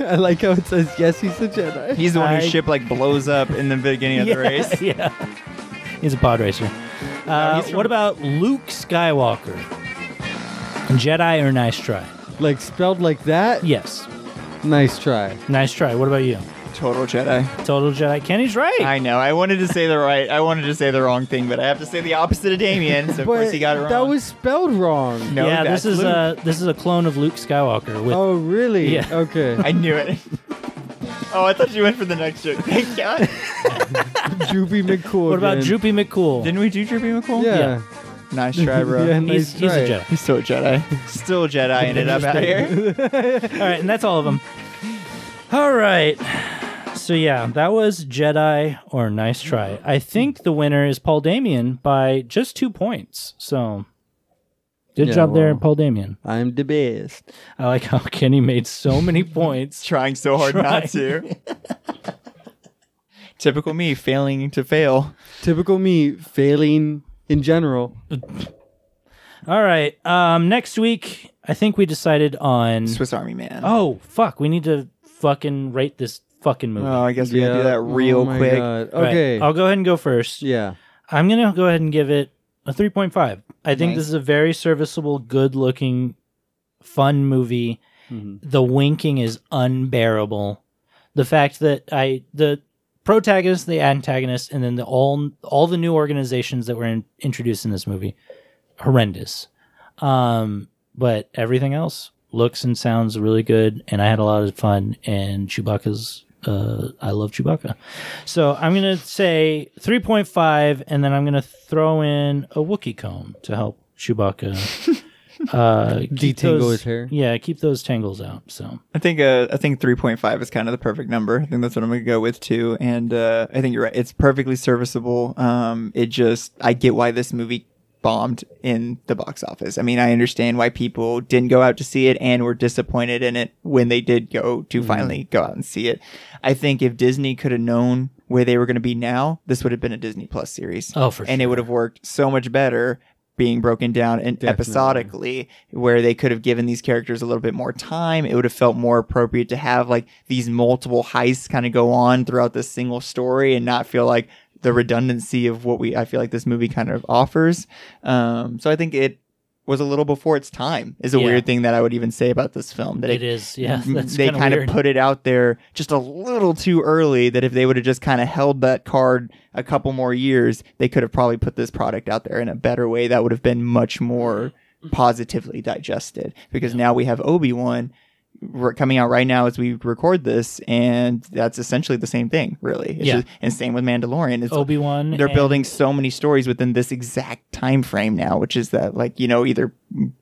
[SPEAKER 1] I like how it says yes, he's a Jedi.
[SPEAKER 3] He's the one
[SPEAKER 2] I-
[SPEAKER 3] whose ship like blows up in the beginning of the race.
[SPEAKER 2] yeah. He's a pod racer. Uh,
[SPEAKER 3] he's
[SPEAKER 2] what
[SPEAKER 3] from-
[SPEAKER 2] about Luke Skywalker? Jedi or nice try?
[SPEAKER 1] like spelled like that.
[SPEAKER 2] Yes.
[SPEAKER 1] Nice try.
[SPEAKER 2] Nice try. What about you?
[SPEAKER 3] Total Jedi.
[SPEAKER 2] Total Jedi. Kenny's right.
[SPEAKER 3] I know. I wanted to say the right. I wanted to say the wrong thing, but I have to say the opposite of Damien. So of course he got it wrong.
[SPEAKER 1] that was spelled wrong.
[SPEAKER 3] no.
[SPEAKER 2] yeah,
[SPEAKER 3] that's
[SPEAKER 2] this is uh,
[SPEAKER 3] Luke.
[SPEAKER 2] a this is a clone of Luke Skywalker with
[SPEAKER 1] Oh, really?
[SPEAKER 2] Yeah.
[SPEAKER 1] Okay.
[SPEAKER 3] I knew it. oh, I thought you went for the next joke. Thank God.
[SPEAKER 1] Droopy McCool.
[SPEAKER 2] What about
[SPEAKER 1] again.
[SPEAKER 2] Droopy McCool?
[SPEAKER 3] Didn't we do Droopy McCool?
[SPEAKER 1] Yeah.
[SPEAKER 3] Nice try, bro.
[SPEAKER 1] Yeah, nice
[SPEAKER 2] he's, he's
[SPEAKER 1] try.
[SPEAKER 2] a Jedi.
[SPEAKER 3] He's still a Jedi. Still a Jedi. Ended up out here.
[SPEAKER 2] All right, and that's all of them. All right. So yeah, that was Jedi or nice try. I think the winner is Paul Damien by just two points. So good
[SPEAKER 1] Yeah,
[SPEAKER 2] job there,
[SPEAKER 1] well.
[SPEAKER 2] Paul Damien.
[SPEAKER 1] I'm the best.
[SPEAKER 2] I like how Kenny made so many points.
[SPEAKER 3] trying so hard not
[SPEAKER 2] Trying.
[SPEAKER 3] to. Typical me, failing to fail.
[SPEAKER 1] Typical me failing in general.
[SPEAKER 2] All right. Um, next week, I think we decided on.
[SPEAKER 3] Swiss Army Man.
[SPEAKER 2] Oh fuck! We need to fucking rate this fucking movie.
[SPEAKER 3] Oh, I guess we gotta do that
[SPEAKER 1] Oh
[SPEAKER 3] real
[SPEAKER 1] my
[SPEAKER 3] quick.
[SPEAKER 1] God.
[SPEAKER 2] Right,
[SPEAKER 1] Okay.
[SPEAKER 2] I'll go ahead and go first.
[SPEAKER 1] Yeah.
[SPEAKER 2] I'm gonna go ahead and give it a 3.5. I think
[SPEAKER 3] Nice.
[SPEAKER 2] this is a very serviceable, good-looking, fun movie. the winking is unbearable. The fact that I the protagonist, the antagonist, and then the all all the new organizations that were in, introduced in this movie, horrendous. Um, but everything else looks and sounds really good, and I had a lot of fun. And Chewbacca's, uh, I love Chewbacca. So I'm gonna say 3.5, and then I'm gonna throw in a Wookiee comb to help Chewbacca. Uh, keep
[SPEAKER 1] Detangle
[SPEAKER 2] those-
[SPEAKER 1] his hair.
[SPEAKER 2] Yeah, keep those tangles out. So
[SPEAKER 3] I think uh, I think 3.5 is kind of the perfect number. I think that's what I'm going to go with too. And uh, I think you're right. It's perfectly serviceable. Um, it just I get why this movie bombed in the box office. I mean, I understand why people didn't go out to see it and were disappointed in it when they did go to
[SPEAKER 1] Mm-hmm.
[SPEAKER 3] finally go out and see it. I think if Disney could have known where they were going to be now, this would have been a Disney Plus series.
[SPEAKER 2] Oh, for
[SPEAKER 3] And it would have worked so much better being broken down and episodically where they could have given these characters a little bit more time it would have felt more appropriate to have like these multiple heists kind of go on throughout this single story and not feel like the redundancy of what we i feel like this movie kind of offers um so i think it was a little before its time is a
[SPEAKER 2] Yeah.
[SPEAKER 3] weird thing that i would even say about this film that
[SPEAKER 2] it is. Yeah,
[SPEAKER 3] m-
[SPEAKER 2] that's
[SPEAKER 3] they
[SPEAKER 2] kind of
[SPEAKER 3] put it out there just a little too early that if they would have just kind of held that card a couple more years they could have probably put this product out there in a better way that would have been much more positively digested because now we have obi-wan r- coming out right now as we record this and that's essentially the same thing really It's
[SPEAKER 2] Yeah. Oh,
[SPEAKER 3] just- and same with mandalorian it's
[SPEAKER 2] Obi Wan.
[SPEAKER 3] they're building so many stories within this exact time frame now, which is that like you know either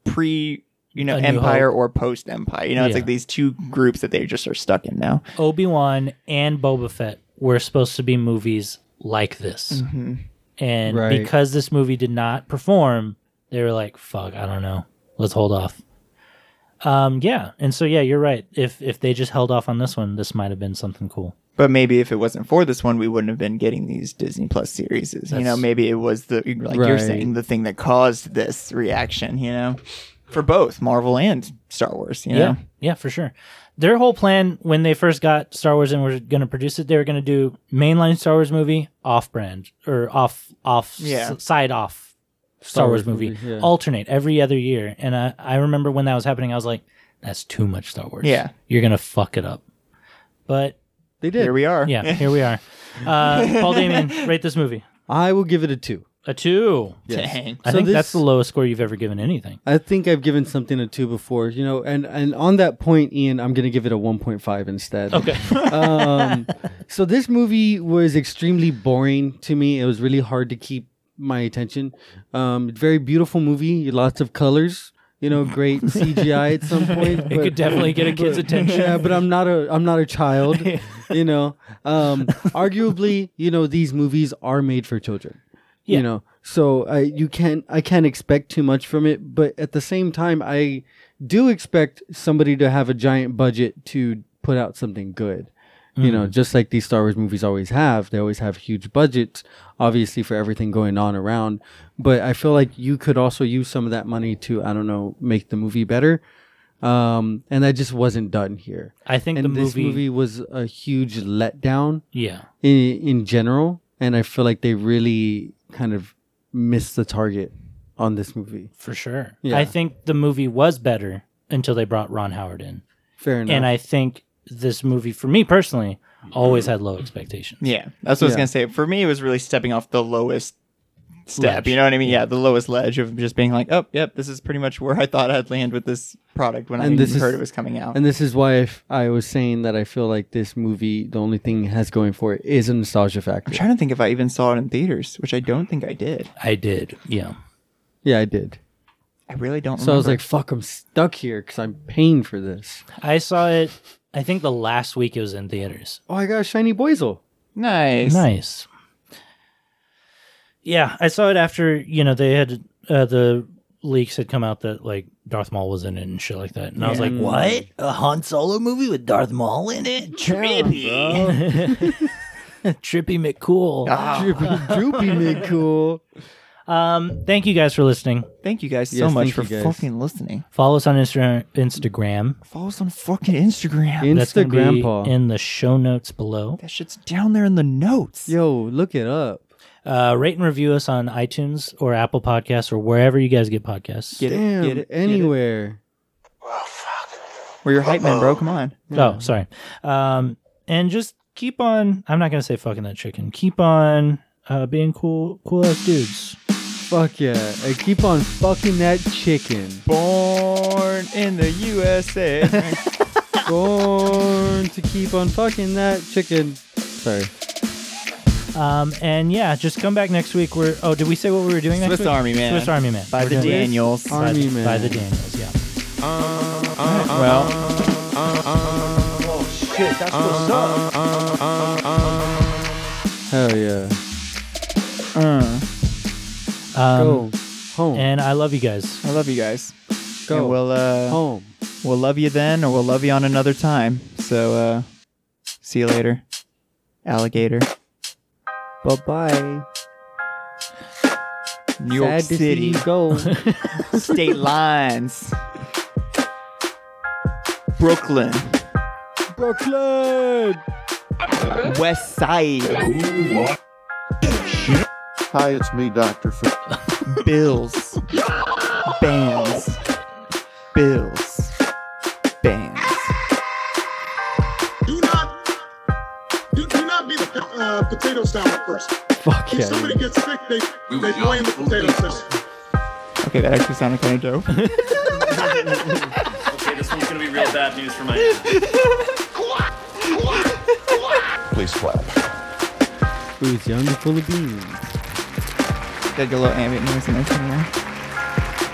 [SPEAKER 3] pre you know
[SPEAKER 2] A New
[SPEAKER 3] empire or post empire. You know, it's
[SPEAKER 2] Yeah.
[SPEAKER 3] like these two groups that they just are stuck in now.
[SPEAKER 2] Obi Wan and Boba Fett were supposed to be movies like this,
[SPEAKER 3] Mm-hmm.
[SPEAKER 2] and
[SPEAKER 1] Right.
[SPEAKER 2] because this movie did not perform, they were like, "Fuck, I don't know. Let's hold off." Um, yeah, and so yeah, you're right. If if they just held off on this one, this might have been something cool.
[SPEAKER 3] But maybe if it wasn't for this one, we wouldn't have been getting these Disney Plus series. You know,
[SPEAKER 2] That's-
[SPEAKER 3] maybe it was the like you're
[SPEAKER 1] Right.
[SPEAKER 3] saying the thing that caused this reaction. You know, for both Marvel and Star Wars. You
[SPEAKER 2] Yeah,
[SPEAKER 3] know,
[SPEAKER 2] yeah, for sure. Their whole plan when they first got Star Wars and were going to produce it, they were going to do mainline Star Wars movie, off-brand or off off
[SPEAKER 3] Yeah.
[SPEAKER 2] s- side off Star, Wars, movie,
[SPEAKER 1] yeah.
[SPEAKER 2] alternate every other year. And I I remember when that was happening, I was like, "That's too much Star Wars.
[SPEAKER 3] Yeah.
[SPEAKER 2] you're gonna fuck it up." But
[SPEAKER 1] They did.
[SPEAKER 3] here we are.
[SPEAKER 2] yeah, here we are. Uh, Paul Damien, rate this movie
[SPEAKER 1] I will give it a two.
[SPEAKER 2] a two.
[SPEAKER 3] Dang.
[SPEAKER 2] I
[SPEAKER 1] So
[SPEAKER 2] think
[SPEAKER 1] this-
[SPEAKER 2] that's the lowest score you've ever given anything.
[SPEAKER 1] I think I've given something a two before, you know, and and on that point, Ian, I'm gonna give it a 1.5 instead.
[SPEAKER 2] Okay.
[SPEAKER 1] um, so this movie was extremely boring to me. It was really hard to keep my attention. Um, very beautiful movie, lots of colors. You know, great CGI at some point.
[SPEAKER 2] It could definitely get a kid's attention.
[SPEAKER 1] Yeah, but I'm not a I'm not a child. you know, um, arguably, you know, these movies are made for children.
[SPEAKER 2] Yeah.
[SPEAKER 1] You know, so I you can't I can't expect too much from it, but at the same time, I do expect somebody to have a giant budget to put out something good. You
[SPEAKER 2] Mm.
[SPEAKER 1] know, just like these Star Wars movies always have, they always have huge budgets, obviously for everything going on around. But I feel like you could also use some of that money to, I don't know, make the movie better. Um, and that just wasn't done here.
[SPEAKER 2] I think
[SPEAKER 1] And
[SPEAKER 2] the
[SPEAKER 1] this
[SPEAKER 2] movie,
[SPEAKER 1] movie was a huge letdown
[SPEAKER 2] yeah,
[SPEAKER 1] in, in general, and I feel like they really kind of missed the target on this movie.
[SPEAKER 2] for sure.
[SPEAKER 1] Yeah.
[SPEAKER 2] I think the movie was better until they brought Ron Howard in.
[SPEAKER 1] Fair enough.
[SPEAKER 2] And I think this movie, for me personally, always had low expectations.
[SPEAKER 3] Yeah, that's what I was
[SPEAKER 1] Yeah.
[SPEAKER 3] gonna say. For me, it was really stepping off the lowest step.
[SPEAKER 2] Ledge.
[SPEAKER 3] You know what I mean? Yeah, the lowest ledge of just being like, oh, yep, this is pretty much where I thought I'd land with this product when I
[SPEAKER 1] And this
[SPEAKER 3] heard
[SPEAKER 1] is-
[SPEAKER 3] it was coming out.
[SPEAKER 1] and this is why I, f- I was saying that I feel like this movie, the only thing it has going for it is a nostalgia
[SPEAKER 3] I'm
[SPEAKER 1] factor.
[SPEAKER 3] trying to think if I even saw it in theaters, which I don't think I did.
[SPEAKER 2] I did. Yeah.
[SPEAKER 1] yeah, I did.
[SPEAKER 3] I really don't.
[SPEAKER 1] So I was like,
[SPEAKER 3] remember.
[SPEAKER 1] "Fuck, I'm stuck here because I'm paying for this."
[SPEAKER 2] I saw it, I think the last week it was in theaters.
[SPEAKER 1] Oh, I got a shiny boisel.
[SPEAKER 3] nice,
[SPEAKER 2] Nice. Yeah. I saw it after, you know, they had uh, the leaks had come out that like Darth Maul was in it and shit like that. And I was like, what? A Han Solo movie with Darth Maul in it? Trippy. Trippy McCool.
[SPEAKER 1] Droopy, droopy mid cool.
[SPEAKER 2] Um, thank you guys for listening.
[SPEAKER 3] Thank you guys so
[SPEAKER 1] Yes,
[SPEAKER 3] much
[SPEAKER 1] thank
[SPEAKER 3] for
[SPEAKER 1] you guys.
[SPEAKER 3] fucking listening.
[SPEAKER 2] Follow us on Insta- Instagram.
[SPEAKER 3] Follow us on fucking Instagram.
[SPEAKER 2] That's gonna be
[SPEAKER 1] Instagram
[SPEAKER 2] in the show notes below.
[SPEAKER 3] That shit's down there in the notes.
[SPEAKER 1] Yo, look it up.
[SPEAKER 2] Uh, rate and review us on iTunes or Apple Podcasts or wherever you guys get podcasts.
[SPEAKER 3] Get it,
[SPEAKER 1] Damn,
[SPEAKER 3] get it, get it.
[SPEAKER 1] anywhere.
[SPEAKER 4] Oh, fuck.
[SPEAKER 3] We're your hype man, bro. Come on.
[SPEAKER 2] Oh, sorry. Um, and just keep on. I'm not gonna say fucking that chicken. Keep on uh, being cool, cool ass dudes.
[SPEAKER 1] Fuck yeah. And keep on fucking that chicken.
[SPEAKER 3] Born in the USA.
[SPEAKER 1] Born to keep on fucking that chicken. Sorry.
[SPEAKER 2] Um, and yeah, just come back next week. We're oh, did we say what we were doing next
[SPEAKER 3] Swiss
[SPEAKER 2] week?
[SPEAKER 3] Army Man.
[SPEAKER 2] Swiss Army Man
[SPEAKER 3] By
[SPEAKER 2] We're
[SPEAKER 3] the
[SPEAKER 2] doing-
[SPEAKER 3] Daniels.
[SPEAKER 2] by the-
[SPEAKER 1] Army Man.
[SPEAKER 2] By the Daniels. Yeah.
[SPEAKER 3] Well,
[SPEAKER 7] Shit, that's what's up.
[SPEAKER 1] Hell yeah.
[SPEAKER 3] uh,
[SPEAKER 2] Um,
[SPEAKER 1] Go home.
[SPEAKER 2] And I love you guys.
[SPEAKER 3] I love you guys.
[SPEAKER 1] Go
[SPEAKER 3] And we'll uh,
[SPEAKER 1] home.
[SPEAKER 3] we'll love you then, or we'll love you on another time. So uh, see you later, alligator. Bye bye. New York
[SPEAKER 1] Sad to see
[SPEAKER 3] City
[SPEAKER 1] you go.
[SPEAKER 3] state lines. Brooklyn.
[SPEAKER 1] Brooklyn.
[SPEAKER 3] West Side
[SPEAKER 8] Hi, it's me, Dr. Phil.
[SPEAKER 3] Bills Bands Bills Bands
[SPEAKER 5] Do not, do, do not be the uh, potato salad person.
[SPEAKER 1] Fuck
[SPEAKER 5] If
[SPEAKER 1] yeah.
[SPEAKER 5] somebody gets sick, they, they blame the potato salad.
[SPEAKER 3] Okay, that actually sounded kind of dope.
[SPEAKER 9] Okay, this one's gonna be real bad news for my.
[SPEAKER 4] Please clap.
[SPEAKER 1] Who's young and full of beans.
[SPEAKER 3] Got your little ambient noise in there somewhere.